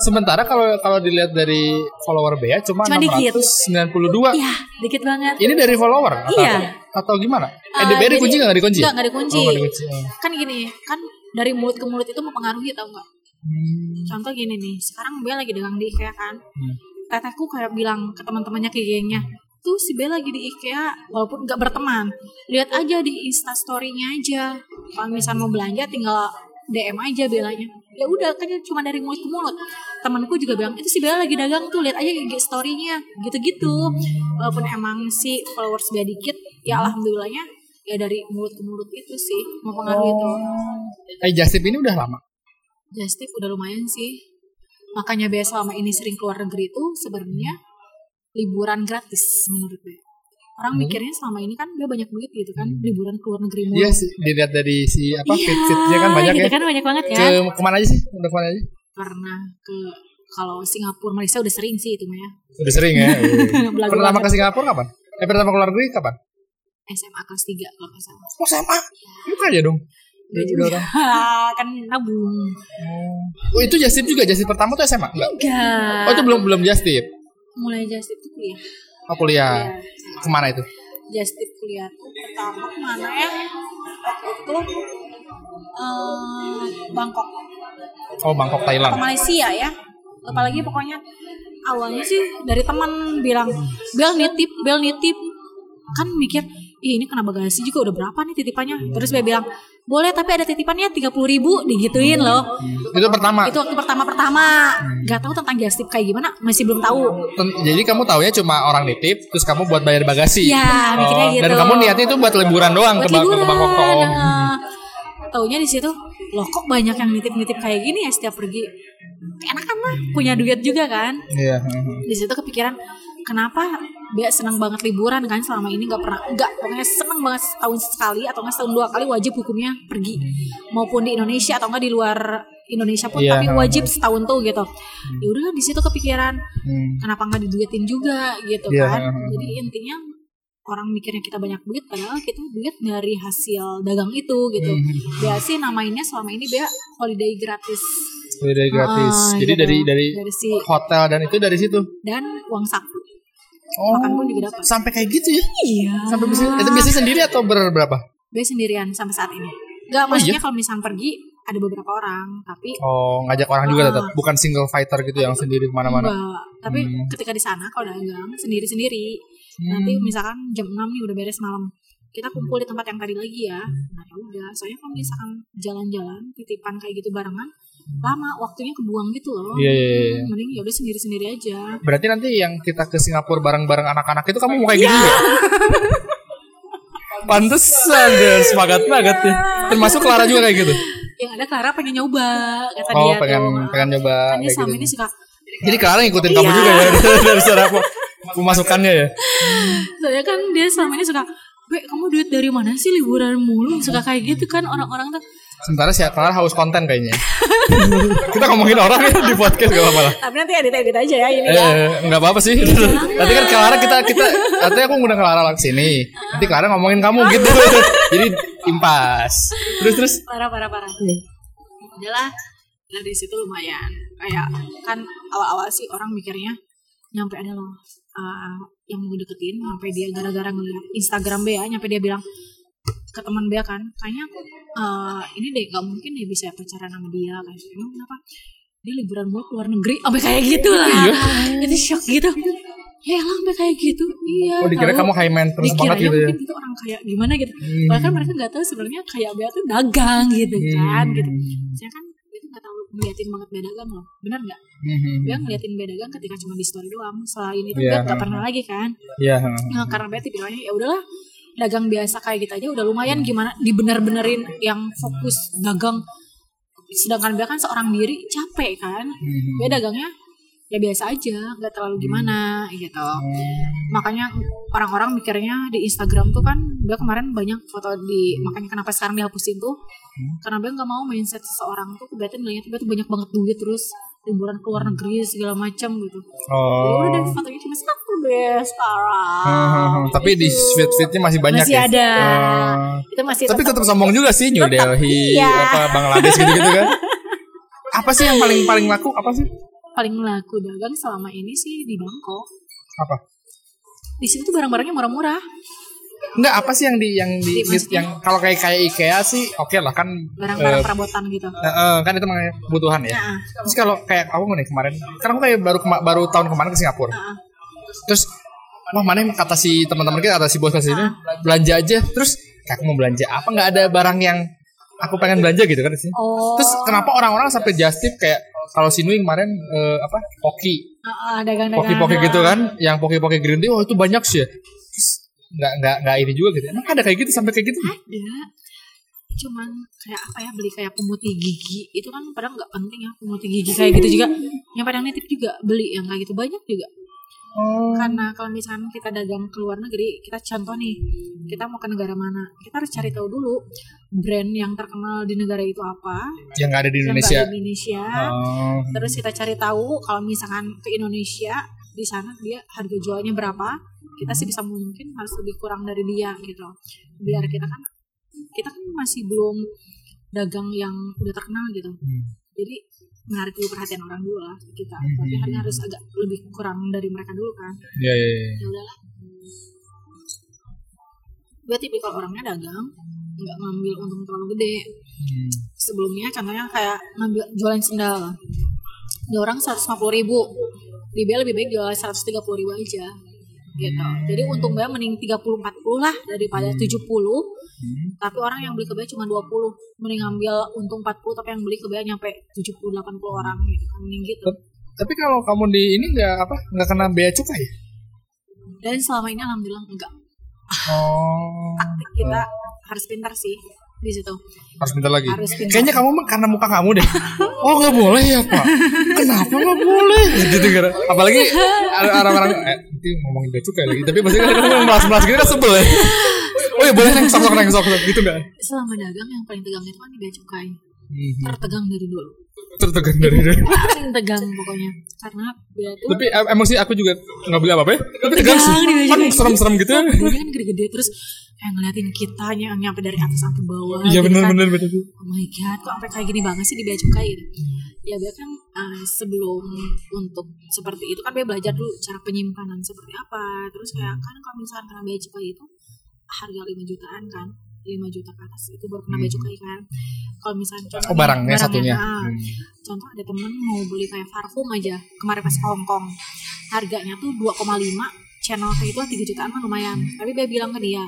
[SPEAKER 2] Sementara kalau kalau dilihat dari follower Bea cuma
[SPEAKER 1] Cuma dikit.
[SPEAKER 2] 692.
[SPEAKER 1] iya dikit banget
[SPEAKER 2] Ini dari follower atau
[SPEAKER 1] Iya.
[SPEAKER 2] atau gimana?
[SPEAKER 1] Eh,
[SPEAKER 2] Eh, Bea
[SPEAKER 1] jadi-
[SPEAKER 2] Eh, dikunci nggak dikunci?
[SPEAKER 1] Nggak, nggak dikunci.
[SPEAKER 2] Oh, nggak dikunci. Oh.
[SPEAKER 1] kan gini kan dari mulut ke mulut itu mempengaruhi tau nggak
[SPEAKER 2] Hmm.
[SPEAKER 1] contoh gini nih sekarang Bella lagi dagang di IKEA kan tetehku kayak bilang ke teman-temannya ke gengnya tuh si Bella lagi di IKEA walaupun nggak berteman lihat aja di instastorynya aja kalau misal mau belanja tinggal DM aja belanya ya udah kan cuma dari mulut ke mulut temanku juga bilang itu si Bella lagi dagang tuh lihat aja IG story-nya gitu-gitu walaupun emang si followers gak dikit ya alhamdulillahnya ya dari mulut ke mulut itu sih mempengaruhi itu
[SPEAKER 2] Eh Justip ini udah lama.
[SPEAKER 1] Justip udah lumayan sih makanya Bea selama ini sering keluar negeri itu sebenarnya liburan gratis menurut Bea orang mikirnya selama ini kan dia banyak duit gitu kan liburan keluar negeri mulu
[SPEAKER 2] Hmm. Iya sih dilihat dari si apa
[SPEAKER 1] Iya,
[SPEAKER 2] feed-feednya kan banyak
[SPEAKER 1] gitu
[SPEAKER 2] ya.
[SPEAKER 1] kan banyak banget kan
[SPEAKER 2] Ke kemana aja sih? Udah kemana aja?
[SPEAKER 1] pernah ke kalau Singapura Malaysia udah sering sih itu mah ya
[SPEAKER 2] Udah sering ya.
[SPEAKER 1] Belagu
[SPEAKER 2] pertama
[SPEAKER 1] banget.
[SPEAKER 2] ke Singapura kapan? Eh pertama keluar negeri kapan?
[SPEAKER 1] SMA kelas 3 kalau nggak salah
[SPEAKER 2] Oh SMA. Itu aja dong.
[SPEAKER 1] Gak
[SPEAKER 2] Udah
[SPEAKER 1] Iya juga
[SPEAKER 2] orang.
[SPEAKER 1] kan nabung
[SPEAKER 2] Oh itu Justip juga Justip pertama tuh SMA. Enggak.
[SPEAKER 1] Gak
[SPEAKER 2] Oh itu belum belum Justip.
[SPEAKER 1] Mulai just itu kuliah
[SPEAKER 2] Oh kuliah.
[SPEAKER 1] Iya.
[SPEAKER 2] Kemana itu?
[SPEAKER 1] Just tip kuliah tuh pertama kemana ya Waktu itu eh, Bangkok
[SPEAKER 2] Oh Bangkok
[SPEAKER 1] ke
[SPEAKER 2] Thailand.
[SPEAKER 1] Malaysia ya apalagi pokoknya awalnya sih dari teman bilang bel nitip bel nitip kan mikir Ih, ini kena bagasi juga udah berapa nih titipannya terus dia bilang boleh tapi ada titipannya tiga puluh ribu digituin loh
[SPEAKER 2] Itu pertama.
[SPEAKER 1] itu waktu pertama pertama nggak tahu tentang just tip kayak gimana masih belum tahu
[SPEAKER 2] Ten- Jadi kamu taunya cuma orang nitip terus kamu buat bayar bagasi. Oh.
[SPEAKER 1] Iya, mikirnya gitu.
[SPEAKER 2] Dan kamu niatnya itu buat liburan doang
[SPEAKER 1] buat
[SPEAKER 2] ke, Bang-
[SPEAKER 1] liburan
[SPEAKER 2] ke Bangkok toh.
[SPEAKER 1] nah, taunya di situ loh kok banyak yang nitip nitip kayak gini ya setiap pergi enakan lah punya duit juga kan
[SPEAKER 2] Iya. heeh.
[SPEAKER 1] di situ kepikiran kenapa dia senang banget liburan kan selama ini nggak pernah nggak pokoknya senang banget setahun sekali atau nggak setahun dua kali wajib hukumnya pergi maupun di Indonesia atau enggak di luar Indonesia pun
[SPEAKER 2] Iya,
[SPEAKER 1] tapi
[SPEAKER 2] ha.
[SPEAKER 1] wajib setahun tuh gitu ya udah di situ kepikiran
[SPEAKER 2] Hmm.
[SPEAKER 1] kenapa nggak diduitin juga gitu
[SPEAKER 2] Iya,
[SPEAKER 1] kan
[SPEAKER 2] ha, ha.
[SPEAKER 1] jadi intinya orang mikirnya kita banyak duit padahal kita duit dari hasil dagang itu gitu
[SPEAKER 2] Hmm.
[SPEAKER 1] dia sih namainnya selama ini dia holiday gratis
[SPEAKER 2] Jadi dari gratis.
[SPEAKER 1] Ah,
[SPEAKER 2] Jadi
[SPEAKER 1] gitu.
[SPEAKER 2] dari dari
[SPEAKER 1] dari si
[SPEAKER 2] hotel dan itu dari situ.
[SPEAKER 1] dan uang saku
[SPEAKER 2] Oh.
[SPEAKER 1] makan pun juga dapat
[SPEAKER 2] Sampai kayak gitu ya?
[SPEAKER 1] Iya.
[SPEAKER 2] Sampai bisa, itu biasanya sendiri atau berberapa?
[SPEAKER 1] Gue sendirian sampai saat ini. Gak
[SPEAKER 2] iya?
[SPEAKER 1] maksudnya kalau misalnya pergi ada beberapa orang, tapi
[SPEAKER 2] Oh, ngajak orang juga
[SPEAKER 1] Ah.
[SPEAKER 2] tetap. Bukan single fighter gitu yang sendiri kemana-mana.
[SPEAKER 1] enggak. Tapi
[SPEAKER 2] Hmm.
[SPEAKER 1] ketika di sana kalau dagang sendiri-sendiri, nanti misalkan jam 6 nih udah beres malam, kita
[SPEAKER 2] Hmm.
[SPEAKER 1] kumpul di tempat yang tadi lagi ya. Nah ya udah, soalnya kalau misalkan jalan-jalan titipan kayak gitu barengan, lama waktunya kebuang gitu loh.
[SPEAKER 2] Hmm. Iya, iya, iya.
[SPEAKER 1] Mending ya udah sendiri-sendiri aja.
[SPEAKER 2] Berarti nanti yang kita ke Singapura bareng-bareng anak-anak itu kamu mau
[SPEAKER 1] Iya.
[SPEAKER 2] kayak gitu ya? Pantesan deh, semangat
[SPEAKER 1] Iya.
[SPEAKER 2] banget ya. Termasuk Clara juga kayak gitu.
[SPEAKER 1] Yang Ya, ada Clara pengen nyoba kata
[SPEAKER 2] Oh,
[SPEAKER 1] dia
[SPEAKER 2] pengen
[SPEAKER 1] tuh.
[SPEAKER 2] pengen nyoba
[SPEAKER 1] Kan dia
[SPEAKER 2] kayak
[SPEAKER 1] selama
[SPEAKER 2] gitu.
[SPEAKER 1] ini suka
[SPEAKER 2] Jadi Clara ngikutin kamu
[SPEAKER 1] Iya.
[SPEAKER 2] juga ya dari secara apa- pemasukannya ya.
[SPEAKER 1] Soalnya kan dia selama ini suka Be, kamu duit dari mana sih liburan mulu Suka kayak gitu kan orang-orang tuh
[SPEAKER 2] Sementara si Clara haus konten kayaknya. Kita ngomongin orang ya di podcast gak apa-apa lah.
[SPEAKER 1] Tapi nanti edit-edit aja ya ini ya
[SPEAKER 2] Eh, nggak apa-apa sih.
[SPEAKER 1] Iya.
[SPEAKER 2] Nanti kan Clara kita kita nanti aku ngundang Clara lah sini. Nanti Clara ngomongin kamu gitu. Jadi impas. Terus terus
[SPEAKER 1] Parah, parah, parah Adalah Dari situ lumayan Kayak kan awal-awal sih orang mikirnya Nyampe ada loh uh, Yang mau deketin Sampai dia gara-gara ngeliat Instagram Bea Nyampe dia bilang ke teman Bea kan Kayaknya aku uh, ini deh gak mungkin deh bisa pacaran sama dia kan Emang kenapa? Dia liburan mulu ke luar negeri Sampai kayak gitu lah Itu shock gitu Ya lah sampai kayak gitu Iya
[SPEAKER 2] oh dikira
[SPEAKER 1] tahu
[SPEAKER 2] kamu high maintenance
[SPEAKER 1] dikiranya
[SPEAKER 2] banget gitu ya. Iya.
[SPEAKER 1] mungkin itu orang kaya gimana gitu bahkan mereka nggak tahu sebenarnya kayak Bea tuh dagang gitu kan gitu saya kan dia tuh nggak tahu ngeliatin banget Bea dagang loh benar nggak
[SPEAKER 2] Hmm.
[SPEAKER 1] Bea ngeliatin Bea dagang ketika cuma di story doang selain itu
[SPEAKER 2] Iya.
[SPEAKER 1] Bea nggak pernah lagi kan
[SPEAKER 2] Iya.
[SPEAKER 1] nah, karena Bea tipikalnya ya udahlah dagang biasa kayak gitu aja udah lumayan gimana dibener-benerin yang fokus dagang sedangkan Bea kan seorang diri capek kan Bea dagangnya ya biasa aja nggak terlalu gimana gitu makanya orang-orang mikirnya di Instagram tuh kan dia kemarin banyak foto di makanya kenapa sekarang dihapusin tuh karena dia nggak mau mindset seseorang tuh kebetulan melihat dia tuh banyak banget duit terus liburan ke luar negeri segala macam gitu ya
[SPEAKER 2] Oh.
[SPEAKER 1] udah deh, fotonya cuma satu deh sekarang Gitu.
[SPEAKER 2] Hmm, Tapi di feed feednya masih banyak
[SPEAKER 1] masih
[SPEAKER 2] ya.
[SPEAKER 1] ada
[SPEAKER 2] Oh.
[SPEAKER 1] itu masih
[SPEAKER 2] Tapi tetap sombong juga sih New
[SPEAKER 1] Tetap,
[SPEAKER 2] Delhi,
[SPEAKER 1] iya.
[SPEAKER 2] apa Bangladesh gitu-gitu kan. Apa sih yang paling paling laku? Apa sih?
[SPEAKER 1] paling laku dagang selama ini sih di Bangkok
[SPEAKER 2] Apa?
[SPEAKER 1] di situ tuh barang-barangnya murah-murah
[SPEAKER 2] Enggak apa sih yang di yang
[SPEAKER 1] Di-
[SPEAKER 2] di
[SPEAKER 1] maksudnya?
[SPEAKER 2] yang kalau kayak kayak IKEA sih oke lah kan
[SPEAKER 1] barang-barang
[SPEAKER 2] eh,
[SPEAKER 1] perabotan gitu
[SPEAKER 2] eh, eh, kan itu namanya kebutuhan ya.
[SPEAKER 1] Nah,
[SPEAKER 2] Terus kalau kayak aku nih kemarin, kan aku kayak baru kema- baru tahun kemarin ke Singapura.
[SPEAKER 1] Heeh.
[SPEAKER 2] Terus wah mana yang kata si teman-teman kita kata si bos kasih ini belanja aja. Terus kayak aku mau belanja apa nggak ada barang yang aku pengen belanja gitu kan di sini.
[SPEAKER 1] Oh.
[SPEAKER 2] Terus kenapa orang-orang sampai justip kayak kalau Sinui kemarin eh, apa Poki,
[SPEAKER 1] Ah, ah, dagang-dagang.
[SPEAKER 2] Poki-poki gitu kan, yang Poki-poki green tea, wah itu banyak sih ya. Terus nggak nggak nggak ini juga gitu. Emang ada kayak gitu sampai kayak gitu?
[SPEAKER 1] Ada. Iya. Cuman kayak apa ya beli kayak pemutih gigi itu kan padahal nggak penting ya pemutih gigi kayak gitu juga. Yang padang nitip juga beli yang kayak gitu banyak juga.
[SPEAKER 2] Oh.
[SPEAKER 1] karena kalau misalkan kita dagang ke luar negeri kita contoh nih kita mau ke negara mana kita harus cari tahu dulu brand yang terkenal di negara itu apa
[SPEAKER 2] Yang nggak ada di
[SPEAKER 1] yang nggak
[SPEAKER 2] Indonesia.
[SPEAKER 1] di Indonesia
[SPEAKER 2] Oh.
[SPEAKER 1] terus kita cari tahu kalau misalkan ke Indonesia di sana dia harga jualnya berapa kita sih bisa mungkin harus lebih kurang dari dia gitu biar kita kan kita kan masih belum dagang yang udah terkenal gitu
[SPEAKER 2] Hmm.
[SPEAKER 1] jadi menarik dulu perhatian orang dulu lah kita tapi
[SPEAKER 2] Hmm.
[SPEAKER 1] kan harus agak lebih kurang dari mereka dulu kan
[SPEAKER 2] Iya iya. iya.
[SPEAKER 1] ya udahlah gue tipikal orangnya dagang nggak ngambil untung terlalu gede
[SPEAKER 2] Hmm.
[SPEAKER 1] sebelumnya contohnya kayak ngambil jualan sendal di orang 150 ribu di B lebih baik jual 130 ribu aja gitu jadi untung gue mending 30-40 lah daripada 70 tapi orang yang beli ke B cuma 20 mending ngambil untung 40 tapi yang beli ke B nyampe 70-80 orang gitu kan mending gitu
[SPEAKER 2] Tapi kalau kamu di ini nggak apa nggak kena bea cukai? ya?
[SPEAKER 1] dan selama ini alhamdulillah enggak
[SPEAKER 2] Oh.
[SPEAKER 1] kita harus pintar sih di situ
[SPEAKER 2] Harus bentar lagi.
[SPEAKER 1] Harus pintar.
[SPEAKER 2] Kayaknya kamu mah karena muka kamu deh. Oh nggak boleh ya pak? Kenapa nggak boleh? Gitu kan. Apalagi orang-orang eh, nanti ngomongin bea cukai lagi. Tapi pasti kan kamu melas-melas gitu kan sebel ya. Oh ya boleh neng sok-sok neng sok-sok gitu nggak?
[SPEAKER 1] selama dagang yang paling tegang itu kan di bea cukai
[SPEAKER 2] Mhm.
[SPEAKER 1] tertegang dari dulu
[SPEAKER 2] Tertekan dari dari.
[SPEAKER 1] paling tegang pokoknya karena bea tuh
[SPEAKER 2] Tapi em- emang sih aku juga nggak bilang apa-apa ya. Tapi tegang sih.
[SPEAKER 1] Tegang di bea
[SPEAKER 2] Kan
[SPEAKER 1] cukai.
[SPEAKER 2] serem-serem gitu.
[SPEAKER 1] Bedanya kan gede-gede terus kayak ngeliatin kita yang nyampe dari atas sampai bawah
[SPEAKER 2] Iya
[SPEAKER 1] gitu kan.
[SPEAKER 2] benar-benar betul.
[SPEAKER 1] oh my god kok sampai kayak gini banget sih di bea cukai gitu ya bea kan eh, sebelum untuk seperti itu kan bea belajar dulu cara penyimpanan seperti apa terus kayak kan kalau misalkan kena bea cukai itu harga 5 jutaan kan 5 juta ke atas itu baru kena bea cukai kan kalau misalkan
[SPEAKER 2] Hmm. Oh barangnya satunya.
[SPEAKER 1] ah,
[SPEAKER 2] Hmm.
[SPEAKER 1] contoh ada temen mau beli kayak parfum aja kemarin pas ke Hong Kong harganya tuh 2,5 channel kayak itu 3 jutaan mah lumayan
[SPEAKER 2] Hmm.
[SPEAKER 1] tapi dia bilang ke dia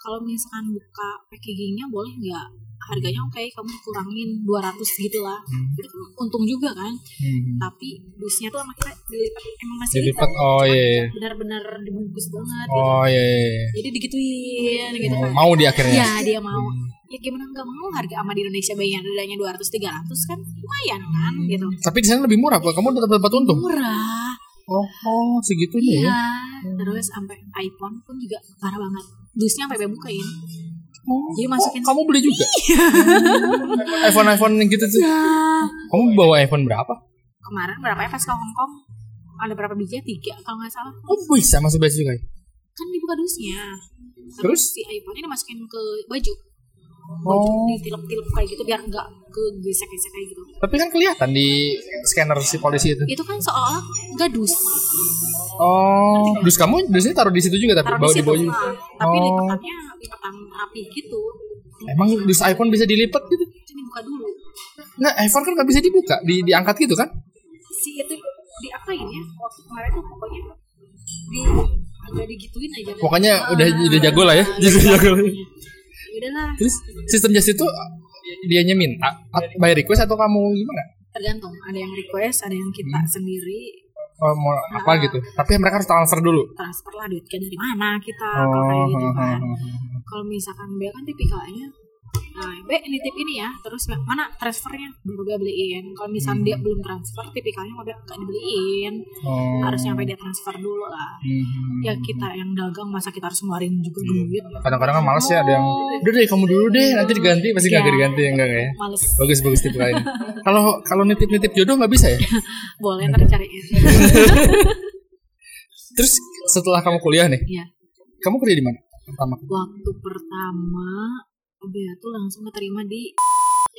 [SPEAKER 1] kalau misalkan buka packagingnya boleh nggak harganya oke kamu kurangin 200 gitu lah itu kan untung juga kan
[SPEAKER 2] Hmm.
[SPEAKER 1] tapi dusnya tuh sama kita dilipat emang masih
[SPEAKER 2] Dilipat,
[SPEAKER 1] lipat.
[SPEAKER 2] oh, iya, iya.
[SPEAKER 1] benar-benar dibungkus banget gitu.
[SPEAKER 2] Oh iya. iya, iya.
[SPEAKER 1] jadi digituin gitu kan
[SPEAKER 2] Mau di akhirnya.
[SPEAKER 1] Ya dia mau. Ya gimana nggak mau harga sama di Indonesia bayarnya adanya 200 300 kan lumayan kan gitu.
[SPEAKER 2] Tapi di sana lebih murah kok. Kamu tetap dapat untung.
[SPEAKER 1] Murah.
[SPEAKER 2] Oh, oh segitunya
[SPEAKER 1] Iya. Terus sampai iPhone pun juga parah banget. Dusnya sampai bea bukain.
[SPEAKER 2] Oh,
[SPEAKER 1] Jadi masukin- Iya.
[SPEAKER 2] oh, kamu beli juga? iPhone iPhone yang gitu tuh.
[SPEAKER 1] Ya.
[SPEAKER 2] Kamu bawa iPhone berapa?
[SPEAKER 1] Kemarin berapa ya pas ke Hong Kong? Ada berapa biji? ya? Tiga kalau nggak salah.
[SPEAKER 2] Oh, bisa masih baju juga.
[SPEAKER 1] Kan dibuka dusnya.
[SPEAKER 2] Terus?
[SPEAKER 1] si iPhone ini dimasukin ke baju.
[SPEAKER 2] Oh.
[SPEAKER 1] Ditilep-tilep kayak gitu biar nggak kegesek-gesek kayak gitu.
[SPEAKER 2] Tapi kan kelihatan di scanner si polisi itu.
[SPEAKER 1] Itu kan seolah nggak dus.
[SPEAKER 2] Oh, dus kamu dusnya taruh di situ juga tapi
[SPEAKER 1] Taruh
[SPEAKER 2] bawa
[SPEAKER 1] di
[SPEAKER 2] di
[SPEAKER 1] situ.
[SPEAKER 2] baju.
[SPEAKER 1] nah. Tapi
[SPEAKER 2] Oh.
[SPEAKER 1] lipatnya lipatan rapi gitu.
[SPEAKER 2] Emang dus iPhone bisa dilipat gitu?
[SPEAKER 1] Itu dibuka dulu.
[SPEAKER 2] Nah, iPhone kan nggak bisa dibuka, di diangkat gitu kan?
[SPEAKER 1] si itu diapain ya waktu kemarin tuh pokoknya di agak digituin aja kan.
[SPEAKER 2] Pokoknya udah
[SPEAKER 1] Ah,
[SPEAKER 2] udah jago lah ya. Udah jago.
[SPEAKER 1] ya udahlah
[SPEAKER 2] Terus sistem jas itu dianya minta by request atau kamu gimana?
[SPEAKER 1] tergantung ada yang request ada yang
[SPEAKER 2] Hmm.
[SPEAKER 1] kita sendiri
[SPEAKER 2] Oh, mau apa gitu. Tapi mereka harus transfer dulu. hmm,
[SPEAKER 1] transfer lah duitnya dari mana kita
[SPEAKER 2] Oh, Ah,
[SPEAKER 1] kalau kayak gitu kan kalau misalkan dia kan tipikalnya nah B nitip ini ya terus Bea, mana transfernya baru dia beliin kalau misalkan
[SPEAKER 2] Hmm.
[SPEAKER 1] dia belum transfer tipikalnya mau nggak dibeliin
[SPEAKER 2] Oh.
[SPEAKER 1] harus nyampe dia transfer dulu lah
[SPEAKER 2] Hmm.
[SPEAKER 1] ya kita yang dagang masa kita harus ngeluarin juga duit
[SPEAKER 2] Kadang-kadang kan males ya ada yang udah deh kamu dulu deh nanti diganti pasti nggak akan diganti enggak enggak ya.
[SPEAKER 1] males
[SPEAKER 2] Bagus bagus tipe lain. Kalau kalau nitip-nitip jodoh nggak bisa ya.
[SPEAKER 1] boleh ntar cariin
[SPEAKER 2] Terus setelah kamu kuliah nih,
[SPEAKER 1] ya
[SPEAKER 2] kamu kerja di mana? Pertama.
[SPEAKER 1] waktu pertama Bea tuh langsung keterima di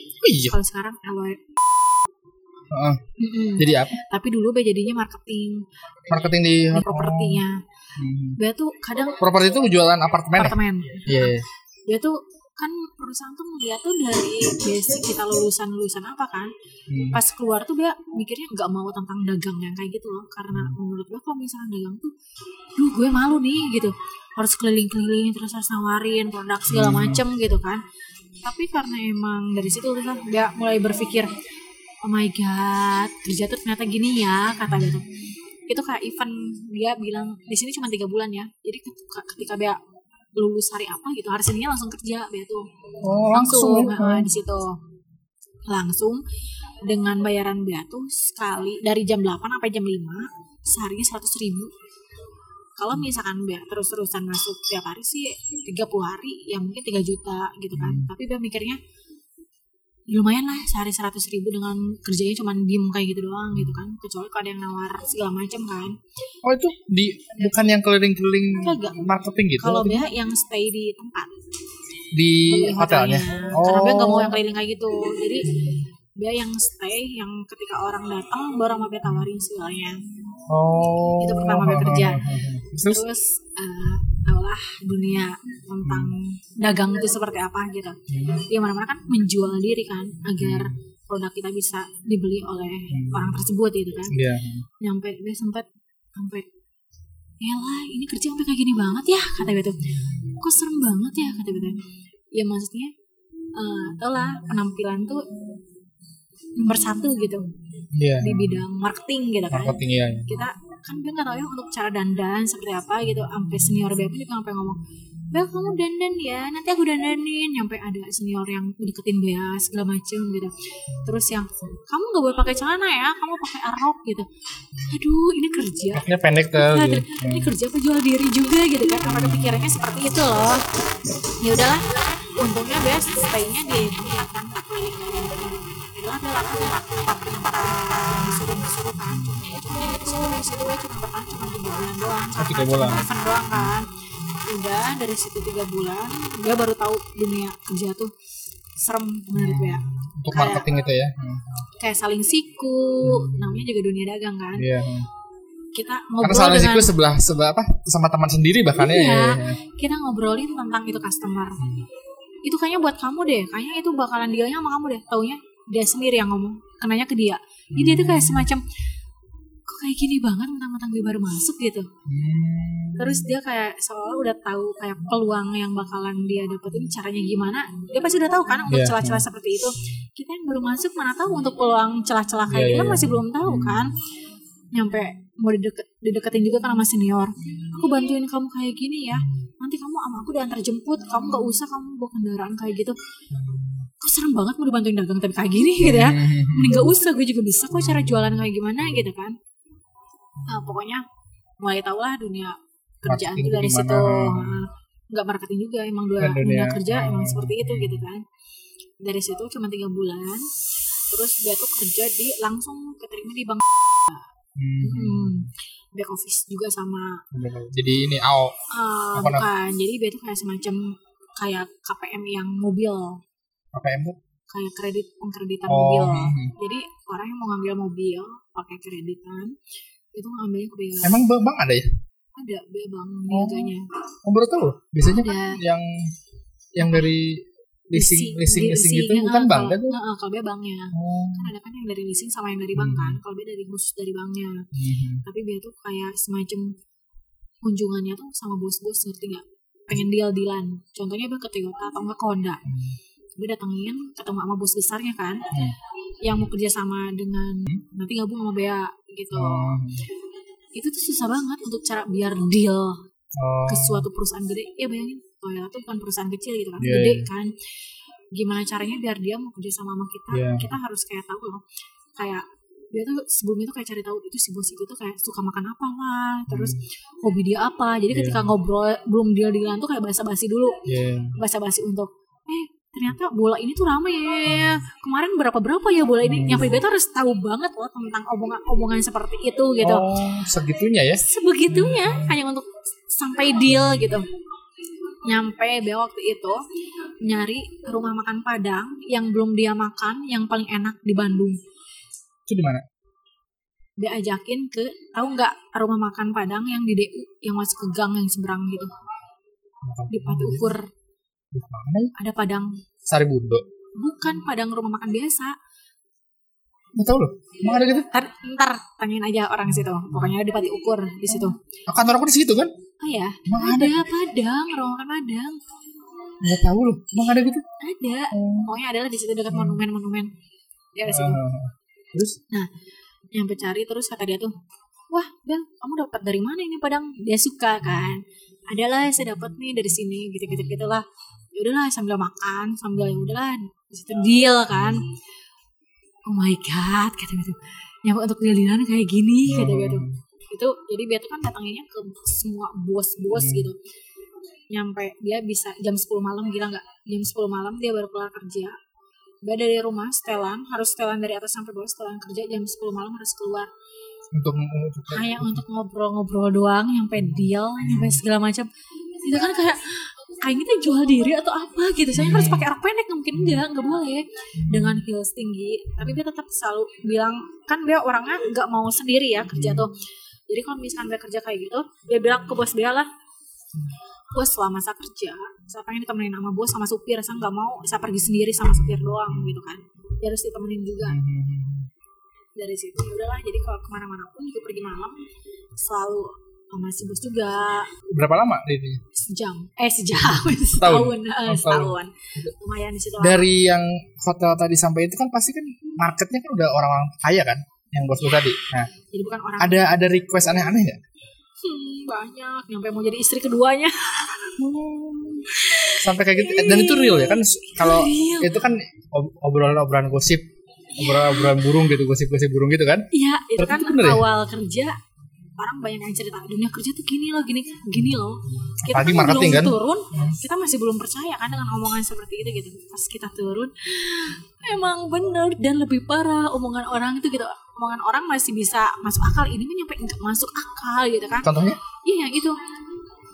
[SPEAKER 2] Oh, iya.
[SPEAKER 1] kalau sekarang LW
[SPEAKER 2] Heeh.
[SPEAKER 1] Mm-mm.
[SPEAKER 2] Jadi apa?
[SPEAKER 1] tapi dulu Bea jadinya marketing
[SPEAKER 2] Marketing di
[SPEAKER 1] di propertinya
[SPEAKER 2] Hmm.
[SPEAKER 1] Bea tuh kadang
[SPEAKER 2] Properti itu jualan apartemen. ya?
[SPEAKER 1] apartemen
[SPEAKER 2] Iya. iya.
[SPEAKER 1] dia tuh kan perusahaan tuh ngeliat tuh dari basic kita lulusan lulusan apa kan
[SPEAKER 2] Hmm.
[SPEAKER 1] pas keluar tuh dia mikirnya nggak mau tentang dagang yang kayak gitu loh karena menurut gue kalau misalnya dagang tuh duh gue malu nih gitu harus keliling-keliling terus harus nawarin produk segala macem gitu kan tapi karena emang dari situ udah dia mulai berpikir oh my god kerja tuh ternyata gini ya kata dia tuh itu kayak event dia bilang di sini cuma tiga bulan ya jadi ketika, ketika dia lulus hari apa gitu hari seninnya langsung kerja dia tuh
[SPEAKER 2] Oh, langsung.
[SPEAKER 1] eh, di situ langsung dengan bayaran dia tuh sekali dari jam 8 sampai jam 5 seharinya 100 ribu kalau misalkan Bea terus-terusan masuk tiap hari sih 30 hari ya mungkin 3 juta gitu kan tapi Bea mikirnya lumayan lah sehari 100 ribu dengan kerjanya cuman diem kayak gitu doang gitu kan kecuali kalau ada yang nawar segala macam kan
[SPEAKER 2] Oh itu di bukan yang keliling-keliling
[SPEAKER 1] Kagak.
[SPEAKER 2] marketing gitu
[SPEAKER 1] kalau Bea yang stay di tempat
[SPEAKER 2] di
[SPEAKER 1] di
[SPEAKER 2] hotelnya.
[SPEAKER 1] karena
[SPEAKER 2] Oh.
[SPEAKER 1] Bea gak mau yang keliling kayak gitu jadi Bea yang stay yang ketika orang datang baru sama Bea tawarin segalanya
[SPEAKER 2] Oh. hmm,
[SPEAKER 1] Itu pertama kali kerja.
[SPEAKER 2] Terus
[SPEAKER 1] terus eh, tau lah dunia tentang dagang itu seperti apa gitu di mana-mana kan menjual diri kan agar produk kita bisa dibeli oleh orang tersebut gitu kan
[SPEAKER 2] Iya.
[SPEAKER 1] nyampe dia sempat sampai lah ini kerja sampai kayak gini banget ya kata gitu kok serem banget ya kata gitu ya maksudnya eh tau lah penampilan tuh nomor satu gitu
[SPEAKER 2] Iya.
[SPEAKER 1] di bidang marketing gitu kan
[SPEAKER 2] Marketing ya.
[SPEAKER 1] kita kan dia nggak tahu ya untuk cara dandan seperti apa gitu sampai senior dia pun juga sampai ngomong Bel kamu dandan ya nanti aku dandanin nyampe ada senior yang deketin Bea segala macem gitu terus yang kamu nggak boleh pakai celana ya kamu pakai arok gitu aduh ini kerja
[SPEAKER 2] Ini pendek tuh.
[SPEAKER 1] Nah,
[SPEAKER 2] gitu.
[SPEAKER 1] ini kerja apa jual diri juga gitu kan apa kepikirannya seperti itu loh ya udahlah untungnya best stay-nya di kelihatan itulah adalah aku tempat tempat kita disuruh disuruh kan cuma ya cuma di situ di situ gue cuma bertahan cuma tiga bulan doang
[SPEAKER 2] Oh, tiga
[SPEAKER 1] karena
[SPEAKER 2] bulan.
[SPEAKER 1] cuma event doang kan udah dari situ tiga bulan gue baru tahu dunia kerja tuh serem menurut gue
[SPEAKER 2] Untuk
[SPEAKER 1] kayak-
[SPEAKER 2] marketing itu ya. Hmm.
[SPEAKER 1] kayak saling siku namanya juga dunia dagang kan
[SPEAKER 2] Iya.
[SPEAKER 1] kita
[SPEAKER 2] Karena
[SPEAKER 1] ngobrol
[SPEAKER 2] salahnya
[SPEAKER 1] dengan
[SPEAKER 2] itu sebelah sebelah apa? Sama teman sendiri bahkan ya.
[SPEAKER 1] Iya,
[SPEAKER 2] Iya.
[SPEAKER 1] kita ngobrolin tentang itu customer. Itu kayaknya buat kamu deh, kayaknya itu bakalan dealnya sama kamu deh. Taunya dia sendiri yang ngomong, kenanya ke dia. Jadi dia tuh kayak semacam kok kayak gini banget mentang-mentang dia baru masuk gitu.
[SPEAKER 2] Hmm.
[SPEAKER 1] Terus dia kayak seolah udah tahu kayak peluang yang bakalan dia dapetin caranya gimana. Dia pasti udah tahu kan untuk
[SPEAKER 2] Iya.
[SPEAKER 1] celah-celah seperti itu. Kita yang baru masuk mana tahu untuk peluang celah-celah kayak
[SPEAKER 2] Iya,
[SPEAKER 1] gitu
[SPEAKER 2] iya.
[SPEAKER 1] masih belum tahu kan. Nyampe mau dideket, dideketin juga kan sama senior. Aku bantuin kamu kayak gini ya. Nanti kamu sama aku diantar jemput. Kamu gak usah kamu bawa kendaraan kayak gitu. Kok serem banget mau dibantuin dagang tapi kayak gini gitu ya
[SPEAKER 2] Hmm.
[SPEAKER 1] mending gak usah gue juga bisa kok cara jualan kayak gimana gitu kan nah, pokoknya mulai tau lah dunia kerjaan
[SPEAKER 2] Marketing
[SPEAKER 1] tuh dari
[SPEAKER 2] gimana.
[SPEAKER 1] situ Nah, nggak marketing juga emang dua
[SPEAKER 2] Dan
[SPEAKER 1] dunia
[SPEAKER 2] dunia-
[SPEAKER 1] kerja emang seperti itu gitu kan dari situ cuma tiga bulan terus dia tuh kerja di langsung keterima di bank hmm, back office juga sama
[SPEAKER 2] iya. Hmm. Jadi ini
[SPEAKER 1] eh,
[SPEAKER 2] AO. Apa namanya?
[SPEAKER 1] bukan jadi dia tuh kayak semacam kayak KPM yang mobil
[SPEAKER 2] KPM tuh.
[SPEAKER 1] kayak kredit pengkreditan
[SPEAKER 2] Oh.
[SPEAKER 1] mobil jadi orang yang mau ngambil mobil pakai kreditan itu ngambilnya ke BA
[SPEAKER 2] Emang bang bang ada ya?
[SPEAKER 1] ada BA bank niaganya
[SPEAKER 2] Oh, baru tahu. loh. Biasanya
[SPEAKER 1] ada
[SPEAKER 2] yang yang dari leasing leasing leasing gitu
[SPEAKER 1] leasingnya,
[SPEAKER 2] bukan bang
[SPEAKER 1] kalau-
[SPEAKER 2] kan tuh.
[SPEAKER 1] Heeh, kalau BA banknya
[SPEAKER 2] Oh.
[SPEAKER 1] kan ada kan yang dari leasing sama yang dari bank kan kalau BA dari khusus dari banknya
[SPEAKER 2] Hmm.
[SPEAKER 1] tapi BA tuh kayak semacam kunjungannya tuh sama bos-bos ngerti nggak pengen deal dealan contohnya BA ke Toyota atau nggak ke Honda gue datengin ketemu sama bos besarnya kan
[SPEAKER 2] Hmm.
[SPEAKER 1] yang mau kerja sama dengan nanti gabung sama BA gitu
[SPEAKER 2] Oh.
[SPEAKER 1] itu tuh susah banget untuk cara biar deal
[SPEAKER 2] Oh.
[SPEAKER 1] ke suatu perusahaan gede ya bayangin Toyota tuh bukan perusahaan kecil gitu kan
[SPEAKER 2] Iya,
[SPEAKER 1] gede
[SPEAKER 2] iya.
[SPEAKER 1] kan gimana caranya biar dia mau kerja sama sama kita
[SPEAKER 2] Iya.
[SPEAKER 1] kita harus kayak tahu loh kayak dia tuh sebelumnya tuh kayak cari tahu itu si bos itu tuh kayak suka makan apa lah terus hobi dia apa jadi
[SPEAKER 2] Hmm. Iya.
[SPEAKER 1] ketika ngobrol belum deal dealan tuh kayak basa-basi dulu
[SPEAKER 2] Iya.
[SPEAKER 1] basa-basi untuk eh ternyata bola ini tuh rame ya kemarin berapa berapa ya bola ini
[SPEAKER 2] Hmm.
[SPEAKER 1] nyampe dia tuh harus tahu banget loh tentang omongan-omongan seperti itu gitu
[SPEAKER 2] Oh, segitunya ya.
[SPEAKER 1] sebegitunya hanya untuk sampai deal gitu nyampe be waktu itu nyari rumah makan padang yang belum dia makan yang paling enak di Bandung
[SPEAKER 2] Itu di mana?
[SPEAKER 1] dia ajakin ke tahu nggak rumah makan padang yang di DU yang masuk ke gang yang seberang gitu di Pati Ukur
[SPEAKER 2] Mana? ya?
[SPEAKER 1] ada padang
[SPEAKER 2] Sari Bundo.
[SPEAKER 1] bukan padang rumah makan biasa
[SPEAKER 2] Nggak tahu loh. Emang ada gitu?
[SPEAKER 1] ntar, ntar tanyain aja orang situ pokoknya di Pati Ukur di situ
[SPEAKER 2] Kantor Nah, aku di situ kan?
[SPEAKER 1] oh ya
[SPEAKER 2] Emang ada.
[SPEAKER 1] ada padang rumah makan padang
[SPEAKER 2] nggak tahu loh emang ada gitu
[SPEAKER 1] Ada. Pokoknya adalah di situ dekat monumen-monumen. Di area situ.
[SPEAKER 2] Ah. terus
[SPEAKER 1] Nah, yang cari terus kata dia tuh, wah Bel, kamu dapat dari mana ini padang? Dia suka kan? Adalah saya dapat nih dari sini, gitu-gitu gitulah. Ya udahlah sambil makan, sambil ya udahlah di situ deal kan. Oh my god, kata gitu. Nyampe untuk lilinan kayak gini, kata gitu. Itu jadi dia tuh kan datangnya ke semua bos-bos gitu. Nyampe dia bisa jam 10 malam gila nggak? Jam 10 malam dia baru keluar kerja gue dari rumah setelan harus setelan dari atas sampai bawah setelan kerja jam 10 malam harus keluar
[SPEAKER 2] untuk untuk
[SPEAKER 1] hanya untuk ngobrol-ngobrol doang nyampe deal nyampe segala macam itu kan kayak kayak kita jual diri atau apa gitu saya harus pakai rok pendek nggak mungkin enggak nggak boleh dengan heels tinggi tapi dia tetap selalu bilang kan dia orangnya nggak mau sendiri ya kerja tuh jadi kalau misalkan dia kerja kayak gitu dia bilang ke bos dia lah bos selama saya kerja saya pengen ditemenin sama bos sama supir saya nggak mau saya pergi sendiri sama supir doang gitu kan dia harus ditemenin juga
[SPEAKER 2] hmm,
[SPEAKER 1] dari situ ya udahlah jadi kalau kemana-mana pun juga pergi malam selalu sama si bos juga
[SPEAKER 2] berapa lama ini
[SPEAKER 1] sejam eh sejam setahun
[SPEAKER 2] Oh,
[SPEAKER 1] eh, setahun
[SPEAKER 2] setahun.
[SPEAKER 1] lumayan di situ lah.
[SPEAKER 2] dari yang hotel tadi sampai itu kan pasti kan marketnya kan udah orang-orang kaya kan yang bos lu tadi nah
[SPEAKER 1] jadi bukan orang
[SPEAKER 2] ada ada request aneh-aneh nggak
[SPEAKER 1] hmm, banyak nyampe mau jadi istri keduanya
[SPEAKER 2] sampai kayak gitu dan itu real ya kan kalau
[SPEAKER 1] Real.
[SPEAKER 2] itu kan ob- obrolan-obrolan gosip obrolan-obrolan burung gitu gosip-gosip burung gitu kan
[SPEAKER 1] Iya, itu
[SPEAKER 2] Berarti
[SPEAKER 1] kan
[SPEAKER 2] itu bener ya?
[SPEAKER 1] awal kerja orang banyak yang cerita dunia kerja tuh gini loh, gini gini loh. Kita
[SPEAKER 2] Apalagi
[SPEAKER 1] kan
[SPEAKER 2] marketing,
[SPEAKER 1] belum
[SPEAKER 2] kan?
[SPEAKER 1] turun, kita masih belum percaya kan dengan omongan seperti itu gitu. Pas kita turun, emang bener dan lebih parah omongan orang itu gitu. Omongan orang masih bisa masuk akal, ini kan nyampe nggak masuk akal gitu kan?
[SPEAKER 2] contohnya
[SPEAKER 1] Iya yang itu.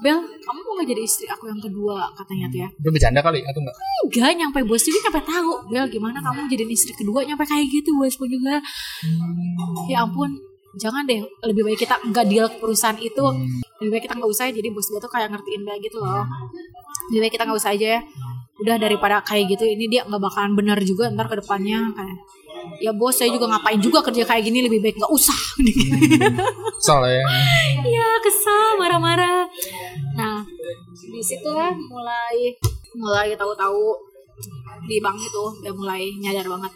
[SPEAKER 1] Bel, kamu mau gak jadi istri aku yang kedua katanya tuh ya?
[SPEAKER 2] itu bercanda kali atau enggak
[SPEAKER 1] enggak nyampe bos juga nyampe tahu Bel gimana kamu jadi istri kedua nyampe kayak gitu bos pun juga ya ampun jangan deh lebih baik kita enggak deal ke perusahaan itu lebih baik kita nggak usah ya. jadi bos gue tuh kayak ngertiin Bel gitu loh lebih baik kita nggak usah aja ya udah daripada kayak gitu ini dia nggak bakalan bener juga ntar ke depannya kayak ya bos saya juga ngapain juga kerja kayak gini lebih baik nggak usah Gitu.
[SPEAKER 2] soalnya
[SPEAKER 1] Iya kesel marah-marah. Nah di situ lah mulai mulai tahu-tahu di bank itu udah mulai nyadar banget.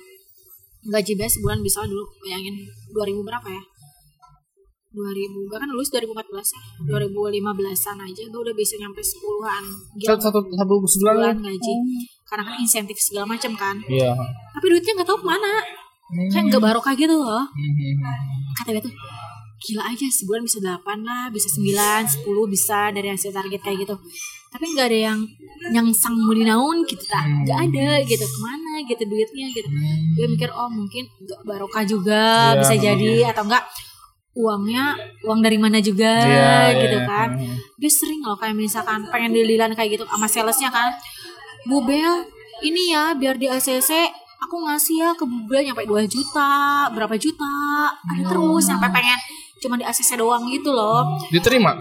[SPEAKER 1] Gaji base sebulan bisa dulu bayangin 2000 berapa ya? 2000 gue kan lulus 2014 ya 2015an aja gue udah bisa nyampe 10an
[SPEAKER 2] satu
[SPEAKER 1] gila
[SPEAKER 2] satu satu sebulan lu-
[SPEAKER 1] bulan gaji karena kan insentif segala macam kan
[SPEAKER 2] iya
[SPEAKER 1] tapi duitnya nggak tahu kemana kayak nggak barokah gitu loh kata dia tuh gila aja sebulan bisa 8 lah bisa 9, 10 bisa dari hasil target kayak gitu tapi nggak ada yang yang sang mau dinaun gitu tak nggak ada gitu kemana gitu duitnya gitu gue mikir oh mungkin nggak barokah juga
[SPEAKER 2] Iya,
[SPEAKER 1] bisa jadi atau enggak uangnya uang dari mana juga
[SPEAKER 2] Iya,
[SPEAKER 1] gitu
[SPEAKER 2] iya.
[SPEAKER 1] kan dia sering loh kayak misalkan pengen dililan kayak gitu sama salesnya kan Bu Bel ini ya biar di ACC aku ngasih ya ke Bu Bel nyampe 2 juta berapa juta
[SPEAKER 2] Iya.
[SPEAKER 1] ada terus sampai pengen cuma di ACC doang gitu loh
[SPEAKER 2] diterima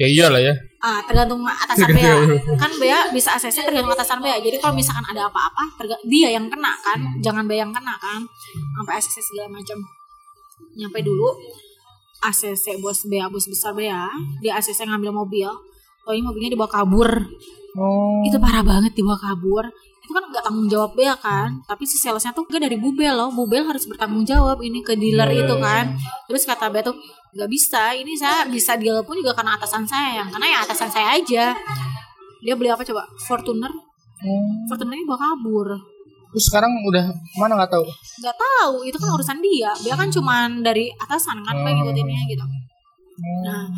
[SPEAKER 2] ya iyalah ya
[SPEAKER 1] ah, tergantung atasan Bea kan Bea bisa ACC tergantung atasan Bea jadi kalau misalkan ada apa-apa terga- dia yang kena kan jangan Bea yang kena kan sampai ACC segala macam nyampe dulu ACC bos Bea bos besar Bea dia ACC ngambil mobil oh ini mobilnya dibawa kabur
[SPEAKER 2] oh
[SPEAKER 1] itu parah banget dibawa kabur itu kan nggak tanggung jawab Bel kan tapi si salesnya tuh gak dari Bubel loh Bubel harus bertanggung jawab ini ke dealer itu kan terus kata Bel tuh nggak bisa ini saya bisa deal pun juga karena atasan saya yang karena ya atasan saya aja dia beli apa coba Fortuner Fortuner ini bawa kabur
[SPEAKER 2] oh. terus sekarang udah mana nggak tahu
[SPEAKER 1] nggak tahu itu kan urusan dia dia kan cuman dari atasan kan kayak ngikutinnya gitu nah
[SPEAKER 2] Hmm.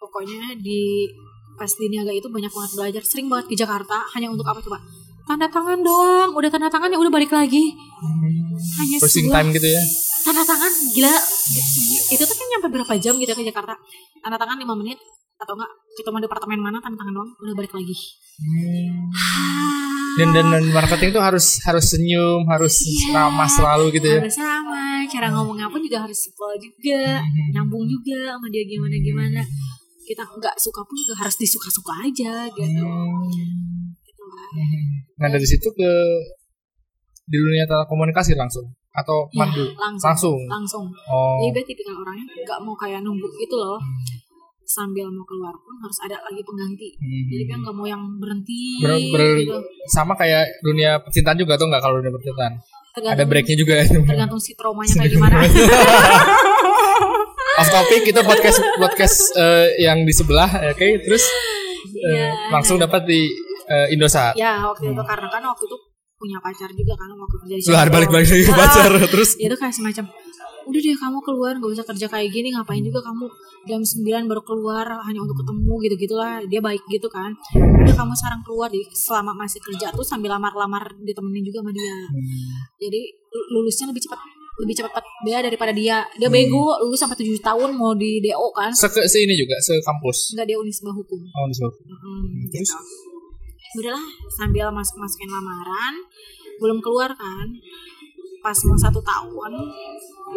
[SPEAKER 1] pokoknya di pas di niaga itu banyak banget belajar sering banget ke Jakarta hanya untuk apa coba tanda tangan doang udah tanda tangan ya udah balik lagi
[SPEAKER 2] Hmm.
[SPEAKER 1] hanya
[SPEAKER 2] First
[SPEAKER 1] sebuah
[SPEAKER 2] time gitu ya
[SPEAKER 1] tanda tangan gila itu tuh kan nyampe berapa jam gitu ke Jakarta tanda tangan 5 menit atau enggak kita mau departemen mana tanda tangan doang udah balik lagi Hmm.
[SPEAKER 2] dan dan, dan marketing tuh harus harus senyum harus
[SPEAKER 1] Iya.
[SPEAKER 2] ramah selalu gitu ya
[SPEAKER 1] harus sama cara ngomongnya pun juga harus simple juga nyambung juga sama dia gimana gimana kita nggak suka pun juga harus disuka suka aja gitu Gitu lah.
[SPEAKER 2] nah dari situ ke di dunia telekomunikasi langsung atau
[SPEAKER 1] Ya,
[SPEAKER 2] mana dulu?
[SPEAKER 1] langsung Iya.
[SPEAKER 2] langsung
[SPEAKER 1] langsung
[SPEAKER 2] oh Hmm.
[SPEAKER 1] jadi gue tipikal orangnya nggak mau kayak nunggu gitu loh sambil mau keluar pun harus ada lagi pengganti
[SPEAKER 2] Hmm.
[SPEAKER 1] jadi kan nggak mau yang berhenti
[SPEAKER 2] Ber- ber-
[SPEAKER 1] gitu.
[SPEAKER 2] sama kayak dunia percintaan juga tuh nggak kalau dunia percintaan ada
[SPEAKER 1] tergantung
[SPEAKER 2] breaknya Eh, juga ya. itu
[SPEAKER 1] tergantung si traumanya kayak gimana
[SPEAKER 2] off topic itu podcast podcast eh, yang di sebelah oke terus eh, langsung Hmm. dapat di eh, Indosat
[SPEAKER 1] Iya. ya waktu itu karena kan waktu itu punya pacar juga kan waktu kerja di
[SPEAKER 2] Lu harus
[SPEAKER 1] situ.
[SPEAKER 2] balik-balik lagi ke
[SPEAKER 1] Ah,
[SPEAKER 2] pacar terus
[SPEAKER 1] ya itu kayak semacam udah deh kamu keluar nggak usah kerja kayak gini ngapain juga kamu jam 9 baru keluar hanya untuk ketemu gitu gitulah dia baik gitu kan udah kamu sekarang keluar jadi selama masih kerja tuh sambil lamar-lamar ditemenin juga sama dia jadi lu- lulusnya lebih cepat lebih cepat dia daripada dia dia bego lulus sampai 7 tahun mau di DO kan
[SPEAKER 2] se, se ini juga se kampus
[SPEAKER 1] nggak dia unisba hukum
[SPEAKER 2] oh, di sebelah.
[SPEAKER 1] Mm,
[SPEAKER 2] Terus?
[SPEAKER 1] gitu. Udahlah sambil masuk masukin lamaran, belum keluar kan. Pas mau satu tahun,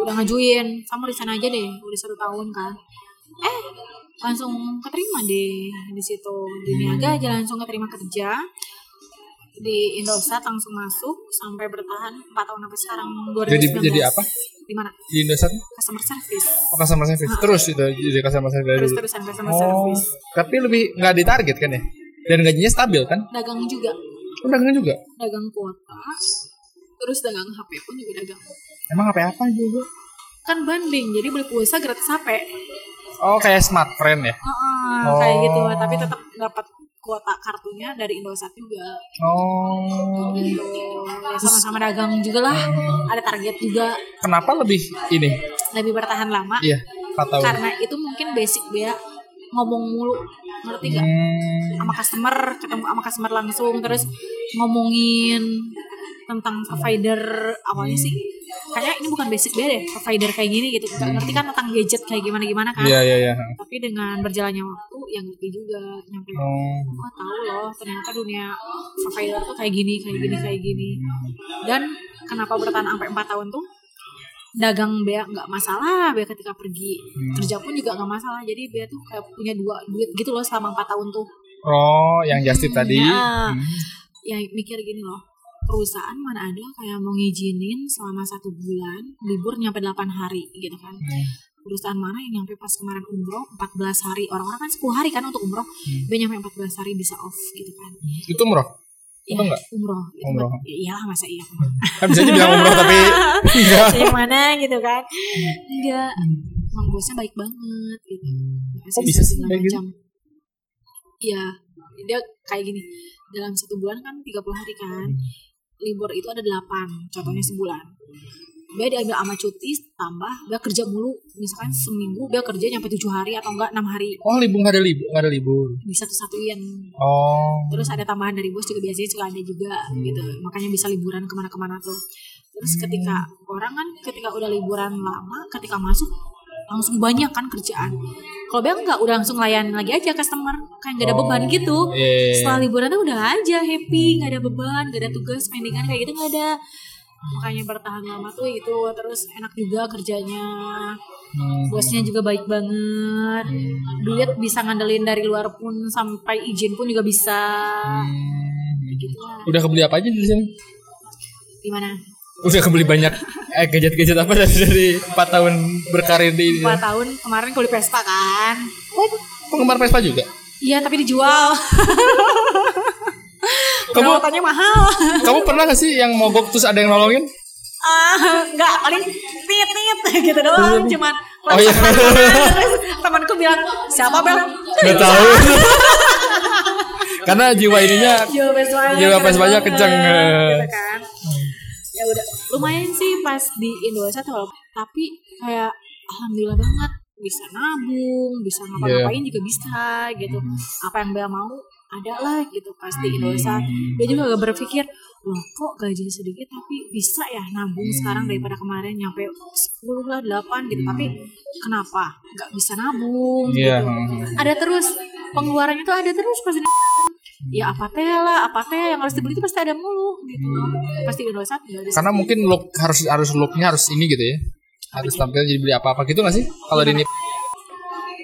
[SPEAKER 1] udah ngajuin, kamu resign aja deh, udah satu tahun kan. Eh, langsung keterima deh di situ.
[SPEAKER 2] Iya.
[SPEAKER 1] Di Niaga aja langsung keterima kerja di Indosat langsung masuk sampai bertahan 4 tahun sampai sekarang 2019.
[SPEAKER 2] jadi jadi apa
[SPEAKER 1] Di mana?
[SPEAKER 2] di Indosat
[SPEAKER 1] Customer service.
[SPEAKER 2] oh, customer service terus itu jadi customer service dari dulu
[SPEAKER 1] Terus-terusan customer
[SPEAKER 2] oh
[SPEAKER 1] service.
[SPEAKER 2] tapi lebih nggak ditarget kan ya dan gajinya stabil kan
[SPEAKER 1] Dagang juga,
[SPEAKER 2] udah kan juga
[SPEAKER 1] dagang kuota. Terus dagang HP pun juga dagang.
[SPEAKER 2] emang apa apa juga
[SPEAKER 1] kan banding jadi beli pulsa gratis HP
[SPEAKER 2] oh kayak smart friend ya
[SPEAKER 1] Heeh,
[SPEAKER 2] Oh.
[SPEAKER 1] kayak gitu tapi tetap dapat kuota kartunya dari Indosat juga
[SPEAKER 2] oh
[SPEAKER 1] gitu Ya, sama-sama dagang juga lah ada target juga
[SPEAKER 2] kenapa lebih ini
[SPEAKER 1] lebih bertahan lama
[SPEAKER 2] iya empat tahun
[SPEAKER 1] karena itu mungkin basic dia ngomong mulu ngerti gak
[SPEAKER 2] Hmm.
[SPEAKER 1] sama customer ketemu sama customer langsung terus ngomongin tentang provider awalnya sih kayaknya ini bukan basic dia deh provider kayak gini gitu Nggak ngerti kan tentang gadget kayak gimana gimana kan
[SPEAKER 2] Iya iya iya.
[SPEAKER 1] tapi dengan berjalannya waktu yang ngerti juga nyampe
[SPEAKER 2] Oh.
[SPEAKER 1] wah tahu loh ternyata dunia provider tuh kayak gini kayak gini kayak gini dan kenapa bertahan sampai 4 tahun tuh dagang bea nggak masalah bea ketika pergi kerja pun juga nggak masalah jadi bea tuh kayak punya dua duit gitu loh selama 4 tahun tuh
[SPEAKER 2] Oh, yang Justin tadi.
[SPEAKER 1] ya.
[SPEAKER 2] Hmm.
[SPEAKER 1] ya mikir gini loh perusahaan mana ada kayak mau ngizinin selama satu bulan libur nyampe 8 hari gitu kan
[SPEAKER 2] Hmm.
[SPEAKER 1] perusahaan mana yang nyampe pas kemarin umroh 14 hari orang-orang kan 10 hari kan untuk umroh
[SPEAKER 2] Hmm.
[SPEAKER 1] dia nyampe 14 hari bisa off gitu kan
[SPEAKER 2] Itu umroh.
[SPEAKER 1] ya
[SPEAKER 2] Atau enggak?
[SPEAKER 1] umroh gitu
[SPEAKER 2] Umroh.
[SPEAKER 1] kan. ya iyalah masa iya
[SPEAKER 2] Kan bisa aja bilang umroh tapi Hmm. enggak.
[SPEAKER 1] yang mana gitu kan enggak emang bosnya baik banget gitu
[SPEAKER 2] Kok bisa sih kayak gitu?
[SPEAKER 1] iya dia kayak gini dalam satu bulan kan 30 hari kan libur itu ada 8
[SPEAKER 2] Hmm.
[SPEAKER 1] contohnya sebulan dia diambil sama cuti tambah dia kerja mulu misalkan seminggu dia kerja nyampe tujuh hari atau enggak enam hari
[SPEAKER 2] Oh, libur enggak ada libur, enggak ada libur.
[SPEAKER 1] disatu-satuin
[SPEAKER 2] Oh.
[SPEAKER 1] terus ada tambahan dari bos juga biasanya suka ada juga gitu makanya bisa liburan kemana-kemana tuh terus ketika orang kan ketika udah liburan lama ketika masuk langsung banyak kan kerjaan kalau Bel nggak udah langsung layan lagi aja customer kayak nggak ada beban gitu
[SPEAKER 2] Iya, iya, iya.
[SPEAKER 1] setelah liburan tuh udah aja happy nggak ada beban nggak ada tugas pendingan kayak gitu nggak ada makanya bertahan lama tuh itu terus enak juga kerjanya
[SPEAKER 2] Hmm.
[SPEAKER 1] bosnya juga baik banget
[SPEAKER 2] Iya.
[SPEAKER 1] duit bisa ngandelin dari luar pun sampai izin pun juga bisa
[SPEAKER 2] Hmm.
[SPEAKER 1] gitu lah
[SPEAKER 2] Udah kebeli apa aja di sini?
[SPEAKER 1] gimana
[SPEAKER 2] Udah kebeli banyak eh gadget-gadget apa dari, dari 4 tahun berkarir di
[SPEAKER 1] empat tahun kemarin kuliah Vespa kan
[SPEAKER 2] Oh, penggemar Vespa juga.
[SPEAKER 1] iya tapi dijual
[SPEAKER 2] Kamu-
[SPEAKER 1] perawatannya mahal
[SPEAKER 2] Kamu pernah gak sih yang mogok terus ada yang nolongin?
[SPEAKER 1] ah nggak paling tit tit gitu doang cuman
[SPEAKER 2] Oh, iya.
[SPEAKER 1] terus temanku bilang siapa bel
[SPEAKER 2] Gak tahu. Karena jiwa ininya
[SPEAKER 1] jiwa Vespa
[SPEAKER 2] Jiwa Vespanya kenceng.
[SPEAKER 1] gitu kan ya udah lumayan sih pas di Indonesia tuh tapi kayak alhamdulillah banget bisa nabung bisa ngapa-ngapain juga bisa gitu apa yang Bella mau ada lah gitu pas di Indonesia dia juga gak berpikir loh kok gaji sedikit tapi bisa ya nabung sekarang daripada kemarin nyampe 10 lah 8 gitu tapi kenapa nggak bisa nabung
[SPEAKER 2] Iya.
[SPEAKER 1] gitu ada terus pengeluarannya tuh ada terus pas di ya apa teh lah apa teh yang harus dibeli itu pasti ada mulu gitu
[SPEAKER 2] Hmm.
[SPEAKER 1] pasti di Indonesia nggak ada
[SPEAKER 2] karena mungkin look harus harus looknya harus ini gitu ya harus tampil jadi beli apa apa gitu nggak sih kalau di ini kan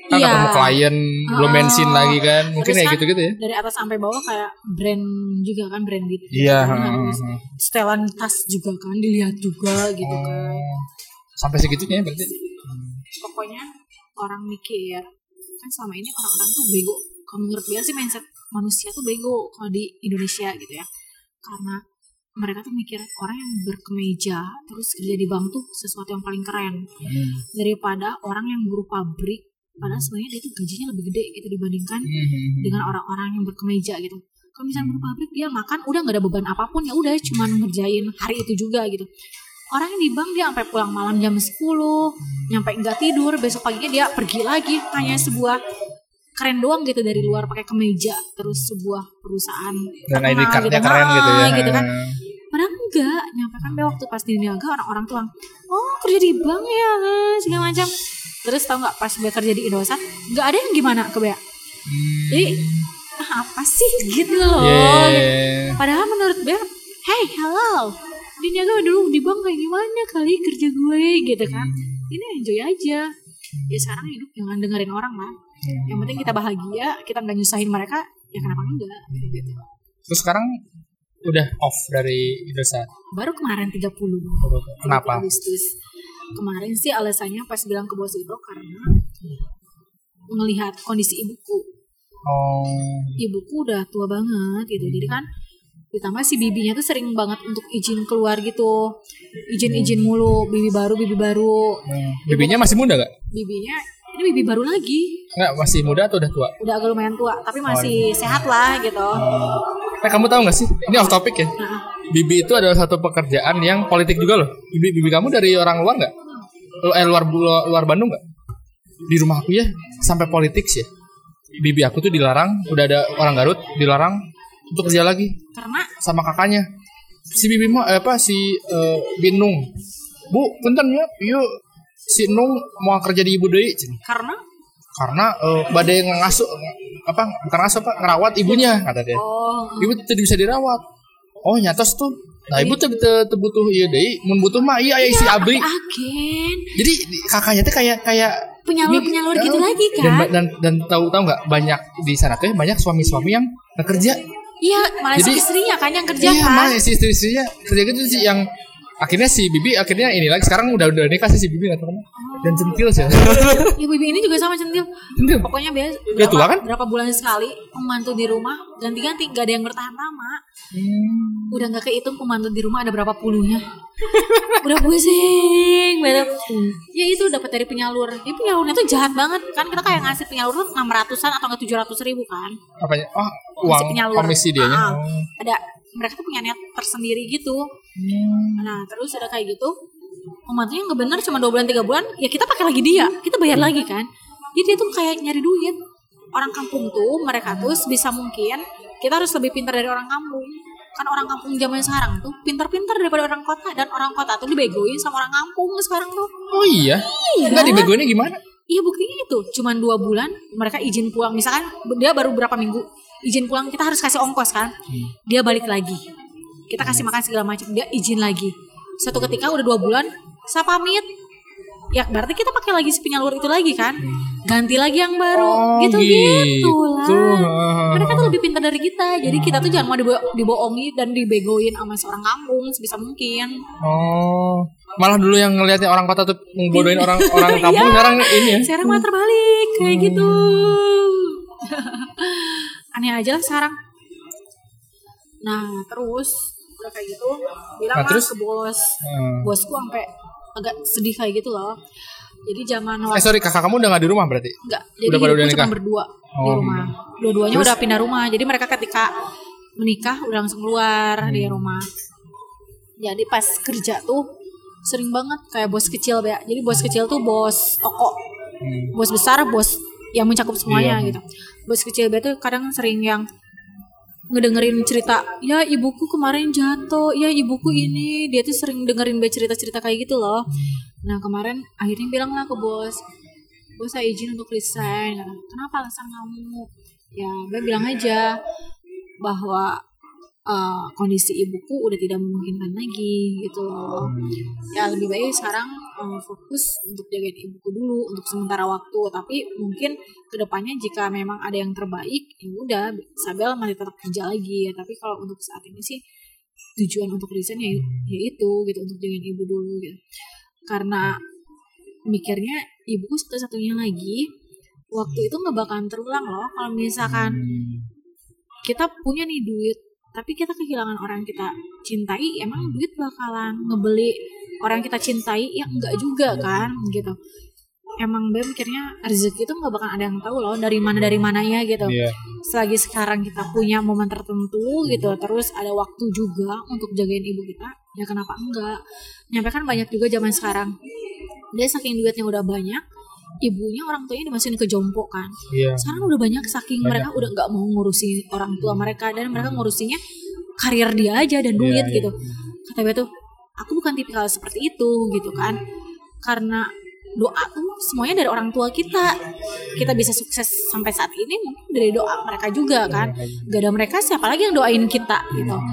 [SPEAKER 1] Iya. Ah,
[SPEAKER 2] ketemu klien belum bensin lagi kan mungkin
[SPEAKER 1] Terus
[SPEAKER 2] kayak
[SPEAKER 1] kan
[SPEAKER 2] gitu gitu ya
[SPEAKER 1] dari atas sampai bawah kayak brand juga kan brand gitu
[SPEAKER 2] iya
[SPEAKER 1] Jadi harus setelan tas juga kan dilihat juga gitu
[SPEAKER 2] Oh.
[SPEAKER 1] kan
[SPEAKER 2] sampai segitunya ya berarti
[SPEAKER 1] pokoknya orang mikir kan selama ini orang-orang tuh bego kalau menurut dia sih mindset manusia tuh bego kalau di Indonesia gitu ya karena mereka tuh mikir orang yang berkemeja terus kerja di bank tuh sesuatu yang paling keren
[SPEAKER 2] Hmm.
[SPEAKER 1] daripada orang yang guru pabrik padahal sebenarnya dia tuh gajinya lebih gede gitu dibandingkan
[SPEAKER 2] hmm,
[SPEAKER 1] dengan orang-orang yang berkemeja gitu kalau misalnya guru pabrik dia makan udah nggak ada beban apapun ya udah cuman ngerjain hari itu juga gitu orang yang di bank dia sampai pulang malam jam 10
[SPEAKER 2] Hmm.
[SPEAKER 1] nyampe nggak tidur besok paginya dia pergi lagi hanya sebuah keren doang gitu dari luar pakai kemeja terus sebuah perusahaan
[SPEAKER 2] Dan ID
[SPEAKER 1] terkenal
[SPEAKER 2] cardnya
[SPEAKER 1] gitu.
[SPEAKER 2] keren gitu ya.
[SPEAKER 1] Nah, gitu kan Padahal enggak, nyampe kan
[SPEAKER 2] Hmm.
[SPEAKER 1] dia waktu pas di niaga orang-orang tuh bilang, oh kerja di bank ya, eh, segala macam. Terus tau nggak pas gue kerja di Indosat, nggak ada yang gimana ke Bea.
[SPEAKER 2] Hmm.
[SPEAKER 1] Jadi "Ah, apa sih gitu
[SPEAKER 2] Iya,
[SPEAKER 1] loh.
[SPEAKER 2] Yeah.
[SPEAKER 1] Padahal menurut Bea, hey hello, di niaga dulu di bank kayak gimana kali kerja gue gitu kan.
[SPEAKER 2] Hmm.
[SPEAKER 1] Ini enjoy aja. Ya sekarang hidup jangan dengerin orang lah. Yang penting kita bahagia, kita nggak nyusahin mereka, ya kenapa enggak gitu.
[SPEAKER 2] Terus sekarang udah off dari Indosat.
[SPEAKER 1] Baru kemarin 30
[SPEAKER 2] Kenapa?
[SPEAKER 1] Agustus. Kemarin sih alasannya pas bilang ke bos itu karena melihat kondisi ibuku.
[SPEAKER 2] Oh,
[SPEAKER 1] Ibuku udah tua banget gitu. Jadi kan ditambah si bibinya tuh sering banget untuk izin keluar gitu. Izin-izin mulu, bibi baru, bibi baru.
[SPEAKER 2] hmm. bibinya masih muda gak?
[SPEAKER 1] Bibinya ini bibi baru lagi.
[SPEAKER 2] Enggak, masih muda atau udah tua?
[SPEAKER 1] Udah agak lumayan tua, tapi masih sehat lah gitu.
[SPEAKER 2] Eh, kamu tahu gak sih? Ini off topic ya.
[SPEAKER 1] Nah,
[SPEAKER 2] Bibi itu adalah satu pekerjaan yang politik juga loh. Bibi, bibi kamu dari orang luar nggak? Lu- Eh, luar luar, luar Bandung nggak? Di rumah aku ya sampai politik sih. Ya. Bibi aku tuh dilarang, udah ada orang Garut dilarang untuk kerja lagi
[SPEAKER 1] karena
[SPEAKER 2] sama kakaknya. Si Bibi mah eh, apa si eh, Binung. Bu, bentar ya, yuk si Nung mau kerja di ibu deui cenah.
[SPEAKER 1] karena
[SPEAKER 2] karena eh, badai ngasuh apa bukan ngasuh apa ngerawat ibunya kata dia
[SPEAKER 1] oh
[SPEAKER 2] ibu tidak bisa dirawat oh nyatos tuh nah ibu tuh butuh iya deh mun butuh mah iya aya isi abri
[SPEAKER 1] agen
[SPEAKER 2] jadi di- kakaknya tuh kayak kayak
[SPEAKER 1] penyalur penyalur gitu
[SPEAKER 2] Eh,
[SPEAKER 1] lagi
[SPEAKER 2] dan
[SPEAKER 1] kan?
[SPEAKER 2] dan dan tahu tahu nggak banyak di sana tuh ya, banyak suami-suami yang nggak kerja
[SPEAKER 1] Iya, malah si
[SPEAKER 2] Jadi-
[SPEAKER 1] istrinya kan yang kerja
[SPEAKER 2] iya
[SPEAKER 1] kan.
[SPEAKER 2] mah si istri-istrinya kerja gitu sih yang akhirnya si bibi akhirnya ini lagi sekarang udah udah nikah sih si bibi nggak tahu kenapa.
[SPEAKER 1] Oh.
[SPEAKER 2] dan centil sih
[SPEAKER 1] Ya bibi ini juga sama centil.
[SPEAKER 2] centil
[SPEAKER 1] Pokoknya biasa
[SPEAKER 2] Udah tua kan?
[SPEAKER 1] berapa bulan sekali pembantu di rumah ganti-ganti gak ada yang bertahan lama.
[SPEAKER 2] Hmm,
[SPEAKER 1] Udah nggak kehitung pembantu di rumah ada berapa puluhnya. Udah pusing banget. Ya itu dapat dari penyalur. Ya penyalurnya tuh jahat banget kan kita kayak ngasih penyalur tuh 600-an atau nggak 700 ribu kan.
[SPEAKER 2] apanya oh
[SPEAKER 1] Ngasih
[SPEAKER 2] uang komisi dianya
[SPEAKER 1] Ah,
[SPEAKER 2] Oh.
[SPEAKER 1] ada mereka tuh punya niat tersendiri gitu.
[SPEAKER 2] Hmm.
[SPEAKER 1] Nah terus ada kayak gitu Pembantunya nggak bener cuma 2 bulan 3 bulan Ya kita pakai lagi dia Kita bayar lagi kan Jadi dia tuh kayak nyari duit Orang kampung tuh mereka tuh sebisa mungkin Kita harus lebih pintar dari orang kampung Kan orang kampung zaman sekarang tuh Pintar-pintar daripada orang kota Dan orang kota tuh dibegoin sama orang kampung sekarang tuh
[SPEAKER 2] Oh iya?
[SPEAKER 1] Iya.
[SPEAKER 2] Enggak dibegoinnya gimana?
[SPEAKER 1] Iya buktinya itu Cuman 2 bulan mereka izin pulang Misalkan dia baru berapa minggu Izin pulang kita harus kasih ongkos kan Dia balik lagi Kita kasih makan segala macam Dia izin lagi Suatu ketika udah 2 bulan Saya pamit Ya berarti kita pakai lagi si penyalur itu lagi kan Ganti lagi yang baru
[SPEAKER 2] Oh,
[SPEAKER 1] Gitu-gitu
[SPEAKER 2] gitu.
[SPEAKER 1] lah Gitu, Mereka tuh lebih pintar dari kita Jadi kita tuh jangan mau dibo- dibohongi Dan dibegoin sama seorang kampung Sebisa mungkin
[SPEAKER 2] Oh. Malah dulu yang ngelihatnya orang kota tuh ngebodohin orang orang kampung
[SPEAKER 1] Iya.
[SPEAKER 2] sekarang ini ya.
[SPEAKER 1] Sekarang malah terbalik kayak
[SPEAKER 2] Hmm.
[SPEAKER 1] gitu. Aneh aja lah sekarang. Nah terus udah kayak gitu bilang
[SPEAKER 2] Nah,
[SPEAKER 1] lah
[SPEAKER 2] terus?
[SPEAKER 1] ke bos.
[SPEAKER 2] Hmm.
[SPEAKER 1] Bosku sampai agak sedih kayak gitu loh. Jadi zaman
[SPEAKER 2] Eh sorry kakak kamu udah nggak di rumah berarti?
[SPEAKER 1] Enggak, jadi
[SPEAKER 2] Udah pada
[SPEAKER 1] hidupku
[SPEAKER 2] udah
[SPEAKER 1] cuma
[SPEAKER 2] nikah?
[SPEAKER 1] berdua di
[SPEAKER 2] Oh.
[SPEAKER 1] rumah. Dua-duanya udah pindah rumah. Jadi mereka ketika menikah udah langsung keluar dari
[SPEAKER 2] Hmm.
[SPEAKER 1] rumah. Jadi pas kerja tuh sering banget kayak bos kecil ya. Jadi bos kecil tuh bos toko.
[SPEAKER 2] Hmm,
[SPEAKER 1] Bos besar, bos yang mencakup semuanya gitu. Bos kecil Bea tuh kadang sering yang ngedengerin cerita ya ibuku kemarin jatuh ya ibuku ini dia tuh sering dengerin Bea cerita-cerita kayak gitu loh nah kemarin akhirnya bilang lah ke bos bos saya izin untuk resign Kata, kenapa alasan kamu ya Bea bilang aja bahwa eh, kondisi ibuku udah tidak memungkinkan lagi gitu loh ya lebih baik sekarang eh, fokus untuk jagain ibuku dulu untuk sementara waktu tapi mungkin kedepannya jika memang ada yang terbaik ya udah Sabel masih tetap kerja lagi ya tapi kalau untuk saat ini sih tujuan untuk resign ya, ya itu gitu untuk jagain ibu dulu gitu karena mikirnya ibuku satu-satunya lagi waktu itu nggak bakalan terulang loh kalau misalkan kita punya nih duit tapi kita kehilangan orang kita cintai emang duit bakalan ngebeli orang kita cintai ya enggak juga kan gitu emang gue mikirnya rezeki itu nggak bakal ada yang tahu loh dari mana dari mananya gitu
[SPEAKER 2] Iya.
[SPEAKER 1] selagi sekarang kita punya momen tertentu gitu terus ada waktu juga untuk jagain ibu kita ya kenapa enggak nyampe kan banyak juga zaman sekarang dia saking duitnya udah banyak ibunya orang tuanya dimasukin ke jompo kan
[SPEAKER 2] Iya.
[SPEAKER 1] sekarang udah banyak saking
[SPEAKER 2] Banyak. Hmm.
[SPEAKER 1] mereka udah nggak mau ngurusi orang tua mereka dan mereka ngurusinya karir dia aja dan duit
[SPEAKER 2] Iya, iya.
[SPEAKER 1] gitu kata gue tuh aku bukan tipikal seperti itu gitu kan karena doa tuh semuanya dari orang tua kita kita bisa sukses sampai saat ini mungkin dari doa mereka
[SPEAKER 2] Iya,
[SPEAKER 1] juga kan gak ada mereka siapa lagi yang doain kita gitu
[SPEAKER 2] Hmm.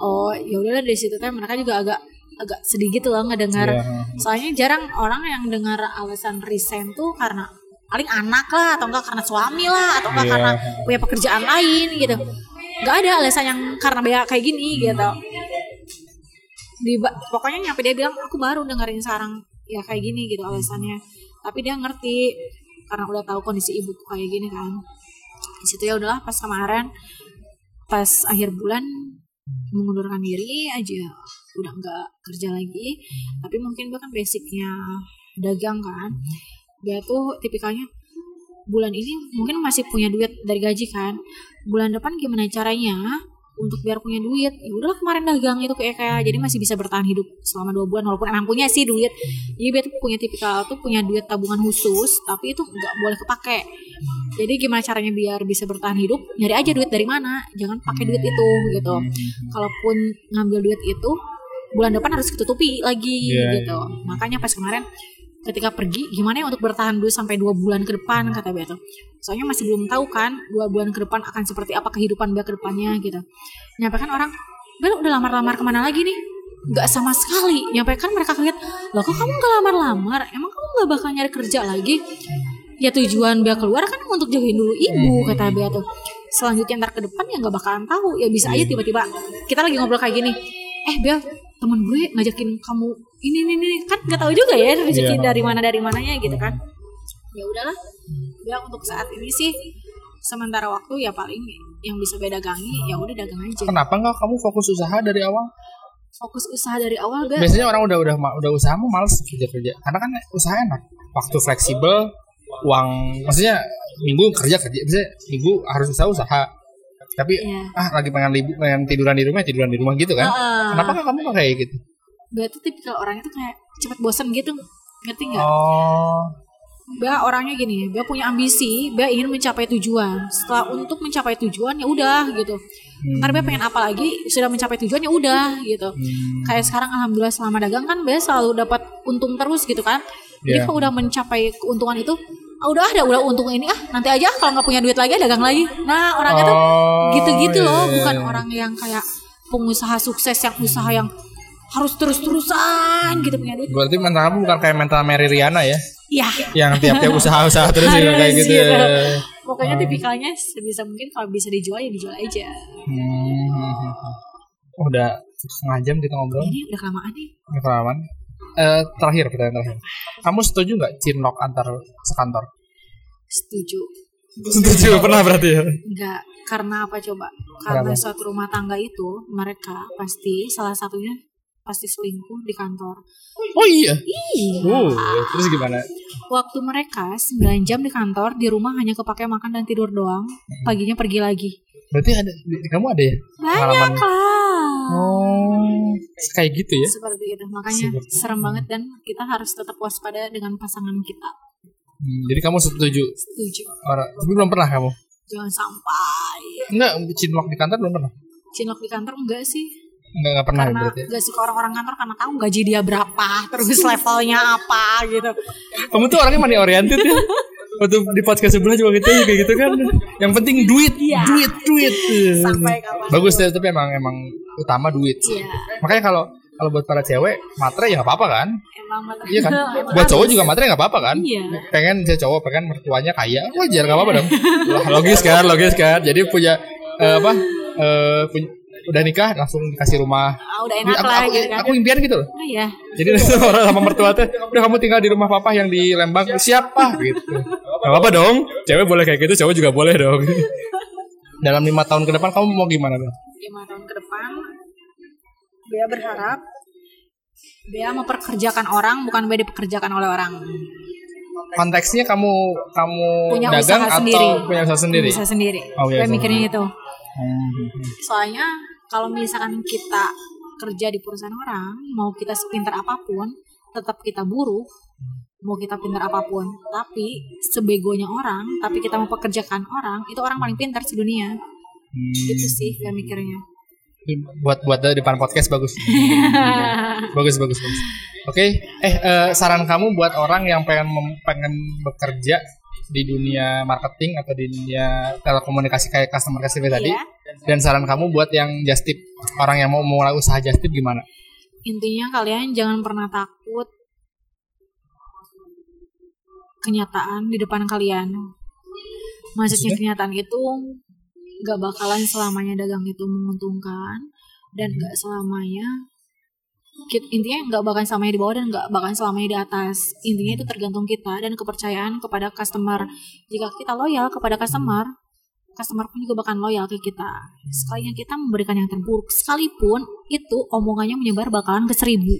[SPEAKER 1] oh ya udahlah dari situ kan mereka juga agak agak sedih gitu loh ngedengar
[SPEAKER 2] Iya.
[SPEAKER 1] soalnya jarang orang yang dengar alasan resign tuh karena paling anak lah atau enggak karena suami lah atau enggak
[SPEAKER 2] Iya.
[SPEAKER 1] karena punya pekerjaan lain gitu nggak ada alasan yang karena bea kayak gini gitu Di, pokoknya nyampe dia bilang aku baru dengerin sekarang ya kayak gini gitu alasannya tapi dia ngerti karena udah tahu kondisi ibuku kayak gini kan di situ ya udahlah pas kemarin pas akhir bulan mengundurkan diri aja udah nggak kerja lagi tapi mungkin gue kan basicnya dagang kan dia tuh tipikalnya bulan ini mungkin masih punya duit dari gaji kan bulan depan gimana caranya untuk biar punya duit ya udahlah kemarin dagang itu kayak kayak jadi masih bisa bertahan hidup selama dua bulan walaupun emang punya sih duit jadi dia tuh punya tipikal tuh punya duit tabungan khusus tapi itu nggak boleh kepake jadi gimana caranya biar bisa bertahan hidup nyari aja duit dari mana jangan pakai duit itu gitu kalaupun ngambil duit itu bulan depan harus ketutupi lagi
[SPEAKER 2] Iya,
[SPEAKER 1] gitu makanya pas kemarin ketika pergi gimana ya untuk bertahan dulu sampai dua bulan ke depan
[SPEAKER 2] Hmm.
[SPEAKER 1] kata Bea tuh soalnya masih belum tahu kan dua bulan ke depan akan seperti apa kehidupan Bea ke depannya gitu nyampe kan orang Bea udah lamar-lamar kemana lagi nih nggak sama sekali nyampe kan mereka kaget loh kok kamu nggak lamar-lamar emang kamu nggak bakal nyari kerja lagi ya tujuan Bea keluar kan untuk jagain dulu ibu kata Bea tuh selanjutnya ntar ke depan ya nggak bakalan tahu ya bisa aja tiba-tiba kita lagi ngobrol kayak gini eh Bea temen gue ngajakin kamu ini ini ini kan nggak tahu juga ya rezeki
[SPEAKER 2] Iya.
[SPEAKER 1] dari mana dari mananya gitu kan ya udahlah Bea untuk saat ini sih sementara waktu ya paling yang bisa beda gangi ya udah dagang aja
[SPEAKER 2] Kenapa nggak kamu fokus usaha dari awal?
[SPEAKER 1] fokus usaha dari awal Bea
[SPEAKER 2] Biasanya orang udah udah ma- udah usaha mau males kerja kerja. Karena kan usaha enak, waktu fleksibel, uang maksudnya minggu kerja kerja, maksudnya minggu harus usaha usaha. Tapi
[SPEAKER 1] Iya.
[SPEAKER 2] ah lagi pengen libur, pengen tiduran di rumah, tiduran di rumah gitu kan?
[SPEAKER 1] Heeh.
[SPEAKER 2] Kenapa nggak kamu nggak kayak gitu?
[SPEAKER 1] Bea tuh tipikal orangnya tuh kayak cepet bosan gitu ngerti nggak
[SPEAKER 2] Oh,
[SPEAKER 1] Bea orangnya gini, Bea punya ambisi, Bea ingin mencapai tujuan. Setelah untuk mencapai tujuan ya udah gitu. Ntar Bea pengen apa lagi? Sudah mencapai tujuan ya udah gitu. Kayak sekarang alhamdulillah selama dagang kan Bea selalu dapat untung terus gitu kan. Jadi
[SPEAKER 2] Iya.
[SPEAKER 1] kalau udah mencapai keuntungan itu, ah udah ada udah untung ini ah nanti aja kalau nggak punya duit lagi dagang lagi. Nah orangnya tuh
[SPEAKER 2] Oh,
[SPEAKER 1] gitu-gitu
[SPEAKER 2] iya,
[SPEAKER 1] loh,
[SPEAKER 2] iya,
[SPEAKER 1] bukan
[SPEAKER 2] iya.
[SPEAKER 1] orang yang kayak pengusaha sukses yang usaha yang harus terus-terusan gitu punya duit.
[SPEAKER 2] berarti mental kamu bukan kayak mental Mary Riana ya?
[SPEAKER 1] Ya.
[SPEAKER 2] Yang tiap tiap usaha usaha terus juga
[SPEAKER 1] Harus
[SPEAKER 2] kayak gitu.
[SPEAKER 1] gitu.
[SPEAKER 2] ya.
[SPEAKER 1] Pokoknya tipikalnya sebisa mungkin kalau bisa dijual ya dijual aja.
[SPEAKER 2] Hmm. Udah setengah jam kita ngobrol.
[SPEAKER 1] Ini udah kelamaan nih.
[SPEAKER 2] Ini pengalaman. Eh, terakhir pertanyaan terakhir. Kamu setuju nggak cinlok antar sekantor?
[SPEAKER 1] Setuju.
[SPEAKER 2] Setuju, pernah berarti ya.
[SPEAKER 1] Enggak. Karena apa coba? Karena
[SPEAKER 2] Kenapa?
[SPEAKER 1] suatu rumah tangga itu mereka pasti salah satunya pasti selingkuh di kantor.
[SPEAKER 2] Oh iya.
[SPEAKER 1] Iya.
[SPEAKER 2] Uh, terus gimana?
[SPEAKER 1] Waktu mereka 9 jam di kantor, di rumah hanya kepake makan dan tidur doang. Paginya pergi lagi.
[SPEAKER 2] Berarti ada di- kamu ada ya?
[SPEAKER 1] Banyak lah.
[SPEAKER 2] Oh, kayak gitu ya.
[SPEAKER 1] Seperti itu. Makanya
[SPEAKER 2] Seperti
[SPEAKER 1] serem banget dan kita harus tetap waspada dengan pasangan kita.
[SPEAKER 2] Hmm, jadi kamu setuju
[SPEAKER 1] Setuju.
[SPEAKER 2] orang tapi belum pernah kamu?
[SPEAKER 1] Jangan sampai
[SPEAKER 2] Enggak, cinlok di kantor belum pernah.
[SPEAKER 1] cinlok di kantor enggak sih
[SPEAKER 2] Enggak, enggak pernah
[SPEAKER 1] karena
[SPEAKER 2] berarti. ya.
[SPEAKER 1] gak suka orang-orang kantor karena tahu gaji dia berapa terus levelnya apa gitu
[SPEAKER 2] Kamu tuh orangnya money oriented ya. Waktu di podcast sebelah juga gitu kayak gitu kan. Yang penting duit,
[SPEAKER 1] Iya.
[SPEAKER 2] duit, duit.
[SPEAKER 1] sampai kapan
[SPEAKER 2] Bagus deh, tapi emang emang utama duit.
[SPEAKER 1] Iya,
[SPEAKER 2] Makanya kalau kalau buat para cewek matre ya nggak apa-apa kan?
[SPEAKER 1] emang bener.
[SPEAKER 2] Iya kan?
[SPEAKER 1] Emang
[SPEAKER 2] buat cowok
[SPEAKER 1] harus.
[SPEAKER 2] juga matre nggak apa-apa kan?
[SPEAKER 1] Iya.
[SPEAKER 2] Pengen saya cowok pengen mertuanya kaya, wajar nggak apa-apa dong. Lah, logis kan, logis kan. Jadi punya eh, apa? eh, punya, udah nikah langsung dikasih rumah.
[SPEAKER 1] Ah, udah
[SPEAKER 2] Ini
[SPEAKER 1] enak
[SPEAKER 2] Iya, aku,
[SPEAKER 1] lah
[SPEAKER 2] aku,
[SPEAKER 1] gitu kan
[SPEAKER 2] aku impian gitu loh.
[SPEAKER 1] oh, iya
[SPEAKER 2] Jadi langsung orang sama mertua tuh, udah kamu tinggal di rumah papa yang di Lembang siapa gitu. Gak apa-apa dong. Cewek boleh kayak gitu, cowok juga boleh dong. Dalam lima tahun ke depan kamu mau gimana dong?
[SPEAKER 1] lima tahun ke depan Bea berharap Bea memperkerjakan orang bukan Bea dipekerjakan oleh orang
[SPEAKER 2] Konteksnya kamu kamu
[SPEAKER 1] punya usaha
[SPEAKER 2] dagang atau
[SPEAKER 1] sendiri
[SPEAKER 2] punya usaha sendiri?
[SPEAKER 1] usaha sendiri
[SPEAKER 2] Oh,
[SPEAKER 1] Bea
[SPEAKER 2] iya, usaha
[SPEAKER 1] mikirnya gitu
[SPEAKER 2] Hmm.
[SPEAKER 1] soalnya kalau misalkan kita kerja di perusahaan orang mau kita sepintar apapun tetap kita buruh mau kita pintar apapun tapi sebegonya orang tapi kita mempekerjakan orang itu orang paling pintar di dunia itu sih Bea mikirnya
[SPEAKER 2] buat buat di depan podcast bagus bagus bagus bagus oke eh eh, saran kamu buat orang yang pengen mem- pengen bekerja di dunia marketing atau di dunia telekomunikasi kayak customer service tadi
[SPEAKER 1] Iya.
[SPEAKER 2] dan saran kamu buat yang just tip orang yang mau mulai usaha just tip gimana
[SPEAKER 1] intinya kalian jangan pernah takut kenyataan di depan kalian maksudnya kenyataan itu gak bakalan selamanya dagang itu menguntungkan dan gak selamanya ki- intinya nggak bakalan selamanya di bawah dan nggak bakalan selamanya di atas intinya itu tergantung kita dan kepercayaan kepada customer jika kita loyal kepada customer customer pun juga bakalan loyal ke kita. Sekalinya kita memberikan yang terburuk, sekalipun itu omongannya menyebar bakalan ke seribu.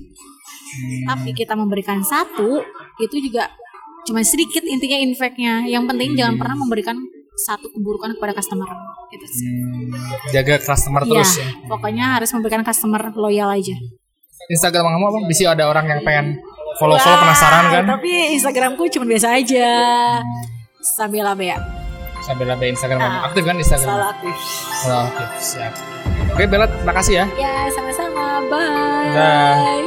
[SPEAKER 1] Tapi kita memberikan satu, itu juga cuma sedikit intinya infeknya. Yang penting
[SPEAKER 2] Hmm.
[SPEAKER 1] jangan pernah memberikan satu keburukan kepada customer. Itu sih.
[SPEAKER 2] jaga customer terus
[SPEAKER 1] ya,
[SPEAKER 2] ya.
[SPEAKER 1] pokoknya harus memberikan customer loyal aja.
[SPEAKER 2] Instagram kamu apa bisa ada orang yang pengen follow follow penasaran kan
[SPEAKER 1] Tapi Instagramku cuma biasa aja. Sambil apa ya?
[SPEAKER 2] sambil ada Instagram kamu.
[SPEAKER 1] Ah.
[SPEAKER 2] aktif kan Instagram
[SPEAKER 1] Selalu aktif.
[SPEAKER 2] Oh, oke siap oke Bella makasih ya
[SPEAKER 1] Ya, sama-sama. Bye.
[SPEAKER 2] Dah.